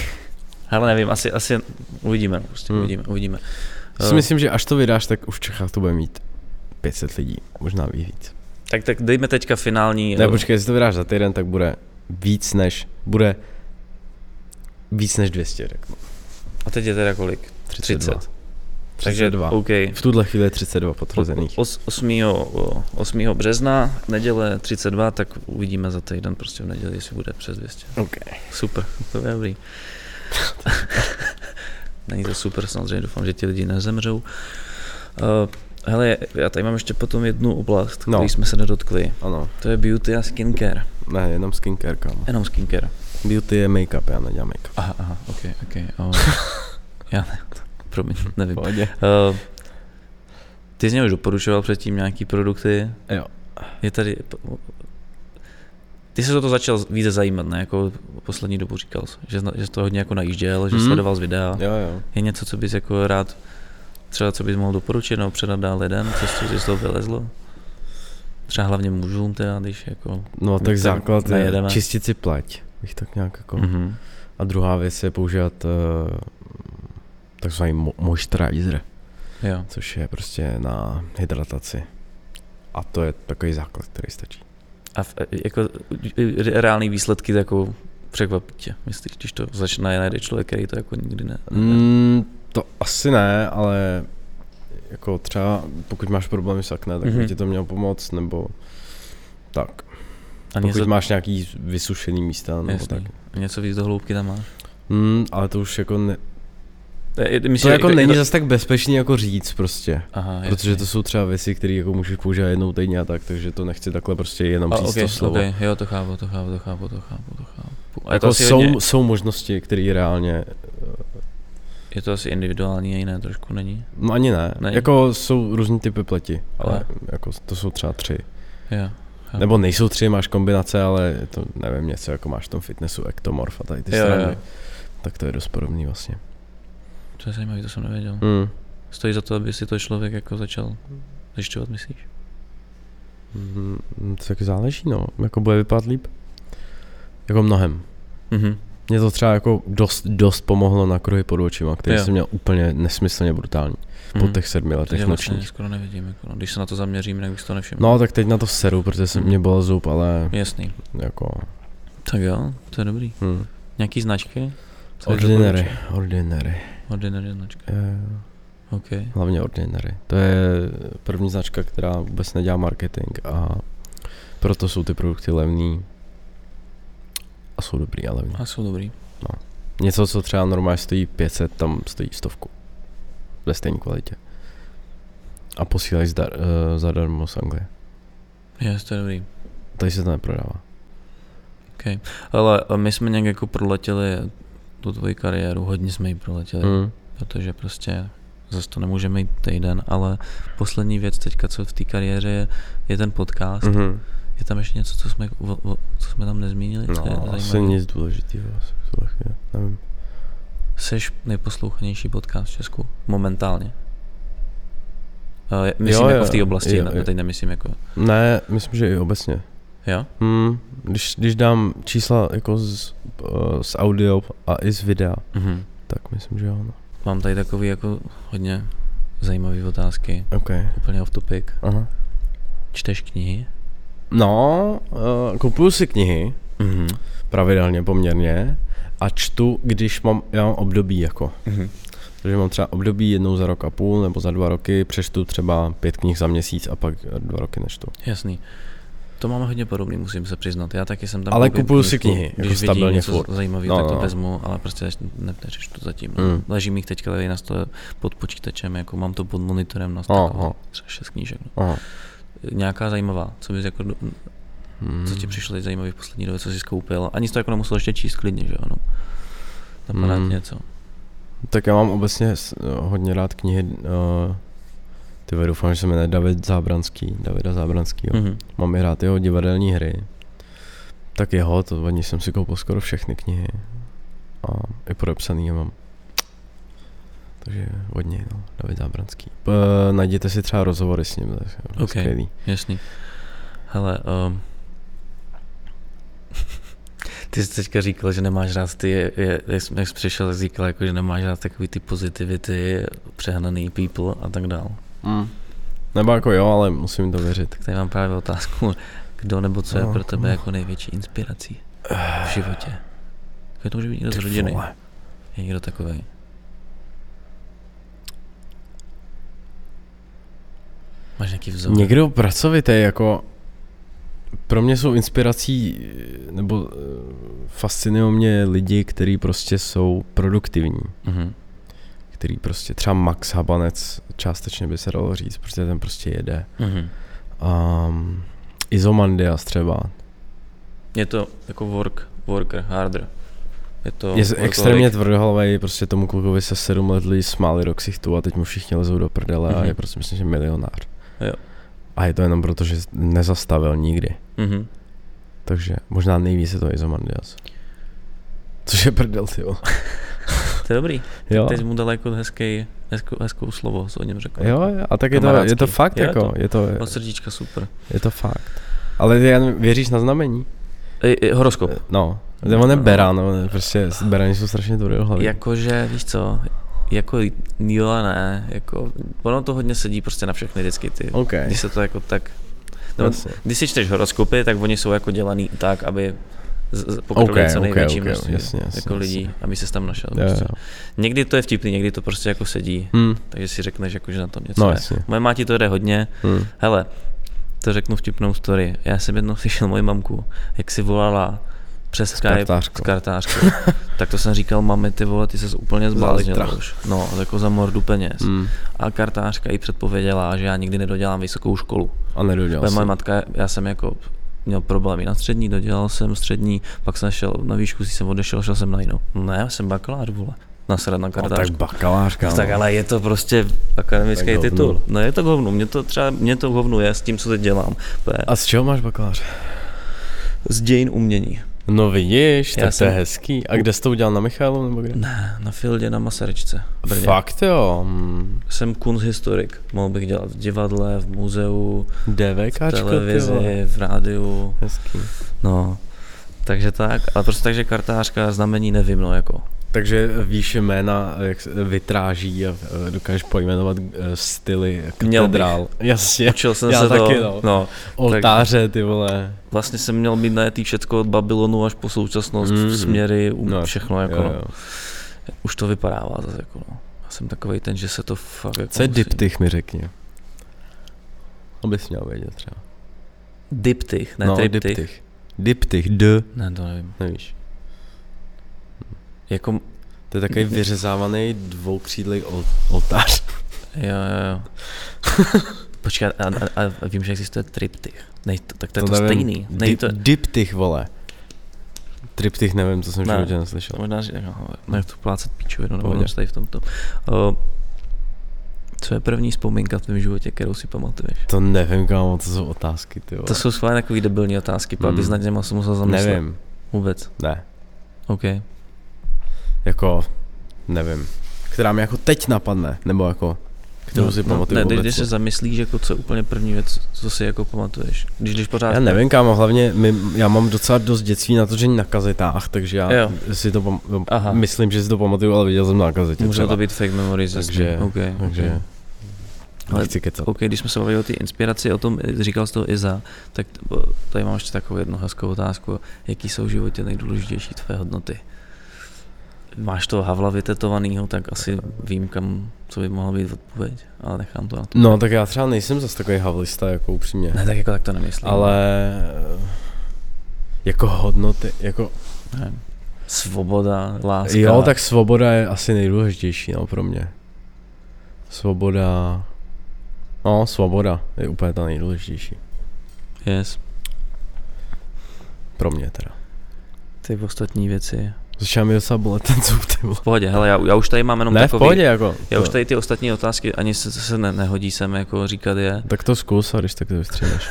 Speaker 4: Hele, nevím, asi, asi uvidíme, no, prostě
Speaker 5: Mm.
Speaker 4: uvidíme, uvidíme.
Speaker 5: Já Si
Speaker 4: Eh,
Speaker 5: myslím, že až to vydáš, tak už v Čechách to bude mít 500 lidí, možná i víc.
Speaker 4: Tak, tak dejme teďka finální.
Speaker 5: Ne,
Speaker 4: eh,
Speaker 5: počkej, jestli to vydáš za týden, tak bude víc než, bude víc než 200, řeknu.
Speaker 4: A teď je teda kolik?
Speaker 5: 32.
Speaker 4: 30. Takže
Speaker 5: 32.
Speaker 4: OK.
Speaker 5: V tuhle chvíli je 32 potvrzených.
Speaker 4: Os, 8. 8. března, neděle 32, tak uvidíme za týden prostě v neděli, jestli bude přes 200.
Speaker 5: OK.
Speaker 4: Super, to je dobrý. [laughs] Není to super, samozřejmě doufám, že ti lidi nezemřou. Eh, Hele, já tady mám ještě potom jednu oblast,
Speaker 5: No.
Speaker 4: no. který jsme se nedotkli.
Speaker 5: Ano,
Speaker 4: To je beauty a skincare.
Speaker 5: ne, jenom skincare, kámo.
Speaker 4: Jenom skincare.
Speaker 5: Beauty je make-up, já nedělám make-up.
Speaker 4: Aha, aha, ok, ok. O, [laughs] já ne, promiň, nevím.
Speaker 5: Pohodě.
Speaker 4: Uh, ty jsi mě už doporučoval předtím nějaký produkty.
Speaker 5: Jo.
Speaker 4: Je tady... Ty jsi o to začal více zajímat, ne? Jako poslední dobu říkal, jsi, že, zna- že jsi to hodně jako najížděl, že
Speaker 5: Mhm.
Speaker 4: mm. sledoval z videa.
Speaker 5: Jo, jo.
Speaker 4: Je něco, co bys jako rád třeba co bys mohl doporučit nebo předat dál lidem, co z toho- z toho vylezlo? Třeba hlavně mužům teda, když jako...
Speaker 5: No tak
Speaker 4: tak
Speaker 5: základ je
Speaker 4: najedeme.
Speaker 5: čistit si pleť, bych tak nějak jako...
Speaker 4: Mhm.
Speaker 5: A druhá věc je používat uh, eh, takzvaný mo- moisturizer,
Speaker 4: Jo.
Speaker 5: což je prostě na hydrataci. A to je takový základ, který stačí.
Speaker 4: A v, jako re- reální výsledky jako překvapí tě, myslíš, když to začne najde člověk, který to jako nikdy ne. ne.
Speaker 5: Mm, to asi ne, ale jako třeba pokud máš problémy s akné, tak
Speaker 4: Mhm.
Speaker 5: by ti to mělo pomoct, nebo tak.
Speaker 4: A
Speaker 5: Pokud
Speaker 4: něco,
Speaker 5: máš nějaký vysušený místa, nebo
Speaker 4: Jasný.
Speaker 5: tak.
Speaker 4: něco víc do hloubky tam máš.
Speaker 5: Mm, ale to už jako, ne,
Speaker 4: Je- je- Myslím,
Speaker 5: to jako
Speaker 4: je- je-
Speaker 5: není zas tak bezpečný jako říct prostě.
Speaker 4: Aha,
Speaker 5: Protože to jsou třeba věci, které jako můžeš používat jednou týdně a tak, takže to nechci takhle prostě jenom
Speaker 4: A,
Speaker 5: říct
Speaker 4: okay,
Speaker 5: to slovo.
Speaker 4: Okay, jo, to chápu, to chápu, to chápu, to chápu, to chápu. A je, to
Speaker 5: Jako
Speaker 4: asi
Speaker 5: jsou,
Speaker 4: jsou... hodně,
Speaker 5: jsou možnosti, které reálně,
Speaker 4: je to asi individuální a jiné trošku, není?
Speaker 5: no ani ne,
Speaker 4: Ne.
Speaker 5: ne. jako jsou různý typy pleti, ale
Speaker 4: Ale-
Speaker 5: jako to jsou třeba tři.
Speaker 4: Jo. chápu.
Speaker 5: Nebo nejsou tři, máš kombinace, ale je to nevím, něco jako máš v tom fitnessu, ektomorf a tady ty
Speaker 4: Jo, jo,
Speaker 5: strany.
Speaker 4: jo.
Speaker 5: Tak to je dost podobný vlastně.
Speaker 4: To je zajímavé, to jsem nevěděl.
Speaker 5: Mm.
Speaker 4: Stojí za to, aby si to člověk jako začal zjišťovat, myslíš?
Speaker 5: Mm, tak záleží, no. Jako bude vypadat líp. Jako mnohem.
Speaker 4: Mhm.
Speaker 5: Mě to třeba jako dost, dost pomohlo na kruhy pod očima, který
Speaker 4: Jo.
Speaker 5: jsem měl úplně nesmyslně brutální. Po
Speaker 4: mhm.
Speaker 5: těch sedmi letech
Speaker 4: Já vlastně
Speaker 5: nočních.
Speaker 4: skoro nevidím, jako, no. když se na to zaměřím, tak bych si to nevšiml.
Speaker 5: No tak teď na to seru, protože jsem,
Speaker 4: Mhm.
Speaker 5: mě byl zub, ale
Speaker 4: Jasný.
Speaker 5: jako...
Speaker 4: Tak jo, to je dobrý.
Speaker 5: Hm.
Speaker 4: Nějaký značky? Co bys
Speaker 5: Ordinary,
Speaker 4: doporučil?
Speaker 5: ordinary.
Speaker 4: Ordinary značka,
Speaker 5: Eh,
Speaker 4: OK.
Speaker 5: Hlavně Ordinary. To je první značka, která vůbec nedělá marketing a proto jsou ty produkty levný a jsou dobrý a levný.
Speaker 4: A jsou dobrý.
Speaker 5: Něco, co třeba normálně stojí 500, tam stojí stovku. Ve stejné kvalitě. A posílají zdar, uh, zadarmo z Anglie.
Speaker 4: Je, to je dobrý.
Speaker 5: Tady se to neprodává.
Speaker 4: Ale my jsme nějak jako proletěli tu tvoji kariéru, hodně jsme ji proletěli, mm.
Speaker 5: Mm.
Speaker 4: protože prostě zase to nemůžeme jít týden, ale poslední věc teďka, co v té kariéře je, je ten podcast. Mm.
Speaker 5: Mm-hmm.
Speaker 4: Je tam ještě něco, co jsme, o- o- co jsme tam nezmínili? co je
Speaker 5: No, asi
Speaker 4: zajímavé?
Speaker 5: nic důležitého. asi v tuhle chvíli, Nevím.
Speaker 4: Seš nejposlouchanější podcast v Česku momentálně. Eh,
Speaker 5: Jo,
Speaker 4: Myslím jo, jako
Speaker 5: jo,
Speaker 4: v té oblasti,
Speaker 5: jo,
Speaker 4: jo,
Speaker 5: jo.
Speaker 4: teď nemyslím jako,
Speaker 5: Ne, myslím, že i obecně.
Speaker 4: jo?
Speaker 5: Hmm, když, když dám čísla jako z, eh, z audio a i z videa,
Speaker 4: Mhm.
Speaker 5: tak myslím, že jo. No.
Speaker 4: Mám tady takový jako hodně zajímavé otázky,
Speaker 5: OK.
Speaker 4: úplně off topic.
Speaker 5: Aha.
Speaker 4: Čteš knihy?
Speaker 5: No, uh, kupuju si knihy
Speaker 4: Mhm.
Speaker 5: pravidelně poměrně a čtu, když mám, já mám období jako.
Speaker 3: Mhm.
Speaker 5: Takže mám třeba období jednou za rok a půl nebo za dva roky, přečtu třeba pět knih za měsíc a pak dva roky nečtu.
Speaker 4: Jasný. To máme hodně podobný, musím se přiznat. Já taky jsem tam.
Speaker 5: Ale
Speaker 4: koupím
Speaker 5: kupuju si
Speaker 4: knížku,
Speaker 5: knihy, jako
Speaker 4: Když vidím
Speaker 5: stabilně
Speaker 4: něco
Speaker 5: furt.
Speaker 4: zajímavého,
Speaker 5: No,
Speaker 4: tak to
Speaker 5: no.
Speaker 4: vezmu, ale prostě až ne, neřeštu to zatím.
Speaker 5: Mm.
Speaker 4: Mm. Leží mi jich teďka tady na stole pod počítačem, jako mám to pod monitorem na
Speaker 5: Aha.
Speaker 4: stole, jako třeba šest knížek. No.
Speaker 5: Aha.
Speaker 4: Nějaká zajímavá, co bys jako, do-
Speaker 5: Hmm.
Speaker 4: co ti přišlo teď zajímavý v poslední době, co jsi skoupil. Ani jsi to jako nemusel ještě číst klidně, že ano. Napadá
Speaker 5: Mm.
Speaker 4: mm. něco.
Speaker 5: Tak já mám obecně s- eh, hodně rád knihy, uh, ty doufám, že se jmenuje David Zábranský, Davida Zábranskýho.
Speaker 4: Mm-hmm.
Speaker 5: Mám i rád jeho divadelní hry. Tak jeho, to od ní jsem si koupil skoro všechny knihy. A i podepsaný je mám. Takže od něj, no, David Zábranský. E, najděte si třeba rozhovory s ním, to je
Speaker 4: Ok.
Speaker 5: skvělý.
Speaker 4: Jasný. Hele, um, [laughs] ty jsi teďka říkal, že nemáš rád ty, je- je- jak jsi, jak jsi přišel, tak jsi říkal, jako, že nemáš rád takový ty pozitivity, přehnaný people a tak dál.
Speaker 5: Mm. Nebo jako jo, ale musím to věřit.
Speaker 4: Tak tady mám právě otázku, kdo nebo co je
Speaker 5: No,
Speaker 4: pro tebe
Speaker 5: no.
Speaker 4: jako největší inspirací v životě? Tak to může být někdo z
Speaker 5: Ty
Speaker 4: rodiny,
Speaker 5: vole.
Speaker 4: je někdo takový. Máš nějaký vzor?
Speaker 5: Někdo pracovitý, jako pro mě jsou inspirací, eh, nebo eh, fascinují mě lidi, kteří prostě jsou produktivní.
Speaker 4: Mhm.
Speaker 5: který prostě třeba Max Habanec částečně by se dalo říct, protože ten prostě jede.
Speaker 4: Mhm.
Speaker 5: Um, Izomandias třeba.
Speaker 4: Je to jako work, worker, harder. Je No, to
Speaker 5: Je
Speaker 4: workaholic.
Speaker 5: extrémně tvrdohlavý, prostě tomu klukovi se sedm let lidi smáli do ksichtu a teď mu všichni lezou do prdele mm-hmm. a
Speaker 4: Mhm.
Speaker 5: je prostě myslím, že milionář.
Speaker 4: Jo.
Speaker 5: A je to jenom proto, že nezastavil nikdy.
Speaker 4: Mhm.
Speaker 5: Takže možná nejvíc je to Izomandias. Což je prdel,
Speaker 4: [laughs]
Speaker 5: ty vole.
Speaker 4: To je dobrý.
Speaker 5: Jo.
Speaker 4: Teď jsi mu dal jako hezký, hezkou, hezkou slovo, co o něm řekl.
Speaker 5: Jo, jo, a tak je to, je to
Speaker 4: Kamarádský.
Speaker 5: fakt,
Speaker 4: Jo, je
Speaker 5: jako,
Speaker 4: to.
Speaker 5: je to,
Speaker 4: Od srdíčka super.
Speaker 5: je to fakt. Ale ty Jan, věříš na znamení?
Speaker 4: E, e, horoskop.
Speaker 5: No, on je beran, on je prostě, berani jsou strašně tvrdé hlavy.
Speaker 4: Jakože, víš co, Jako jo a ne, jako, ono to hodně sedí prostě na všechny vždycky ty,
Speaker 5: OK.
Speaker 4: když se to jako tak, no,
Speaker 5: Jasně.
Speaker 4: když si čteš horoskopy, tak oni jsou jako dělaný tak, aby z- z- pokryli
Speaker 5: OK,
Speaker 4: co
Speaker 5: OK,
Speaker 4: největší
Speaker 5: OK,
Speaker 4: množství
Speaker 5: jasně, jasně,
Speaker 4: jako lidí,
Speaker 5: jasně.
Speaker 4: aby se tam našel.
Speaker 5: Jo,
Speaker 4: prostě.
Speaker 5: jo.
Speaker 4: Někdy to je vtipný, někdy to prostě jako sedí,
Speaker 5: Hm.
Speaker 4: takže si řekneš, jako, že na tom něco
Speaker 5: No,
Speaker 4: je.
Speaker 5: jasně.
Speaker 4: Moje máti to jde hodně.
Speaker 5: Hm.
Speaker 4: Hele, to řeknu vtipnou story. Já jsem jednou [laughs] slyšel moji mamku, jak si volala přes Skype
Speaker 5: kartářkou.
Speaker 4: s
Speaker 5: [laughs]
Speaker 4: kartářkou. tak to jsem říkal, mami, ty vole, ty se úplně zbláznila už. No, jako za mordu peněz.
Speaker 5: Hm.
Speaker 4: A kartářka jí předpověděla, že já nikdy nedodělám vysokou školu.
Speaker 5: A nedodělal
Speaker 4: Moje
Speaker 5: jsem.
Speaker 4: moje matka, já jsem jako měl problémy na střední, dodělal jsem střední, pak jsem šel na výšku, si jsem odešel, šel jsem na jinou. No Ne, já jsem bakalář, vole. Nasrat na
Speaker 5: A tak
Speaker 4: kartářku.
Speaker 5: bakalářka.
Speaker 4: Tak
Speaker 5: no.
Speaker 4: ale je to prostě akademický
Speaker 5: Tak hovno.
Speaker 4: titul. No je to k hovnu, mě to třeba, mě to k hovnu je s tím, co teď dělám. To je
Speaker 5: A z čeho máš bakaláře?
Speaker 4: z dějin umění.
Speaker 5: No vidíš,
Speaker 4: Já
Speaker 5: tak to je
Speaker 4: jsem-
Speaker 5: hezký. A kde jsi to udělal na Michalu nebo kde?
Speaker 4: Ne, na Fieldě na Masaryčce. v Brně.
Speaker 5: Fakt jo. hm.
Speaker 4: Jsem kunsthistorik. Mohl bych dělat v divadle, v muzeu, v
Speaker 5: DVKčko, ty vole.
Speaker 4: televizi, v rádiu.
Speaker 5: Hezký.
Speaker 4: No, takže tak, ale prostě takže kartářka znamení nevím, no jako.
Speaker 5: Takže víš jména, jak se vytráží a eh, dokážeš pojmenovat eh, styly
Speaker 4: Měl bych.
Speaker 5: katedrál. Jasně.
Speaker 4: Učil jsem
Speaker 5: Já
Speaker 4: se
Speaker 5: taky,
Speaker 4: to,
Speaker 5: no.
Speaker 4: no.
Speaker 5: Oltáře, ty vole.
Speaker 4: Vlastně jsem měl být na všecko od Babylonu až po současnost,
Speaker 5: Mhm.
Speaker 4: mm, směry, um,
Speaker 5: No,
Speaker 4: no, všechno jako.
Speaker 5: Jo,
Speaker 4: no.
Speaker 5: jo.
Speaker 4: Už to vypadává zase jako no. Já jsem takovej ten, že se to fakt jako
Speaker 5: Co je
Speaker 4: musí-
Speaker 5: diptych, mi řekni. Abys měl vědět třeba.
Speaker 4: Diptych, ne no, triptych. Diptych.
Speaker 5: Diptych, d,
Speaker 4: Ne, to nevím.
Speaker 5: nevíš.
Speaker 4: Jako,
Speaker 5: To je takový vyřezávaný dvoukřídlej ol- oltář.
Speaker 4: jo, jo,
Speaker 5: [laughs]
Speaker 4: jo. Počkej, a, a, a, vím, že existuje triptych. Nej, to, tak to, je to
Speaker 5: nevím.
Speaker 4: stejný. Nej,
Speaker 5: Dip-
Speaker 4: to,
Speaker 5: Diptych, vole. Triptych nevím, to jsem v
Speaker 4: Ne.
Speaker 5: životě neslyšel.
Speaker 4: to možná říct, no, ne, to plácet píčovinu, nebo
Speaker 5: Pohodě.
Speaker 4: něco tady v tomto. O, co je první vzpomínka v tvém životě, kterou si pamatuješ?
Speaker 5: To nevím, kámo, to jsou otázky, ty vole.
Speaker 4: To jsou schválně takový debilní otázky,
Speaker 5: Mm.
Speaker 4: pak bys nad něma se musel zamyslet.
Speaker 5: Nevím,
Speaker 4: Vůbec.
Speaker 5: ne.
Speaker 4: OK.
Speaker 5: Jako, nevím. Která mi jako teď napadne, nebo jako, kterou si pamatuju
Speaker 4: ne, když,
Speaker 5: vůbec,
Speaker 4: když se
Speaker 5: no.
Speaker 4: zamyslíš, jako co je úplně první věc, co si jako pamatuješ. Když když pořád...
Speaker 5: Já nevím, kámo, hlavně my, já mám docela dost dětství natočení na kazetách, takže já
Speaker 4: Jo.
Speaker 5: si to pam-
Speaker 4: Aha.
Speaker 5: myslím, že si to pamatuju, ale viděl jsem na kazetě.
Speaker 4: Může
Speaker 5: třeba.
Speaker 4: to být fake memories,
Speaker 5: Takže-
Speaker 4: takže, okay,
Speaker 5: Takže,
Speaker 4: Ale-
Speaker 5: nechci kecat.
Speaker 4: OK, když jsme se bavili o té inspiraci, o tom, říkal jsi to Iza, tak t- bo- tady mám ještě takovou jednu hezkou otázku. Jaký jsou v životě nejdůležitější tvé hodnoty? Máš to Havla vytetovanýho, tak asi vím, kam, co by mohla být odpověď, ale nechám to na to.
Speaker 5: No, tak já třeba nejsem zase takový havlista, jako upřímně.
Speaker 4: Ne, tak jako tak to nemyslím.
Speaker 5: Ale eh, jako hodnoty, jako
Speaker 4: Nevím. Svoboda, láska.
Speaker 5: jo, tak svoboda je asi nejdůležitější no, pro mě. Svoboda, no svoboda je úplně ta nejdůležitější,
Speaker 4: Yes.
Speaker 5: pro mě teda.
Speaker 4: Ty ostatní věci.
Speaker 5: Začíná mi docela bolet ten zub, ty vole.
Speaker 4: V pohodě, hele, já, já už tady mám jenom
Speaker 5: Ne, v
Speaker 4: takový...
Speaker 5: pohodě, jako.
Speaker 4: Já už
Speaker 5: to-
Speaker 4: tady ty ostatní otázky ani se, se ne, nehodí sem jako říkat je.
Speaker 5: Tak to zkus a když tak to vystřelíš.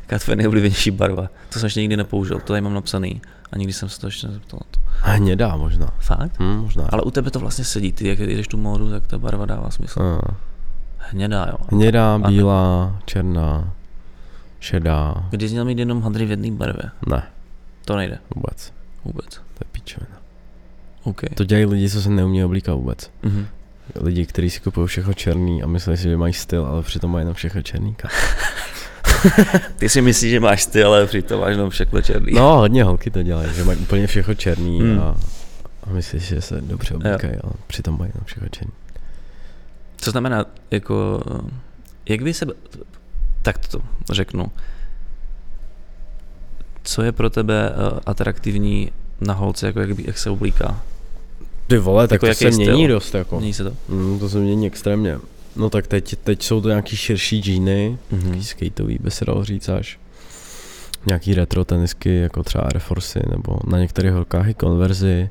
Speaker 4: Jaká tvoje nejoblíbenější barva? To jsem ještě nikdy nepoužil, to tady mám napsaný a nikdy jsem se to ještě nezeptal. na to.
Speaker 5: A hnědá možná.
Speaker 4: Fakt?
Speaker 5: Hm, možná.
Speaker 4: Ale u tebe to vlastně sedí, ty jak jdeš tu módu, tak ta barva dává smysl.
Speaker 5: A,
Speaker 4: Hnědá, jo.
Speaker 5: Hm. hnědá,
Speaker 4: ne-
Speaker 5: bílá, černá, šedá.
Speaker 4: Když jsi měl mít jenom hadry v jedné barvě,
Speaker 5: Ne,
Speaker 4: to nejde
Speaker 5: vůbec.
Speaker 4: vůbec.
Speaker 5: To je píčovina.
Speaker 4: OK.
Speaker 5: To dělají lidi, co se neumí oblíkat vůbec.
Speaker 4: Mhm.
Speaker 5: Lidi, kteří si kupují všechno černý a myslí si, že mají styl, ale přitom mají jenom všechno černý. kámo.
Speaker 4: Ty si myslíš, že máš ty, ale přitom máš jenom všechno černý.
Speaker 5: [laughs] No, hodně holky to dělají, že mají úplně všechno černý
Speaker 4: Hmm.
Speaker 5: a, a myslí si, že se dobře oblíkají, ale přitom mají jenom všechno černý.
Speaker 4: Co znamená, jako, jak by se, tak to řeknu, co je pro tebe eh, atraktivní na holce, jako jak, by- jak se oblíká?
Speaker 5: Ty vole, tak
Speaker 4: Jako
Speaker 5: to
Speaker 4: jaký
Speaker 5: se
Speaker 4: styl?
Speaker 5: mění dost jako.
Speaker 4: Mění se to?
Speaker 5: Mm, to se mění extrémně. No tak teď, teď jsou to nějaký širší džíny,
Speaker 4: Mhm.
Speaker 5: takový skateový by se dalo říct až. Nějaký retro tenisky, jako třeba Air Forcey, nebo na některých holkách i konverzi.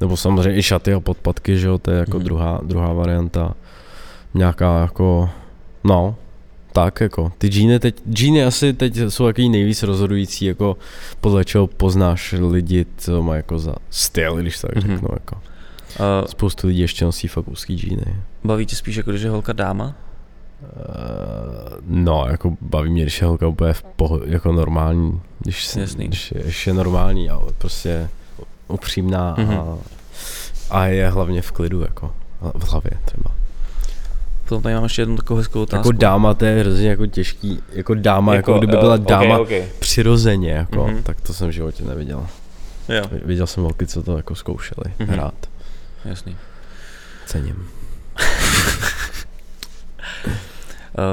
Speaker 5: Nebo samozřejmě i šaty a podpatky, že jo, to je jako
Speaker 4: Mhm.
Speaker 5: druhá, druhá varianta. Nějaká jako, no, tak jako, ty džíny teď, džíny asi teď jsou takový nejvíc rozhodující, jako podle čeho poznáš lidi, co má jako za styl, když to tak
Speaker 4: Mhm.
Speaker 5: řeknu, jako.
Speaker 4: A
Speaker 5: Spoustu lidí ještě nosí fakt úzký džíny.
Speaker 4: Eh, baví tě spíš, jako když je holka dáma?
Speaker 5: Eh, No, jako baví mě, když je holka úplně v pohodě, jako normální, když, se-
Speaker 4: Jasný.
Speaker 5: když, je, když je normální a prostě upřímná
Speaker 4: Mhm.
Speaker 5: a, a je hlavně v klidu, jako. v hlavě třeba.
Speaker 4: No, Potom tady mám ještě jednu takovou hezkou otázku.
Speaker 5: Jako dáma, to je hrozně jako těžký, jako dáma, jako, jako kdyby
Speaker 6: eh,
Speaker 5: byla
Speaker 6: ok,
Speaker 5: dáma
Speaker 6: ok.
Speaker 5: přirozeně, jako,
Speaker 4: Mhm.
Speaker 5: mm-hmm. tak to jsem v životě neviděl.
Speaker 4: Jo,
Speaker 5: Viděl jsem holky, co to jako zkoušeli
Speaker 4: Mhm.
Speaker 5: mm-hmm. hrát.
Speaker 4: jasný.
Speaker 5: Cením.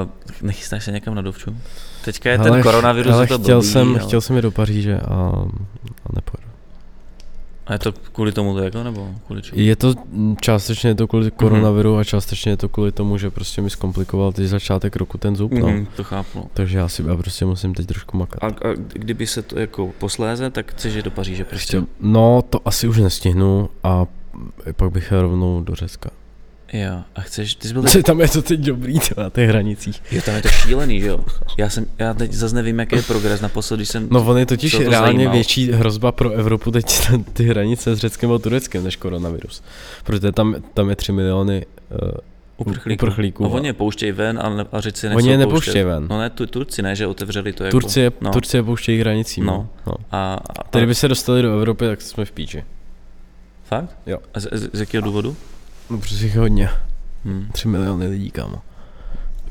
Speaker 4: Uh, nechystáš se někam na dovču? Teďka je ten koronavirus,
Speaker 5: ale
Speaker 4: je to
Speaker 5: chtěl,
Speaker 4: blbý,
Speaker 5: jsem,
Speaker 4: ale...
Speaker 5: chtěl jsem jít do Paříže a, a nepojedu.
Speaker 4: A je to kvůli tomu to jako, nebo kvůli čemu?
Speaker 5: Je to mm, částečně je to kvůli
Speaker 4: Mhm.
Speaker 5: koronaviru mm-hmm. a částečně je to kvůli tomu, že prostě mi zkomplikoval teď začátek roku ten zub, mm-hmm. no.
Speaker 4: Mhm, to chápu.
Speaker 5: Takže já si já prostě musím teď trošku makat.
Speaker 4: A, a kdyby se to jako posléze, tak chceš jít do Paříže prostě.
Speaker 5: Chtěl, no, to asi už nestihnu a pak bych jel rovnou do Řecka. [laughs]
Speaker 4: Jo, a chceš, ty jsi byl
Speaker 5: Tam je to teď dobrý, to na těch hranicích.
Speaker 4: Jo, tam je to šílený, že jo? Já, jsem, já teď zase nevím, jaký je progres. Naposled, když jsem...
Speaker 5: No on je totiž
Speaker 4: Co to
Speaker 5: to reálně
Speaker 4: zajímalo?
Speaker 5: větší hrozba pro Evropu teď [laughs] ty hranice s Řeckem a Tureckem než koronavirus. Protože tam, tam je 3 miliony uh,
Speaker 4: uprchlíků.
Speaker 5: uprchlíků.
Speaker 4: No, oni je pouštějí ven a, ne, a řeci
Speaker 5: Oni je nepouštějí ven.
Speaker 4: No ne, tu, Turci ne, že otevřeli to jako...
Speaker 5: Turcie,
Speaker 4: no.
Speaker 5: no. Turcie pouštějí hranicím.
Speaker 4: No.
Speaker 5: No. no.
Speaker 4: A, a,
Speaker 5: Tady by se dostali do Evropy, tak jsme v píči.
Speaker 4: Fakt?
Speaker 5: Jo.
Speaker 4: A z, z, z jakého důvodu?
Speaker 5: No prostě jich hodně.
Speaker 4: Hmm.
Speaker 5: 3 miliony lidí, kámo.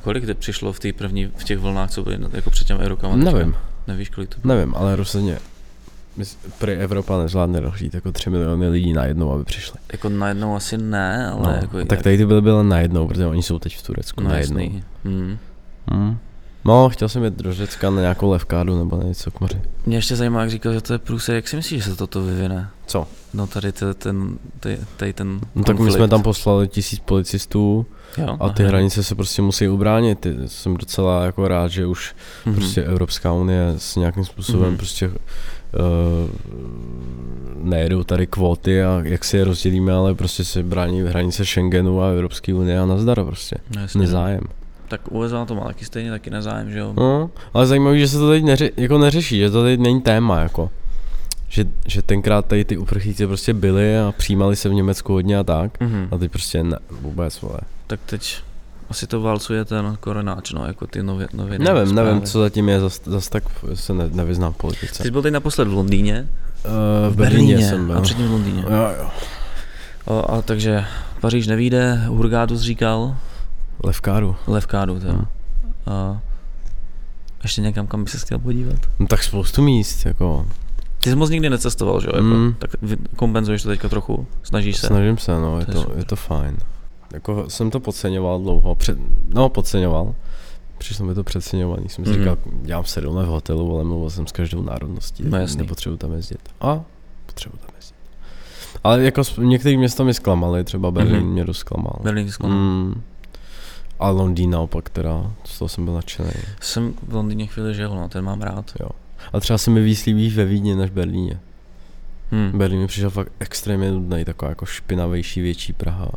Speaker 4: Kolik to přišlo v té první, v těch vlnách, co byly na- jako před těmi rokama? teďka?
Speaker 5: Nevím,
Speaker 4: Nevíš, kolik to bylo?
Speaker 5: nevím, ale rozhodně. Prý Evropa nezvládne rozdít jako 3 miliony lidí najednou, aby přišli.
Speaker 4: Jako najednou asi ne, ale
Speaker 5: No,
Speaker 4: jako...
Speaker 5: tak tady ty byly byla najednou, protože oni jsou teď v Turecku no,
Speaker 4: no,
Speaker 5: najednou.
Speaker 4: jasný. Hmm.
Speaker 5: Hmm. No, chtěl jsem jít do Řecka na nějakou levkádu nebo na něco k moři.
Speaker 4: Mě ještě zajímá, jak říkal, že to je průse, jak si myslíš, že se toto vyvine?
Speaker 5: Co?
Speaker 4: No tady te- ten, ty- tady ten
Speaker 5: No, tak my
Speaker 4: konflikt.
Speaker 5: jsme tam poslali tisíc policistů
Speaker 4: jo,
Speaker 5: a ty
Speaker 4: aha.
Speaker 5: hranice se prostě musí ubránit. Ty- Jsem docela jako rád, že už
Speaker 4: Mhm.
Speaker 5: prostě Evropská unie s nějakým způsobem
Speaker 4: Mhm.
Speaker 5: prostě uh, nejedou tady kvóty a jak si je rozdělíme, ale prostě se brání hranice Schengenu a Evropské unie a nazdar prostě.
Speaker 4: No, jasně.
Speaker 5: Nezájem.
Speaker 4: Tak USA to má taky stejně, taky nezájem, že jo?
Speaker 5: No, ale zajímavé, že se to teď neři, jako neřeší, že to teď není téma, jako. Že, že tenkrát tady ty uprchlíci prostě byli a přijímali se v Německu hodně a tak.
Speaker 4: Mhm.
Speaker 5: A teď prostě ne, vůbec, vole.
Speaker 4: Tak teď asi to válcuje ten koronáč, no, jako ty nově, noviny.
Speaker 5: nevím,
Speaker 4: zprávy.
Speaker 5: nevím, co zatím je, zas, zas tak se ne, nevyznám v politice.
Speaker 4: Ty jsi byl teď naposled v Londýně.
Speaker 5: Uh, v Berlíně, jsem byl.
Speaker 4: A předtím v Londýně.
Speaker 5: Jo, jo.
Speaker 4: O, a takže Paříž nevíde, Hurgádus říkal,
Speaker 5: Levkáru.
Speaker 4: Levkádu, teda.
Speaker 5: Hm.
Speaker 4: A ještě někam, kam bys se chtěl podívat.
Speaker 5: No tak spoustu míst, jako.
Speaker 4: Ty jsi moc nikdy necestoval, že jo? Jako,
Speaker 5: Mm.
Speaker 4: Tak vy- kompenzuješ to teďka trochu, snažíš se.
Speaker 5: Snažím se, no, je
Speaker 4: To je
Speaker 5: to,
Speaker 4: super.
Speaker 5: je to fajn. Jako jsem to podceňoval dlouho, před, no podceňoval, přišlo mi to přeceňovaný, jsem si
Speaker 4: Mhm.
Speaker 5: říkal, dělám se dole v hotelu, ale mluvil jsem s každou národností,
Speaker 4: No
Speaker 5: tak
Speaker 4: jasný.
Speaker 5: nepotřebuji tam jezdit. A potřebuji tam jezdit. Ale jako sp- některý města mi zklamaly, třeba Berlín
Speaker 4: Mhm. no.
Speaker 5: mě dosklamal.
Speaker 4: Berlín tě zklamal.
Speaker 5: Mm. A Londýn naopak teda, z toho jsem byl nadšený.
Speaker 4: Jsem v Londýně chvíli žil, no, ten mám rád.
Speaker 5: A třeba se mi víc líbí ve Vídni než v Berlíně.
Speaker 4: Hm.
Speaker 5: Berlín mi přišel fakt extrémně nudný, taková jako špinavější, větší Praha.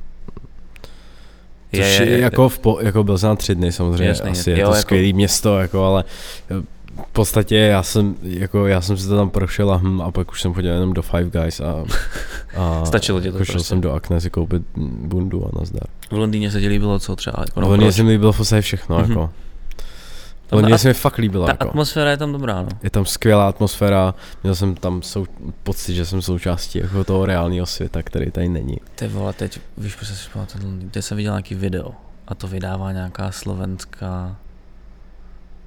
Speaker 5: Což je, je, je, jako, v po, jako byl jsem na tři dny samozřejmě,
Speaker 4: Jasný,
Speaker 5: jasný, asi je
Speaker 4: jo,
Speaker 5: to
Speaker 4: jako-
Speaker 5: jako... skvělé město, jako, ale eh, v podstatě já jsem, jako, já jsem se to tam prošel a, hm, a pak už jsem chodil jenom do Five Guys a,
Speaker 4: [laughs]
Speaker 5: a
Speaker 4: Stačilo ti to
Speaker 5: jako šel
Speaker 4: prostě.
Speaker 5: jsem do Akne si koupit mm, bundu a nazdar.
Speaker 4: V Londýně se ti líbilo co třeba? Jako,
Speaker 5: No,
Speaker 4: no,
Speaker 5: Londýně
Speaker 4: proč?
Speaker 5: se mi líbilo v podstatě všechno,
Speaker 4: Mhm.
Speaker 5: mm-hmm. jako.
Speaker 4: Tam ta
Speaker 5: Londýně
Speaker 4: at-
Speaker 5: se mi fakt líbilo,
Speaker 4: Ta
Speaker 5: jako.
Speaker 4: atmosféra je tam dobrá, no.
Speaker 5: Je tam skvělá atmosféra, měl jsem tam sou, pocit, že jsem součástí jako toho reálného světa, který tady není.
Speaker 4: Ty vole, teď, víš, proč jsem si pamatuju ten Londýn, teď jsem viděl nějaký video a to vydává nějaká slovenská,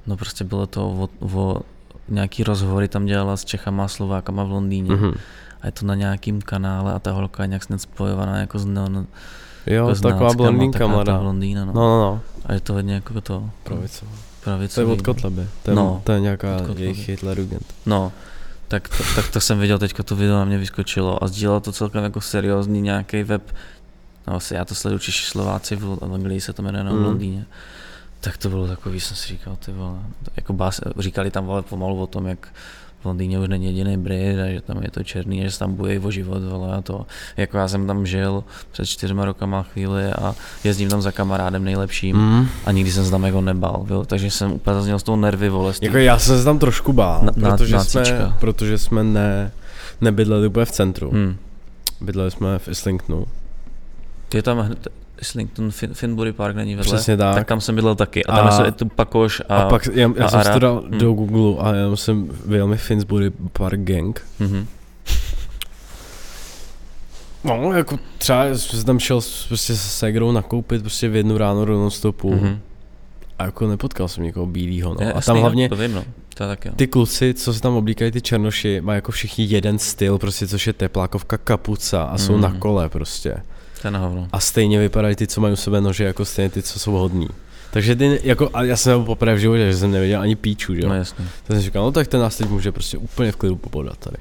Speaker 4: no prostě bylo to o, o nějaký rozhovory tam dělala s Čechama a Slovákama v Londýně Mhm.
Speaker 5: Mm-hmm.
Speaker 4: a je to na nějakým kanále a ta holka je nějak snad spojovaná jako s neon,
Speaker 5: Jo,
Speaker 4: jako
Speaker 5: to
Speaker 4: s
Speaker 5: taková
Speaker 4: náckama,
Speaker 5: blondýnka
Speaker 4: taková ta
Speaker 5: mladá. No,
Speaker 4: blondýna, no. no.
Speaker 5: no, no.
Speaker 4: A je to hodně jako to
Speaker 5: Pravicová. To
Speaker 4: pravicový.
Speaker 5: je od Kotleby, to je,
Speaker 4: No,
Speaker 5: no, to je nějaká
Speaker 4: od Kotlaby.
Speaker 5: jejich Hitlerugent.
Speaker 4: No, tak to, tak to jsem viděl, teďka to video na mě vyskočilo a sdílel to celkem jako seriózní nějaký web, no asi já to sleduju Češi Slováci, v Lo- v Anglii se to jmenuje, no, v
Speaker 5: Mm.
Speaker 4: Londýně. Tak to bylo takový, jsem si říkal, ty vole, to jako bás, říkali tam vole pomalu o tom, jak v Londýně už není jediný Brit a že tam je to černý, a že se tam bojí o život, vole, a to. Jako já jsem tam žil před čtyřma rokama chvíli a jezdím tam za kamarádem nejlepším
Speaker 5: Mm.
Speaker 4: a nikdy jsem se tam jako nebal, jo, takže jsem úplně zazněl z toho nervy, vole, z té-
Speaker 5: Jako já jsem se tam trošku bál,
Speaker 4: Na- na-
Speaker 5: protože, jsme,
Speaker 4: nácíčka.
Speaker 5: protože jsme ne, nebydleli úplně v centru,
Speaker 4: Hm.
Speaker 5: bydleli jsme v Islingtonu,
Speaker 4: Je tam hned Islington, fin, Finbury Park není vedle.
Speaker 5: přesně tak.
Speaker 4: Tak tam jsem bydlel taky. A tam
Speaker 5: A-
Speaker 4: a, je tu Pakoš a...
Speaker 5: a, pak já, já
Speaker 4: a
Speaker 5: jsem si
Speaker 4: Ara.
Speaker 5: to dal
Speaker 4: Hm.
Speaker 5: do Google a já jsem vyjel mi Finsbury Park Gang.
Speaker 4: Mhm.
Speaker 5: No, jako třeba jsem tam šel s- prostě se segrou nakoupit prostě v jednu ráno do non-stopu
Speaker 4: Mhm.
Speaker 5: a jako nepotkal jsem někoho bílýho, no.
Speaker 4: Je,
Speaker 5: a
Speaker 4: jasný,
Speaker 5: tam
Speaker 4: no,
Speaker 5: hlavně
Speaker 4: To vím, no. To je taky, no.
Speaker 5: ty kluci, co se tam oblíkají, ty černoši, mají jako všichni jeden styl, prostě, což je teplákovka kapuca a jsou
Speaker 4: Mhm.
Speaker 5: na kole prostě.
Speaker 4: To je na hovno.
Speaker 5: A stejně vypadají ty, co mají u sebe nože, jako stejně ty, co jsou hodní. Takže ty, jako, a já jsem nebyl poprvé v životě, že jsem neviděl ani píču, že jo.
Speaker 4: No jasně.
Speaker 5: Tak jsem říkal, no tak ten nás teď může prostě úplně v klidu pobodat tady.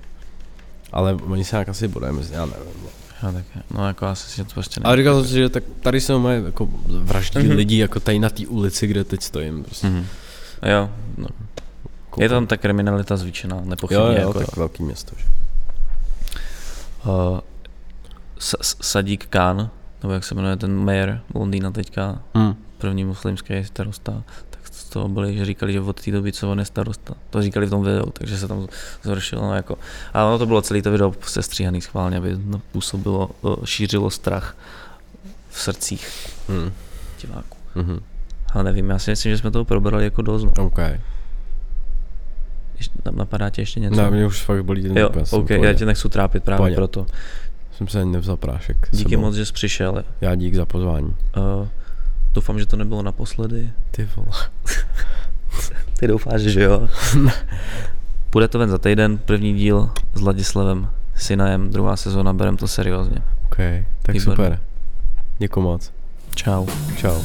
Speaker 5: Ale oni se nějak asi bodají, mezi- já nevím. no.
Speaker 4: Já taky. No jako asi si to prostě ne.
Speaker 5: Ale říkal jsem si, že tak tady se mají jako vraždí
Speaker 4: Mhm.
Speaker 5: mm-hmm. lidi, jako tady na té ulici, kde teď stojím. Prostě.
Speaker 4: Mhm. Jo, no.
Speaker 5: Koukám.
Speaker 4: Je tam ta kriminalita zvyčená, nepochybně.
Speaker 5: jo, jo,
Speaker 4: jako,
Speaker 5: tak velký město. Že?
Speaker 4: Uh, S- S- Sadík Khan, nebo jak se jmenuje ten mayor Londýna teďka,
Speaker 5: Hmm.
Speaker 4: první muslimský starosta, tak z toho byli, že říkali, že od té doby, co on je starosta. To říkali v tom videu, takže se tam zhoršilo. No, jako. A ono to bylo celé to video sestříhaný schválně, aby no, působilo, eh, šířilo strach v srdcích
Speaker 5: Hmm.
Speaker 4: diváků.
Speaker 5: Mhm.
Speaker 4: Ale nevím, já si myslím, že jsme toho probrali jako dost. No.
Speaker 5: OK.
Speaker 4: Ještě- tam Napadá tě ještě něco?
Speaker 5: No, mě už fakt bolí ten
Speaker 4: jo,
Speaker 5: úplně, jsem
Speaker 4: ok,
Speaker 5: v pohodě.
Speaker 4: já tě nechci trápit právě
Speaker 5: Pohodě.
Speaker 4: proto.
Speaker 5: Jsem se ani nevzal prášek. s
Speaker 4: Díky
Speaker 5: sebou.
Speaker 4: moc, že jsi přišel.
Speaker 5: Já dík za pozvání.
Speaker 4: Uh, doufám, že to nebylo naposledy.
Speaker 5: Ty vole.
Speaker 4: [laughs] Ty doufáš, že
Speaker 5: [laughs]
Speaker 4: jo? Půjde to ven za týden, první díl s Ladislavem Sinajem, druhá sezóna, berem to seriózně.
Speaker 5: OK, tak
Speaker 4: Výborně.
Speaker 5: super. Děkuji moc.
Speaker 4: Čau.
Speaker 5: Čau.